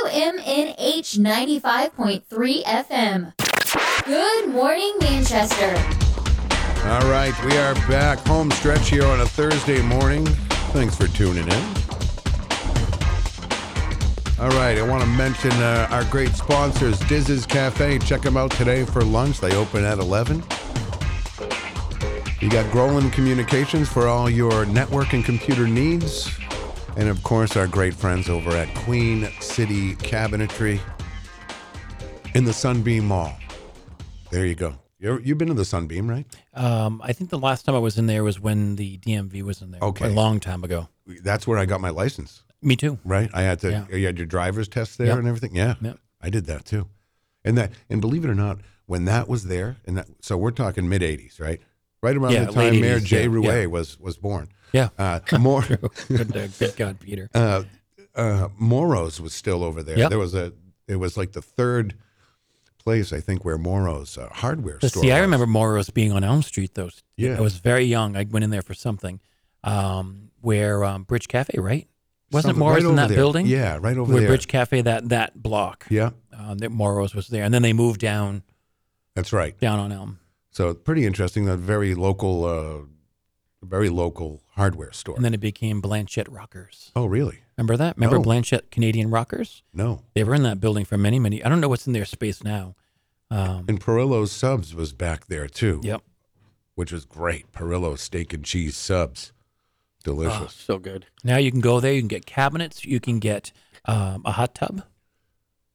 I: WMNH 95.3 FM. Good morning, Manchester.
C: All right, we are back home stretch here on a Thursday morning. Thanks for tuning in. All right, I want to mention uh, our great sponsors, Diz's Cafe. Check them out today for lunch. They open at 11. You got Groland Communications for all your network and computer needs. And of course, our great friends over at Queen City Cabinetry in the Sunbeam Mall. There you go. You're, you've been to the Sunbeam, right?
E: Um, I think the last time I was in there was when the DMV was in there.
C: Okay.
E: A long time ago.
C: That's where I got my license.
E: Me too.
C: Right? I had to.
E: Yeah.
C: You had your driver's test there
E: Yep.
C: and everything. Yeah,
E: Yep.
C: I did that too. And that, and believe it or not, when that was there, and that, so we're talking mid '80s, right? Right around
E: Yeah,
C: the
E: late
C: time Mayor
E: 80s,
C: Jay
E: yeah,
C: Rouet
E: yeah.
C: was was born.
E: Yeah.
C: Uh, more.
E: good, uh, good God, Peter.
C: Uh, uh, Moro's was still over there.
E: Yep.
C: There was a. It was like the third place I think where Moro's uh, hardware
E: But
C: store.
E: see, I
C: was.
E: remember Morrow's being on Elm Street. Though
C: Yeah.
E: I was very young. I went in there for something. Um, where um, Bridge Cafe, right? Wasn't
C: Something-
E: Morrow's
C: right
E: in
C: over
E: that
C: there.
E: building?
C: Yeah, right over
E: where
C: there.
E: Bridge Cafe, that that block.
C: Yeah.
E: Um, that Morrow's was there, and then they moved down
C: That's right.
E: down on Elm.
C: So pretty interesting. That very local, uh, very local hardware store.
E: And then it became Blanchette Rockers.
C: oh, really?
E: Remember that? Remember
C: No.
E: Blanchette Canadian Rockers?
C: No.
E: They were in that building for many, many. I don't know what's in their space now. Um,
C: And Perillo's Subs was back there too.
E: Yep.
C: Which was great. Perillo's steak and cheese subs.
D: Oh,
C: Delicious.
D: so good.
E: Now you can go there. You can get cabinets. You can get um, a hot tub.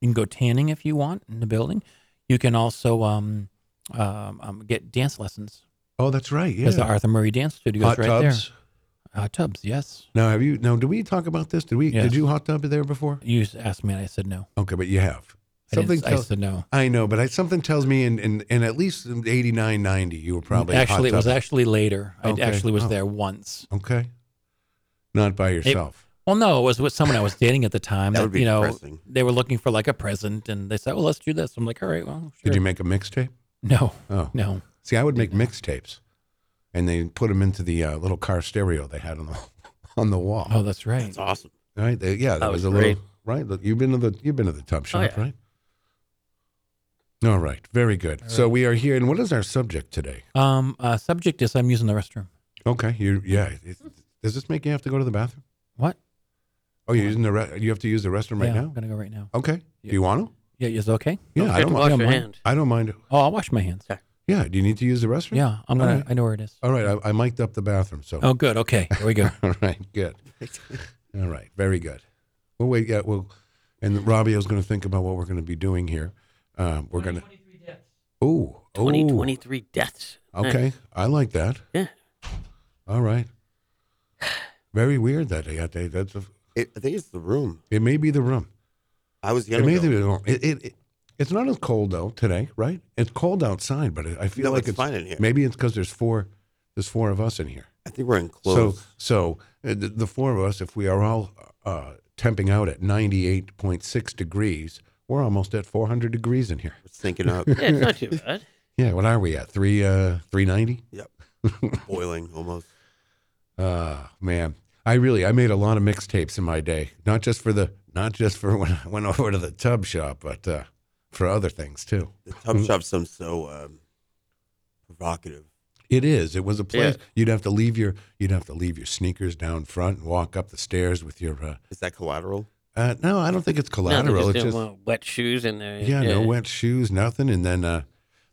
E: You can go tanning if you want in the building. You can also um, um, um, get dance lessons.
C: Oh, that's right. Yeah.
E: There's Ah. the Arthur Murray Dance Studio
C: hot
E: right
C: tubs.
E: there. Hot tubs, yes.
C: Now, have you? Now, did we talk about this? Did we?
E: Yes.
C: Did you hot tub there before?
E: You just asked me, and I said no.
C: Okay, but you have.
E: I didn't- I
C: tells-
E: said no.
C: I know, but I, something tells me in, in, in at least 89, 90, you were probably hot
E: actually, it was
C: tubbing.
E: actually later.
C: Okay.
E: I actually was
C: Oh.
E: there once.
C: Okay. Not by
E: It-
C: yourself.
E: well, no, it was with someone I was dating at the time.
F: That would be
E: you know,
F: depressing.
E: they were looking for like a present, and they said, "Well, let's do this." I'm like, "All right, well, sure."
C: Did you make a mixtape?
E: No.
C: Oh
E: No.
C: See, I would make mixtapes, and they put them into the uh, little car stereo they had on the on the wall.
E: Oh, that's right.
F: it's awesome.
C: Right? They, yeah, that,
D: That
C: was,
D: was
C: a
D: great.
C: little right. Look, You've been to the you've been to the tub shop,
D: yeah.
C: right? All right, very good. So we are here, and what is our subject today?
E: Um, uh, subject is I'm using the restroom.
C: Okay, you yeah. it- does this make you have to go to the bathroom?
E: What?
C: Oh, you're using the re- you have to use the restroom right
E: yeah, I'm
C: now.
E: gonna go right now.
C: Okay. Do you want to?
E: Yeah, is it okay?
C: Yeah,
D: Don't
C: I
D: forget
C: don't mind.
D: to wash your
E: mind.
D: hands.
C: I don't mind.
E: Oh, I'll wash my hands.
C: Yeah. Do you need to use the restroom?
E: Yeah, I'm gonna.
C: All right.
E: I know where it is.
C: All right. I, I mic'd up the bathroom, so.
E: Oh, good. Okay, here we go.
C: All right, good. All right, very good. Well, wait, yeah, well, and Robbio's going to think about what we're going to be doing here. Um, we're going to. Ooh,
D: 2023 deaths.
C: Okay, I like that.
D: Yeah.
C: All right. Very weird that they got they, that's a,
F: it, I think it's the room.
C: It may be the room.
F: I was
C: It
F: gonna.
C: may
F: go.
C: be the room. It, it, it- it's not as cold though today, right? It's cold outside, but I feel
F: No,
C: like
F: it's fine in here.
C: Maybe it's because there's four there's four of us in here.
F: I think we're in
C: So,
F: close.
C: so uh, the, the four of us, if we are all uh, temping out at 98.6 degrees, we're almost at 400 degrees in here. It's
F: thinking up.
D: Yeah, it's not too bad.
C: yeah, what are we at? Three, uh, 390?
F: Yep. Boiling almost.
C: Ah, man. I really, I made a lot of mixtapes in my day, not just for the, not just for when I went over to the tub shop, but uh, for other things too.
F: The tub shop sounds so um, provocative.
C: It is. It was a place you'd have to leave your, you'd have to leave your sneakers down front and walk up the stairs with your. Uh,
F: Is that collateral?
C: uh, no, I don't think it's
D: No, they
C: collateral.
D: just
C: it's
D: don't
C: just
D: want wet shoes uh, in there.
C: Yeah, no wet shoes, nothing. And then uh,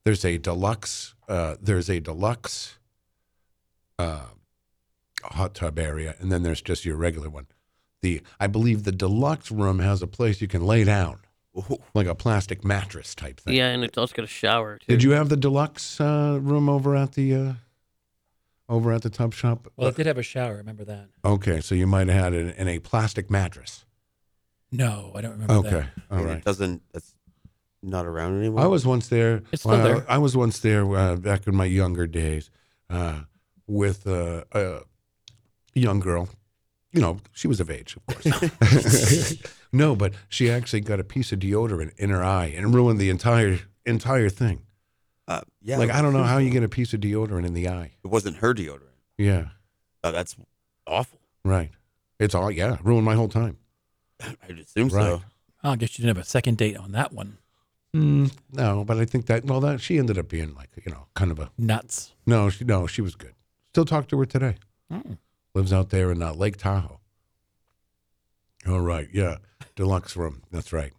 C: there's a deluxe. Uh, there's a deluxe uh, hot tub area, and then there's just your regular one. The I believe the deluxe room has a place you can lay down, like a plastic mattress type thing.
D: Yeah, and it's also got a shower. Too.
C: Did you have the deluxe uh, room over at the uh, over at the tub shop?
E: Well, it did have a shower. Remember that?
C: Okay, so you might have had it in a plastic mattress.
E: No, I don't remember that.
C: Okay, all
F: And
C: right.
F: It doesn't. That's not around anymore.
C: I was once there.
E: It's still
C: uh,
E: there.
C: I was once there uh, back in my younger days uh, with uh, a young girl. You know, she was of age, of course. no, but she actually got a piece of deodorant in her eye and ruined the entire entire thing.
F: Uh, yeah.
C: like I don't know how you get a piece of deodorant in the eye.
F: It wasn't her deodorant.
C: Yeah,
F: Oh, that's awful.
C: right. It's all yeah, ruined my whole time.
F: I'd assume
C: Right.
F: so.
E: Oh, I guess you didn't have a second date on that one. Hmm.
C: Mm, no, but I think that well, that she ended up being like you know, kind of a
E: Nuts.
C: no. She no, she was good. Still talk to her today.
E: Mm.
C: lives out there in uh, Lake Tahoe. All right, yeah, deluxe room. That's right.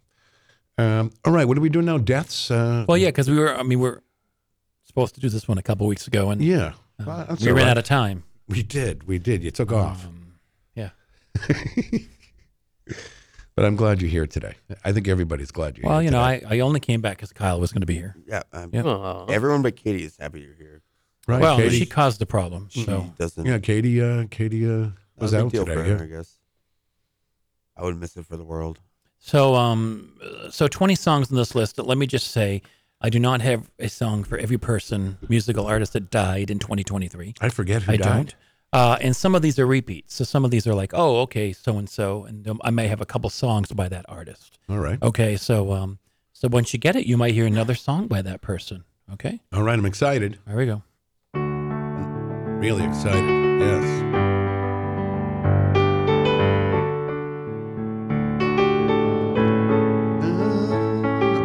C: Um, all right, what are we doing now? Deaths. Uh,
E: Well, yeah, because we were. I mean, we're supposed to do this one a couple weeks ago, and
C: yeah,
E: uh,
C: Well, that's
E: we
C: all
E: ran
C: right.
E: out of time. Um,
C: We did, we did. You took off,
E: Yeah. Mm.
C: but I'm glad you're here today. I think everybody's glad you're
E: Well, you
C: here.
E: know, I, I only came back because Kyle was going to be here.
F: Yeah. Um,
E: Yeah.
F: Everyone but Katie is happy you're here.
C: Right,
E: well,
C: Katie. Mm-hmm.
E: she caused the problem,
F: She
E: so
F: doesn't.
C: yeah, Katie. Uh, Katie uh,
F: not
C: was
F: a big
C: out
F: deal for
C: today.
F: her,
C: Yeah.
F: I guess. I would miss it for the world.
E: so um so twenty songs on this list. Let me just say, I do not have a song for every person musical artist that died in 2023.
C: I forget who
E: I
C: died.
E: don't. Uh, and some of these are repeats. So some of these are like, oh, okay, so and so, and um, I may have a couple songs by that artist.
C: All right,
E: Okay, so um, so once you get it, you might hear another song by that person. Okay,
C: all right. I'm excited.
E: there we go.
C: Really excited. Yes.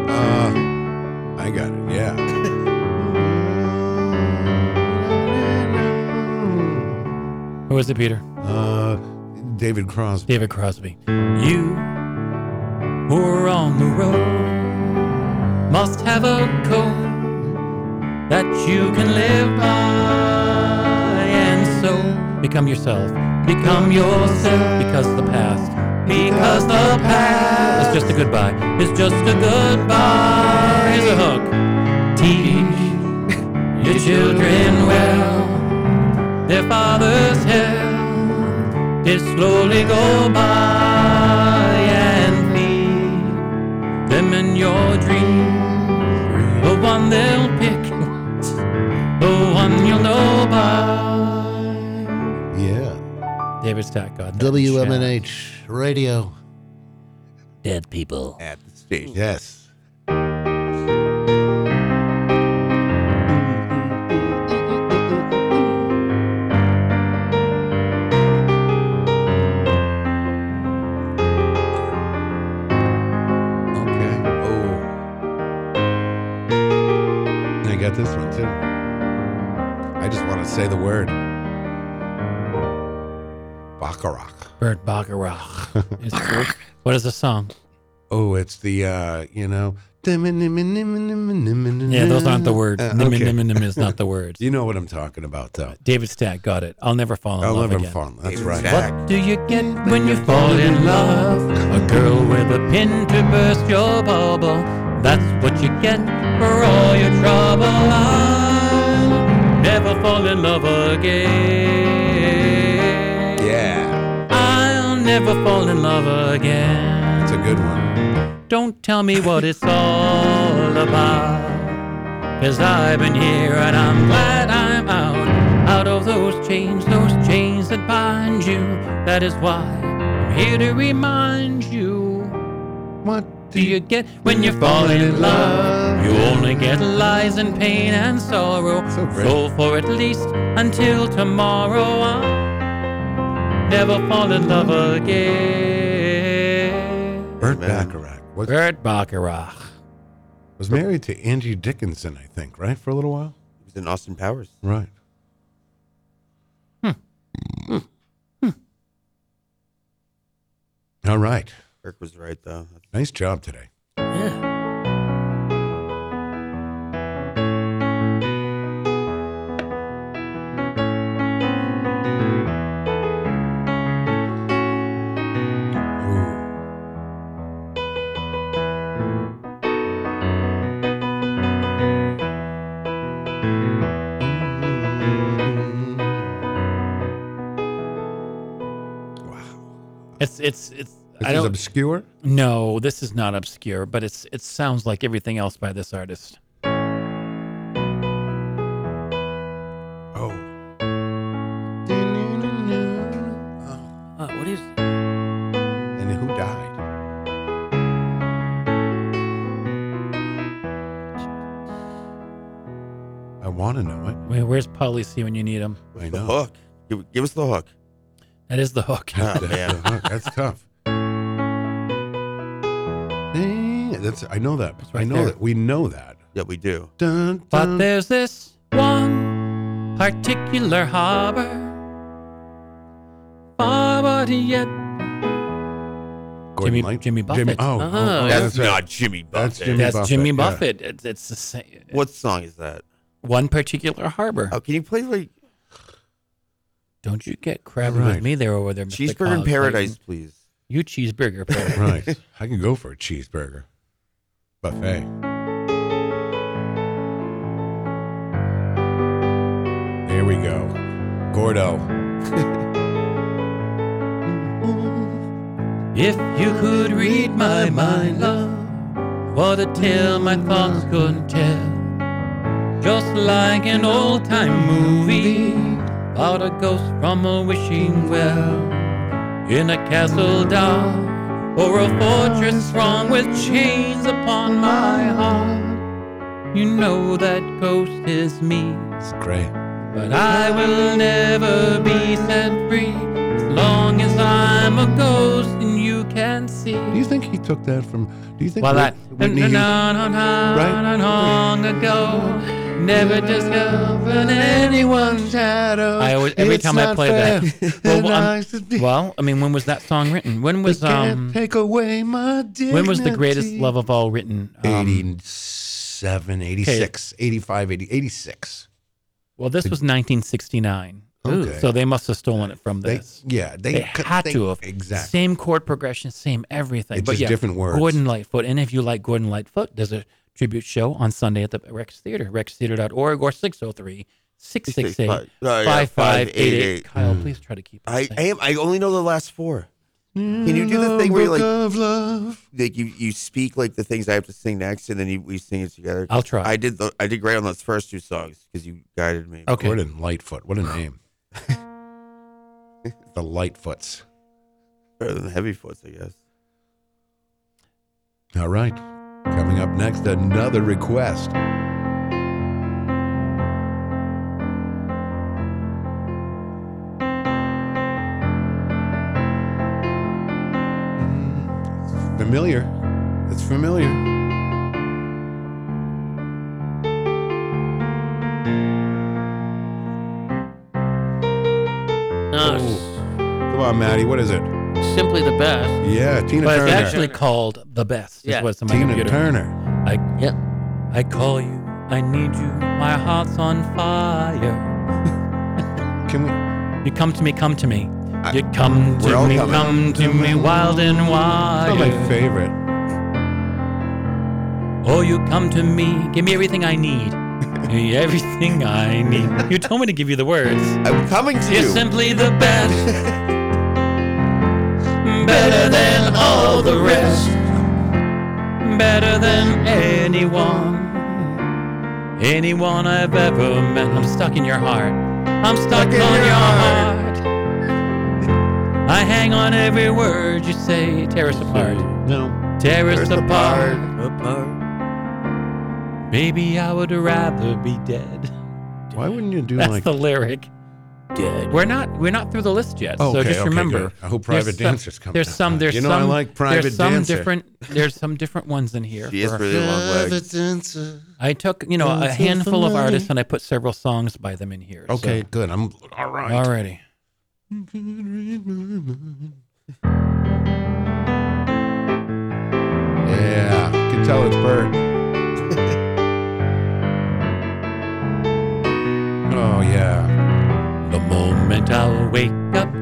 C: Uh, I got it. Yeah.
E: Who is it, Peter?
C: Uh, David Crosby.
E: David Crosby. You were on the road, must have a code that you can live by, and so become yourself. Become yourself because the past, because the past is just a goodbye. It's just a goodbye. Here's a hook. Teach your children well, their fathers held did slowly go by and leave them in your dreams. The one they'll pick, the one you'll know by.
C: Yeah.
E: David Stack got that shout.
C: WMNH Radio.
E: Dead people.
F: At the station.
C: Yes. Okay. Oh. I got this one too. I just want to say the word. Baccarat.
E: Bert Bacharach. Is it Bert? what is the song?
C: Oh, it's the uh, you know.
E: Yeah,
C: Yeah,
E: those aren't the words.
C: Uh,
E: Nim
C: okay.
E: nim nim is not the words.
C: You know what I'm talking about, though.
E: David Stack got it. I'll never fall in
C: I'll
E: love
C: never
E: again.
C: fall. That's
F: David
C: right.
F: Stack.
E: Do you get when you fall in love? A girl with a pin to burst your bubble. That's what you get for all your trouble. I'll never fall in love again.
C: Yeah.
E: I'll never fall in love again.
C: That's a good one.
E: Don't tell me what it's all about. Cause I've been here and I'm glad I'm out. Out of those chains, those chains that bind you. That is why I'm here to remind you.
C: What
E: do you get when you fall in love? You only get lies and pain and sorrow. So, for at least until tomorrow, I'll never fall in love again.
C: Bert Bacharach. What?
E: Bert Bacharach.
C: Was married to Angie Dickinson, I think, right, for a little while?
F: He was in Austin Powers.
C: Right.
E: Hmm.
C: All right.
F: Kirk was right though. That's
C: Nice job today.
E: It's it's it's.
C: This
E: I
C: is
E: don't,
C: obscure?
E: No, this is not obscure, but it's it sounds like everything else by this artist.
C: Oh.
D: Uh, what is?
C: And who died? I want to know it.
E: Wait, where's Polly C when you need him?
C: I
F: the
C: know.
F: hook. Give, give us the hook.
E: That is the hook.
F: Ah,
C: That's
F: man.
C: the hook. That's tough. Eh, That's I know that.
E: right
C: I know
E: there.
C: that. We know that.
F: Yeah, we do.
C: Dun,
E: But
C: dun.
E: there's this one particular harbor, far but yet
C: Gordon
E: Jimmy-
C: Light?
E: Jimmy Buffett.
C: Jimmy, oh, oh, oh,
D: Ah, That's
F: Uh-huh. That's,
C: right.
F: not Jimmy Buffett.
C: That's Jimmy
E: That's
C: Buffett,
E: Jimmy
C: yeah.
E: Buffett. It's, it's the same.
F: What song is that?
E: One particular harbor.
F: Oh, can you play like
E: Don't you get crabby
C: Right.
E: with me there over there, Mr.
F: Cheeseburger in
E: Cosby.
F: Paradise, please?
E: You cheeseburger. pal.
C: right. I can go for a cheeseburger buffet. There we go, Gordo.
E: if you could read my mind, love, what a tale my thoughts couldn't tell. Just like an old time movie about a ghost from a wishing well in a castle dark or a fortress strong with chains upon my heart. You know that ghost is me.
C: It's great.
E: But I will never be set free as long as I'm a ghost and you can see.
C: Do you think he took that from? Do you think
E: Well, that
C: Whit- Whitney Houston-
E: right? long ago, never discovered anyone's
C: shadow.
E: I always, every time I play that. Well, well, I'm-
C: well,
E: well, I mean, when was that song written? When was um?
C: take away my
E: When was the greatest love of all written? Um,
C: 87, 86, 85, 80, 86.
E: Well, this was 1969.
C: Okay.
E: So they must have stolen it from
C: They,
E: this.
C: yeah, they,
E: they, had to have
C: Exactly.
E: same chord progression, same everything.
C: It's
E: but
C: just
E: yeah,
C: different words.
E: Gordon Lightfoot, and if you like Gordon Lightfoot, there's a tribute show on Sunday at the Rex Theater, rextheater.org or 603 668 5588. Kyle,
C: Hmm.
E: please try to keep it.
F: I,
E: the
F: I
E: same.
F: am. I only know the last four. Can you do the thing where you like, like you, you speak like the things I have to sing next, and then you, we sing it together?
E: I'll try.
F: I did. The, I did great on those first two songs because you guided me.
E: Okay.
C: Gordon Lightfoot. What a name. the Lightfoots.
F: Better than Heavyfoots, I guess.
C: All right. Coming up next, another request. Hmm, Familiar. It's familiar.
D: No,
C: Come on, Maddie. What is it?
D: s- uh, simply the best.
C: Yeah, Tina
E: But
C: Turner.
E: it's actually called The Best.
D: Yeah.
E: Is what's on my
C: Tina
E: computer.
C: Turner.
E: I,
D: Yep.
E: I call you. I need you. My heart's on fire.
C: Can we?
E: You come to me, come to me. You come
F: We're
E: to
F: all
E: me,
F: coming.
E: come to me, wild and
C: That's
E: wild.
C: my favorite.
E: Oh, you come to me, give me everything I need. everything I need. You told me to give you the words.
F: I'm coming to
E: You're
F: you.
E: simply the best. Better than all the rest. Better than anyone. Anyone I've ever met. I'm stuck in your heart. I'm stuck, on your heart. I hang on every word you say. Tear us apart.
F: No.
E: Tear us apart.
D: Apart.
E: Maybe I would rather be dead.
C: Why wouldn't you do
E: That's
C: like
E: the lyric.
D: Dead.
E: We're not we're not through the list yet.
C: Oh,
E: so
C: okay,
E: just
C: okay,
E: remember.
C: good. I hope
E: there's
C: Private
E: some-
C: Dancer's coming
E: There's
C: up.
E: some there's
C: You know I
E: some
C: like Private
E: there's some
C: Dancer.
E: different there's some different ones in here.
F: She is
E: for-
F: really long legs.
E: I took, you know, a
F: Dancer for
E: handful of
F: money.
E: artists and I put several songs by them in here. so-
C: Okay, good. I'm all right.
E: Alrighty.
C: Yeah, you can tell it's Bert. oh yeah.
E: The moment I'll wake up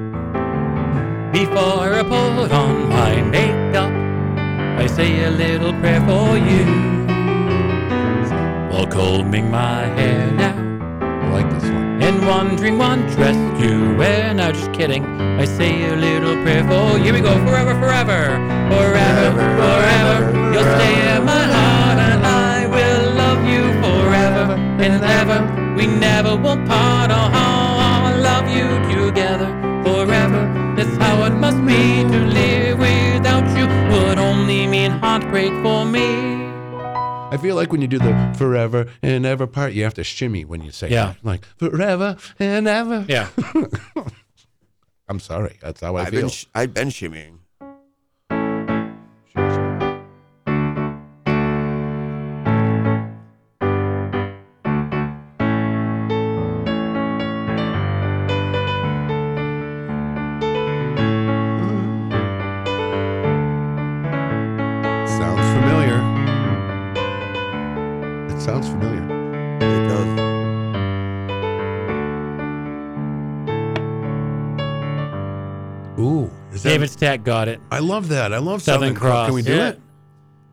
E: before I put on my makeup, I say a little prayer for you while combing my hair now
C: I like this one.
E: and wondering what dress you wear. Now, just kidding, I say a little prayer for you. Here we go, forever, forever, forever, forever. You'll stay in my heart and I will love you forever and ever. We never will part. Oh, how I love you together forever. That's how it must be to live without you. Would only mean heartbreak for me.
C: I feel like when you do the forever and ever part, you have to shimmy when you say
E: Yeah.
C: that. Like forever and ever.
E: Yeah.
C: I'm sorry. That's how I
F: I've
C: feel.
F: been, sh- I've been shimmying.
C: sounds familiar. It sounds familiar.
F: It does.
C: Ooh. Is that,
E: David Stack got it.
C: I love that. I love
E: Southern
C: Southern, Cross. Can we do
E: Cross.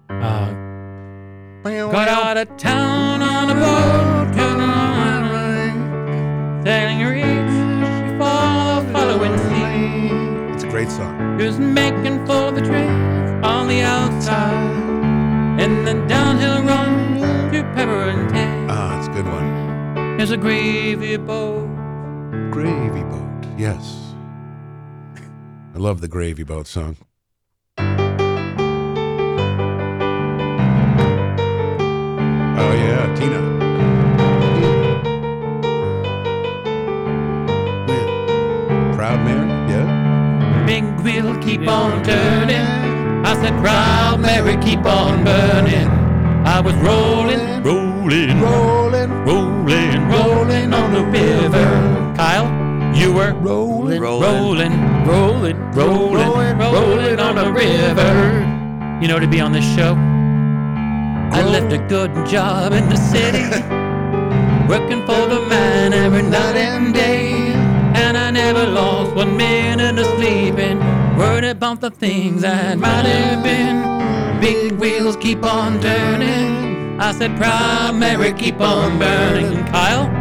C: it?
E: Uh, Got out of town on a boat to the island, sailing her east before the following sea.
C: It's a great song.
E: Just making for the trails on the outside, and then downhill run to Pepper and Tay.
C: Ah, it's a good one.
E: There's a gravy boat.
C: Gravy Boat. Yes. I love the Gravy Boat song. Oh, yeah, Tina. Proud man, yeah.
E: Big wheel keep on turning. I said, Proud Mary, keep on burning. I was rolling, rolling,
C: Rolling,
E: rolling, rolling on the river. Kyle, you were rolling, rolling, rolling, rolling, rolling on the river. You know, to be on this show, I left a good job in the city, working for the man every night and day. And I never lost one minute of sleeping, worried about the things that might have been. Big wheels keep on turning. I said, primary, keep on burning. Kyle,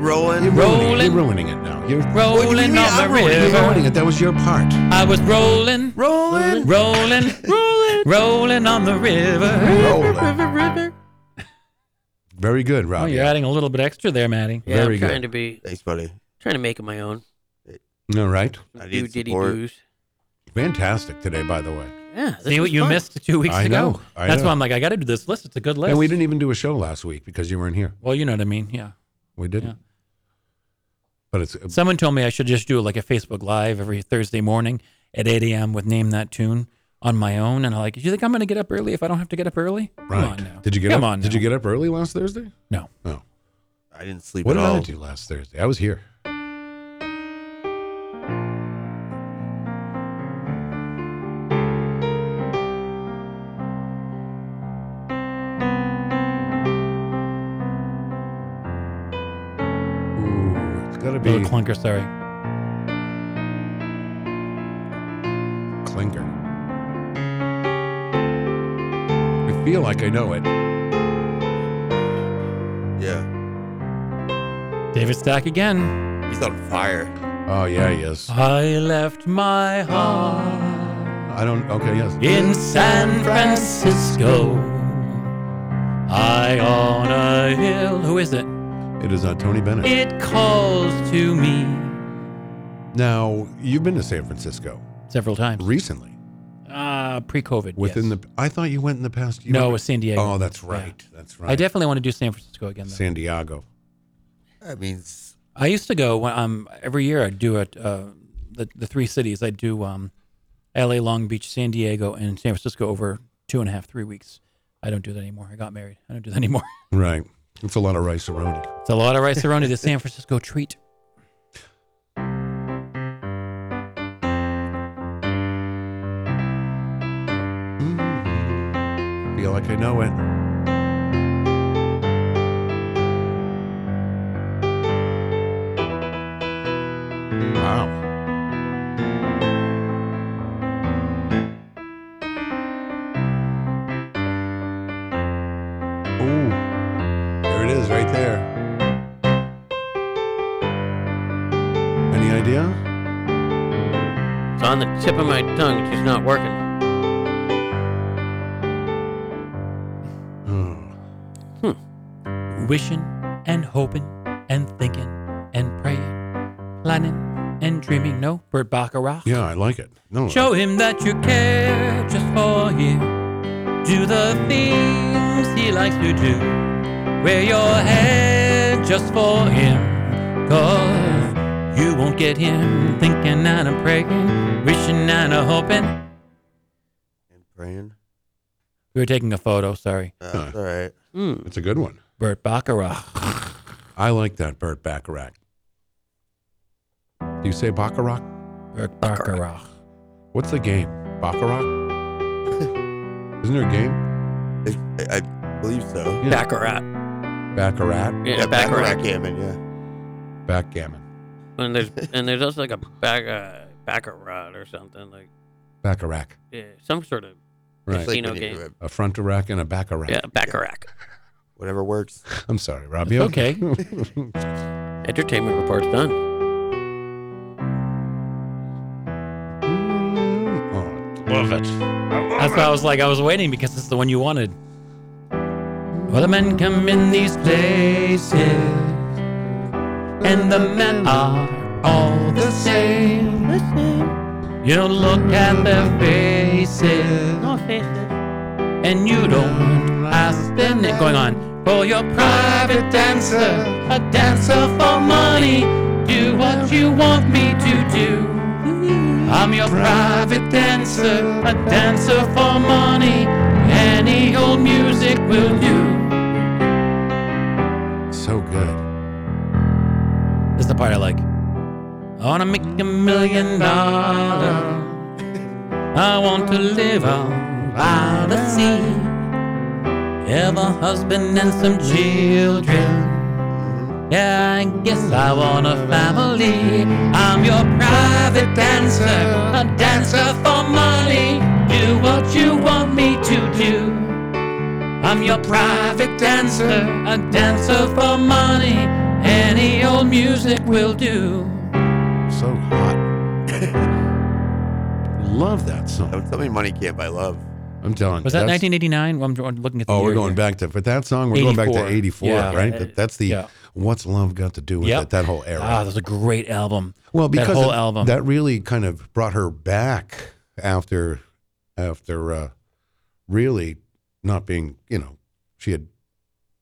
F: Rolling.
C: You're ruining, it.
E: Rolling.
C: you're ruining it now. You're
F: What do you
E: rolling
F: mean
E: on the
F: I'm rolling?
C: you're ruining
E: river.
C: it. That was your part.
E: I was rolling,
F: Rolling.
E: rolling, rolling, rolling on the river.
C: Rolling. Very good,
E: Oh,
C: Robbie.
E: you're adding a little bit extra there, Maddie.
D: Yeah,
C: Very
D: I'm
C: good.
D: trying to be
F: Thanks, buddy.
D: trying to make it my own.
C: All right.
F: I
D: Do
F: need
D: diddy
F: support.
D: doos.
C: Fantastic today, by the way.
D: Yeah. this
E: See what
D: was
E: you
D: fun.
E: missed two weeks
C: I
E: ago.
C: know, I
E: That's
C: know.
E: why I'm like, I got to do this list. It's a good list.
C: And we didn't even do a show last week because you weren't here.
E: Well, you know what I mean. Yeah.
C: We didn't.
E: Yeah.
C: But it's uh,
E: Someone told me I should just do like a Facebook Live every Thursday morning at 8 a.m. with Name That Tune on my own. And I'm like, do you think I'm going to get up early if I don't have to get up early? Come
C: right.
E: on now.
C: Did you get
E: Come
C: up?
E: on
C: Did
E: now.
C: you get up early last Thursday?
E: No.
C: No.
F: I didn't sleep
C: What
F: at
C: did
F: all.
C: I do last Thursday? I was here. Ooh, it's gotta be
E: Little clunker, sorry.
C: clinker. If feel like I know it.
F: Yeah.
E: David Stack again.
F: He's on fire.
C: Oh yeah, he is.
E: I left my heart
C: I don't. Okay, yes.
E: in San Francisco. I on a hill. Who is it?
C: It is not Tony Bennett.
E: It calls to me.
C: Now you've been to San Francisco
E: several times
C: recently.
E: Uh, pre-COVID.
C: Within
E: yes.
C: the, I thought you went in the past. You
E: No, it
C: went-
E: was San Diego.
C: Oh, that's
E: Yeah.
C: right. That's right.
E: I definitely want to do San Francisco again. Though.
C: San Diego.
F: I mean,
E: I used to go when um every year I do it uh the the three cities I do um L.A. Long Beach San Diego and San Francisco over two and a half three weeks I don't do that anymore I got married I don't do that anymore
C: Right. It's a lot of rice around.
E: it's a lot of rice around the San Francisco treat
C: Mm-hmm. Feel like I know it. Wow. Ooh. There it is right there. Any idea?
D: It's on the tip of my tongue. It's just not working.
C: Oh.
E: wishing and hoping and thinking and praying planning and dreaming no Bert Bacharach
C: Yeah, I like it. No.
E: Show him that you care just for him. Do the things he likes to do. Wear your head just for him. Cause you won't get him thinking and a praying, wishing and a hoping.
F: Praying.
E: We were taking a photo, sorry.
F: Uh, it's All right.
D: Mm.
C: It's a good one.
E: Bert Bacharach.
C: I like that Burt Bacharach. Do you say Bacharach?
E: Bert Bacharach.
C: What's the game? Bacharach? Isn't there a game?
F: I, I believe so.
C: Yeah.
D: Baccarat.
C: Baccarat?
D: Yeah,
F: Baccarat
D: Baccarat.
F: Gammon, yeah.
C: Backgammon.
D: And there's and there's also like a back uh, Baccarat or something like
C: Bacharach.
D: yeah, some sort of
C: Right.
F: It's like
D: Casino
F: when you-
D: game.
C: A front rack and a Bacharach.
D: yeah Baccarat.
F: Whatever works.
C: I'm sorry, Rob.
E: It's
C: You
E: okay.
D: Entertainment report's done.
C: Oh, love it.
E: That's why I was like, I was waiting because it's the one you wanted. Well, the men come in these places, and the men are all the same. You don't look at their faces, and you don't ask their name. Going on, for your private dancer, a dancer for money, do what you want me to do. I'm your private dancer, a dancer for money. Any old music will do.
C: So good.
E: This is the part I like. I wanna make a million dollars. I want to live on by the sea. Have a husband and some children. Yeah, I guess I want a family. I'm your private dancer, a dancer for money. Do what you want me to do. I'm your private dancer, a dancer for money. Any old music will do.
C: So hot. love that song.
F: Don't tell me money can't buy love.
C: I'm telling
E: Was that
C: that's-
E: 1989? Well, I'm, I'm looking at the
C: Oh, we're
E: year
C: going
E: here.
C: back to, but that song, we're going back to
E: 84,
C: 84,
E: yeah.
C: right? That, that's the,
E: Yeah.
C: what's love got to do with
E: Yep.
C: it, that whole era.
E: Ah, that was a great album.
C: Well, because
E: that whole
C: of-
E: album.
C: that really kind of brought her back after, after uh, really not being, you know, she had,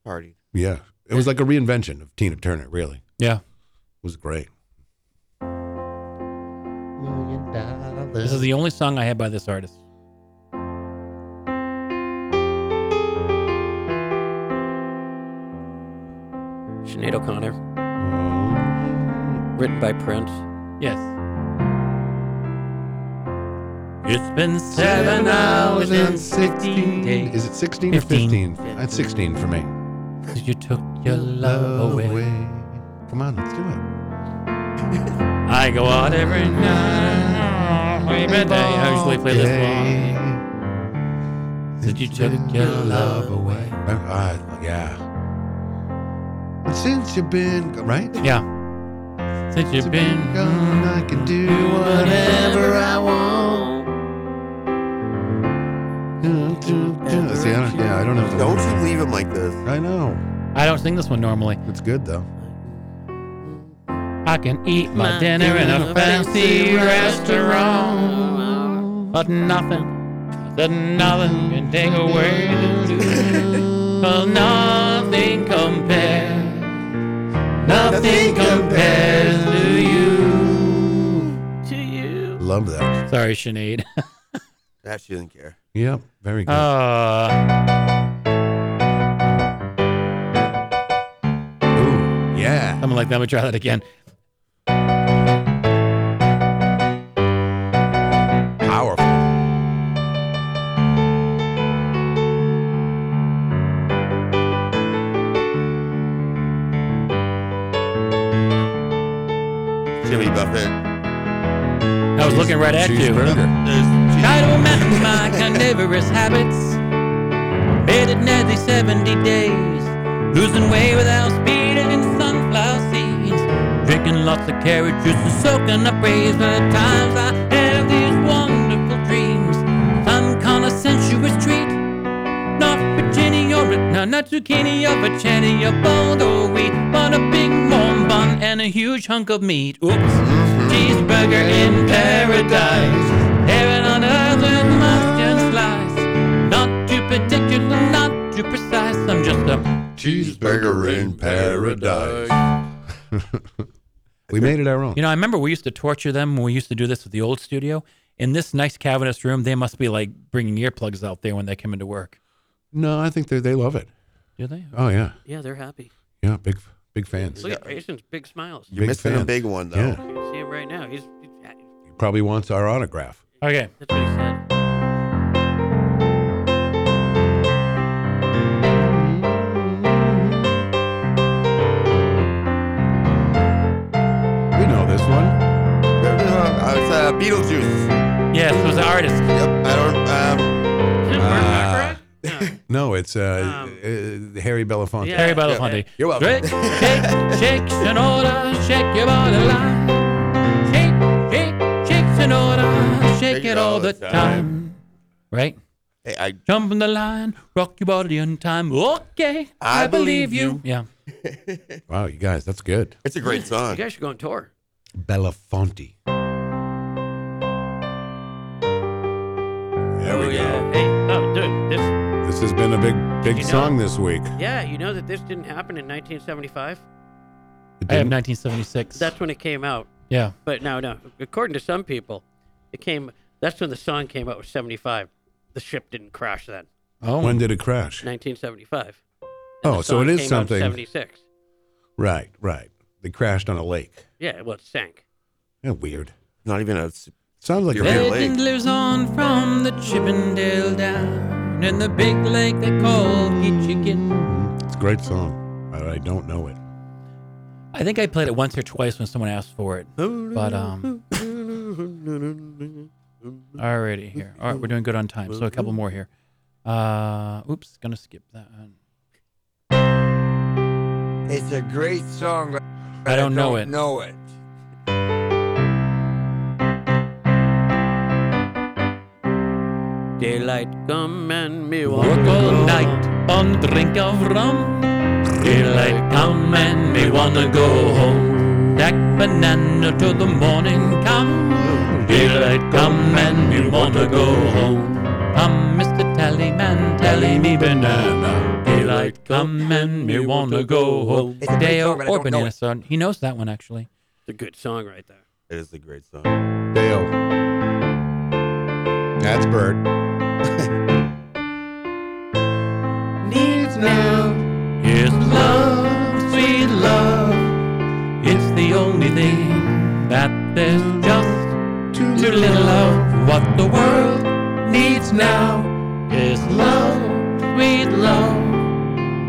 F: Party.
C: yeah, it was like a reinvention of Tina Turner. Really, it
E: yeah.
C: was great.
E: This is the only song I had by this artist.
D: Sinead O'Connor, written by Prince.
E: Yes. It's been seven hours and 16 days
C: Is it 16
E: 15.
C: or 15? That's 16 for me.
E: since you took your love away.
C: Come on, let's do it.
E: I go out every night, every day. I usually play this one. That you took your love away.
C: Uh, yeah. And since you've been go- right,
E: yeah. Since you've been
C: gone, I can do
E: whatever
C: I
E: want.
C: Yeah, see, I don't, yeah, I don't have the
F: Don't
C: lyrics.
F: you leave him like this.
C: I know.
E: I don't sing this one normally.
C: It's good though.
E: I can eat my,
D: My
E: dinner in a
D: dinner
E: fancy
D: fancy
E: restaurant, but nothing, but nothing can take away the joy. But nothing compares, nothing compares to you.
D: To you.
C: Love that.
E: Sorry, Sinead.
F: That she doesn't care.
C: Yep. Very
E: Um,
C: good.
E: Uh,
C: Ooh, yeah.
E: something like that. Let me try that again.
C: Powerful.
F: Jimmy Buffett.
E: I was looking right at you.
C: Cheeseburger.
F: There's-
E: I don't remember my carnivorous habits. Made it nearly 70 days. Losing weight without speed and sunflower seeds. Drinking lots of carrot juice and soaking up rays. But at times I have these wonderful dreams. Some kind of sensuous treat. Not Virginia or a- no, not zucchini or Virginia or Boulder wheat. But a big warm bun and a huge hunk of meat. Oops. Cheeseburger in paradise. Heaven on earth with mustard slice. Not too particular, not too precise. I'm just a
C: Cheeseburger in paradise. we made it our own.
E: You know, I remember we used to torture them when we used to do this with the old studio. In this nice cavernous room, they must be like bringing earplugs out there when they come into work.
C: No, I think they they love it.
E: Do they?
C: Oh yeah,
D: Yeah, they're happy.
C: yeah. Big big fans.
D: Look at Jason's big smiles. You
F: You're
C: Big
F: missing a
C: fans.
F: big one though.
C: Yeah.
D: can see him right now. He's, he's
C: Probably wants our autograph.
E: Okay.
D: that's what he said.
C: We know this one.
F: Uh, it's uh, Beetlejuice.
E: Yes, it was an artist.
F: Yep. I don't. Um,
D: Is it Burt
C: Ah.
D: Bacharach?
C: No, it's uh,
D: Um,
C: uh, Harry Belafonte.
D: yeah.
E: Harry Belafonte.
C: You're welcome.
E: Shake, shake, shake, Sonora, shake your body line. Shake, shake, shake, Sonora, shake it all the time. Right?
F: hey, I
E: Jump on the line, rock your body in time. Okay,
F: I
E: I, believe
F: believe
E: you. Yeah.
C: Wow, you guys, that's good.
F: It's a great
D: No.
F: song.
D: You guys should go on tour.
C: Belafonte. There
D: oh,
C: we go.
D: yeah. Hey, oh, dude, this.
C: This has been a big big
D: You know-
C: song this week.
D: Yeah, you know that this didn't happen in 1975.
C: It
E: I have
C: didn't-
E: 1976.
D: That's when it came out.
E: yeah.
D: But no, no. According to some people, it came. That's when the song came out. Was 75. The ship didn't crash then.
E: Oh,
C: when did it crash?
D: 1975. And
C: Oh,
D: the
C: so it is
D: song came out in
C: something.
D: 76.
C: Right, right. They crashed on a lake.
D: Yeah, well, it sank.
C: Yeah, weird.
F: Not even a. s-
C: Sounds like a
F: You're right.
C: real
F: lake.
E: Legend lives on from the Chippendale down in the big lake they call Ketchikan.
C: Mm-hmm. It's a great song, but I don't know it.
E: I think I played it once or twice when someone asked for it. But um, alrighty here. All right, we're doing good on time. So a couple more here. Uh, oops, gonna skip that one.
N: It's a great song. but
E: I don't know it.
N: Know it.
D: Daylight come and me
E: Work all night on a drink of rum. Daylight come and me wanna go home. Stack banana till the morning come. Daylight come and me wanna go home. Come, Mr. Tallyman, tally me banana. Daylight come and me wanna go home.
N: It's a great
E: Deo
N: song, but I
E: or
N: don't know
E: banana
N: it.
E: son. He knows that one actually.
D: It's a good song right there.
F: It is a great song.
C: Dale. That's Bert.
E: Needs now is love, sweet love. It's the only thing that there's just
C: Too
E: Too little of what the world needs now is love, sweet love.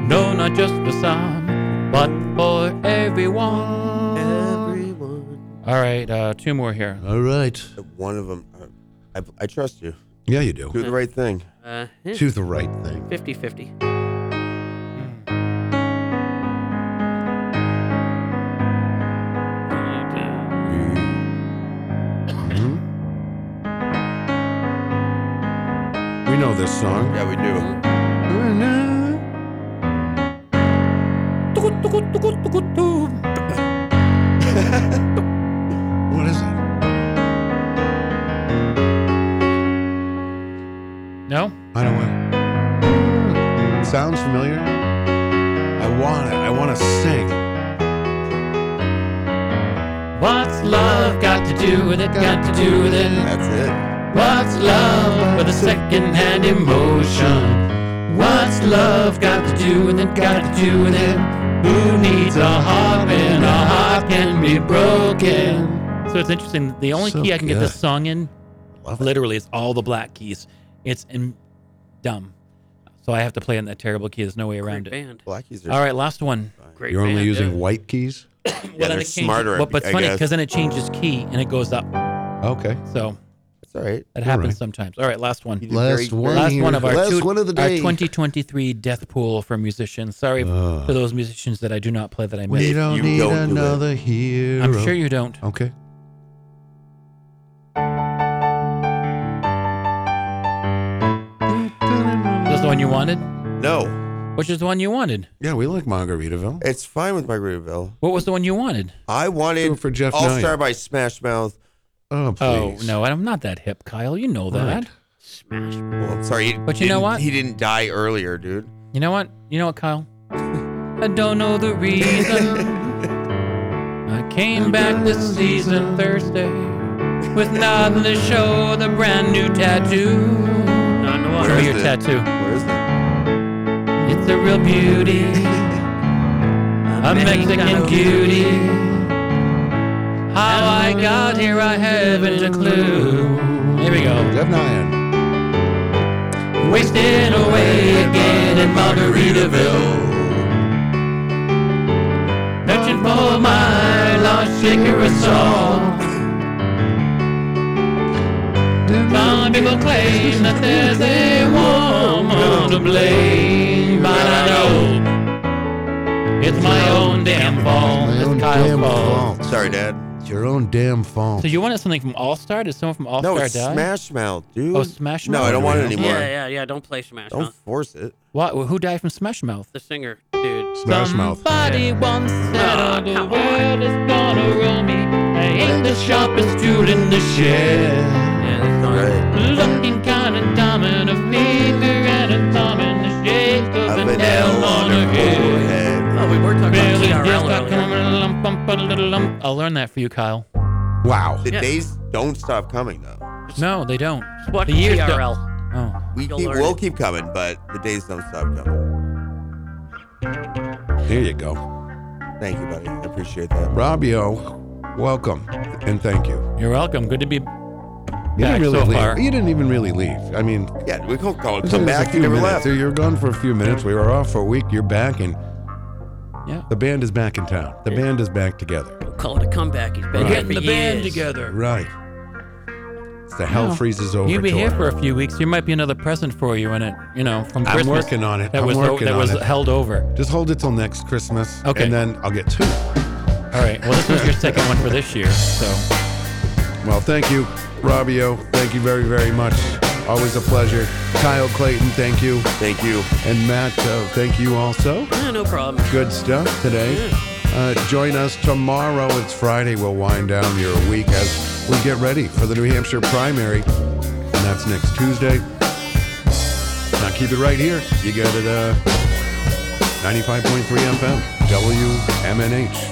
E: No, not just for some, but for everyone.
D: Everyone.
E: All right, uh, two more here.
C: All right.
F: One of them. uh, I, I trust you.
C: Yeah, you do.
F: Do the right thing.
D: Uh,
C: Do the right thing.
D: 50 50.
C: Hmm. Mm-hmm. Hmm? We know this song.
F: Yeah, we do.
C: What is it?
E: No?
C: I don't want it. Sounds familiar? I want it. I want to sing.
E: What's love got to do with it? Got to do with it.
F: That's it.
E: What's love but a second-hand emotion? What's love got to do with it? Got to do with it. Who needs a heart when a heart can be broken? So it's interesting. The only
C: So
E: key I can get this
C: good.
E: song in, literally, it's all the black keys. It's in, dumb. So I have to play it in that terrible key. There's no way around
D: Great
E: it.
D: band.
F: Black keys are
E: All right, last one.
D: Great
C: You're only
D: band,
C: using
D: yeah.
C: white keys?
F: Yeah,
E: then
F: they're
E: it changes-
F: smarter,
E: Well, but
F: I
E: it's funny
F: guess.
E: because then it changes key and it goes up.
C: Okay.
E: So
F: That's all right.
E: that
C: You're
E: happens
C: right.
E: sometimes. All right, last one.
F: did Last very- one
E: Last one of our
C: Last
E: two-
C: one of the
E: our
C: day.
E: 2023 death pool for musicians. Sorry
C: Ugh.
E: for those musicians that I do not play that I
C: Uh. We
E: missed.
C: don't
F: you
C: need
F: don't do it.
C: another hero.
E: I'm sure you don't.
C: Okay.
E: Is this the one you wanted?
F: No,
E: Which is the one you wanted?
C: Yeah, we like Margaritaville.
F: it's fine with Margaritaville.
E: What was the one you wanted?
F: I
C: Do
F: wanted
C: it for Jeff
F: All Star
C: Knight.
F: by Smash Mouth.
C: Oh,
E: Oh
C: please.
E: no, I'm not that hip, Kyle. You know that.
C: Right.
D: Smash.
F: Well, I'm sorry. he
E: But you know
F: didn't-
E: what?
F: He didn't die earlier, dude.
E: You know what? You know what, Kyle? I don't know the reason. I came back this season Thursday with nothing to show the brand new tattoo.
D: Not in the
E: Show
D: water.
E: me your
F: it?
E: tattoo.
F: Where is that?
E: It's a real beauty, a Mexican cutie. How I got here, I haven't a clue. Here we go.
C: Jeff Nyan.
E: Wasting away again in Margaritaville. Searching for my lost secret sauce. Some people claim that there's a woman to blame, but I know it's my own damn fault.
C: My own
E: Oh, it's Kyle's
C: damn
E: fault.
C: fault.
F: Sorry, Dad.
C: It's your own damn fault.
E: So you wanted something from All Star? Did someone from All
F: No,
E: Star
F: it's
E: die?
F: Smash Mouth, dude.
E: Oh, Smash
F: No,
E: Mouth.
F: I don't want it anymore.
D: Yeah, yeah, yeah. Don't play Smash
F: Don't
D: Mouth.
F: force it.
E: What? Who died from Smash Mouth?
D: The singer, dude.
C: Smash Mouth.
E: Somebody once said "Oh,
D: Aw,
E: the
D: come
E: world is gonna roll me. I ain't the sharpest tool in the shed.
D: Yeah, that's not-
F: Right.
E: Looking kinda dumb and a finger and a thumb in the shade of
F: Up and
E: an L on her head.
F: forehead.
D: Oh, we were talking about
E: Billy
D: TRL
E: just a
D: earlier.
E: coming, lump, bump, a little lump. I'll learn that for you, Kyle.
C: Wow.
F: The
D: Yeah.
F: days don't stop coming, though.
E: No, they don't.
D: Just watch
E: The years don't-
D: TRL.
E: Oh.
F: We
D: You'll
F: keep,
D: learn
F: we'll
D: it.
F: keep coming, but the days don't stop coming.
C: There you go.
F: Thank you, buddy. I appreciate that.
C: Robbio, welcome and thank you.
E: You're welcome. Good to be
C: You
E: back
C: didn't really
E: so
C: leave.
E: far.
C: You didn't even really leave. I mean,
F: Yeah, we don't call it.
C: this
F: Come
C: was a
F: back. You
C: few
F: never
C: minutes.
F: left.
C: You were gone for a few minutes. We were off for a week. You're back, and
E: Yeah.
C: the band is back in town. The band is back together.
D: We'll call it a comeback. He's been here for years.
C: Right. It's the hell
E: Wow.
C: freezes over.
E: You'll be
C: tour.
E: here for a few weeks. There might be another present for you in it. You know, from
C: I'm
E: Christmas.
C: working on it.
E: That
C: I'm
E: was
C: working
E: that
C: on
E: was
C: it.
E: held over.
C: Just hold it till next Christmas.
E: Okay.
C: And then I'll get two.
E: All right. Well, this was your second one for this year. So
C: Well, thank you, Robbio. Thank you very, very much. Always a pleasure. Kyle Clayton, thank you.
F: Thank you.
C: And Matt, uh, thank you also.
D: Yeah, no problem.
C: Good stuff today. Uh, join us tomorrow. It's Friday. We'll wind down your week as we get ready for the New Hampshire primary. And that's next Tuesday. Now keep it right here. You get it uh, 95.3 FM, WMNH.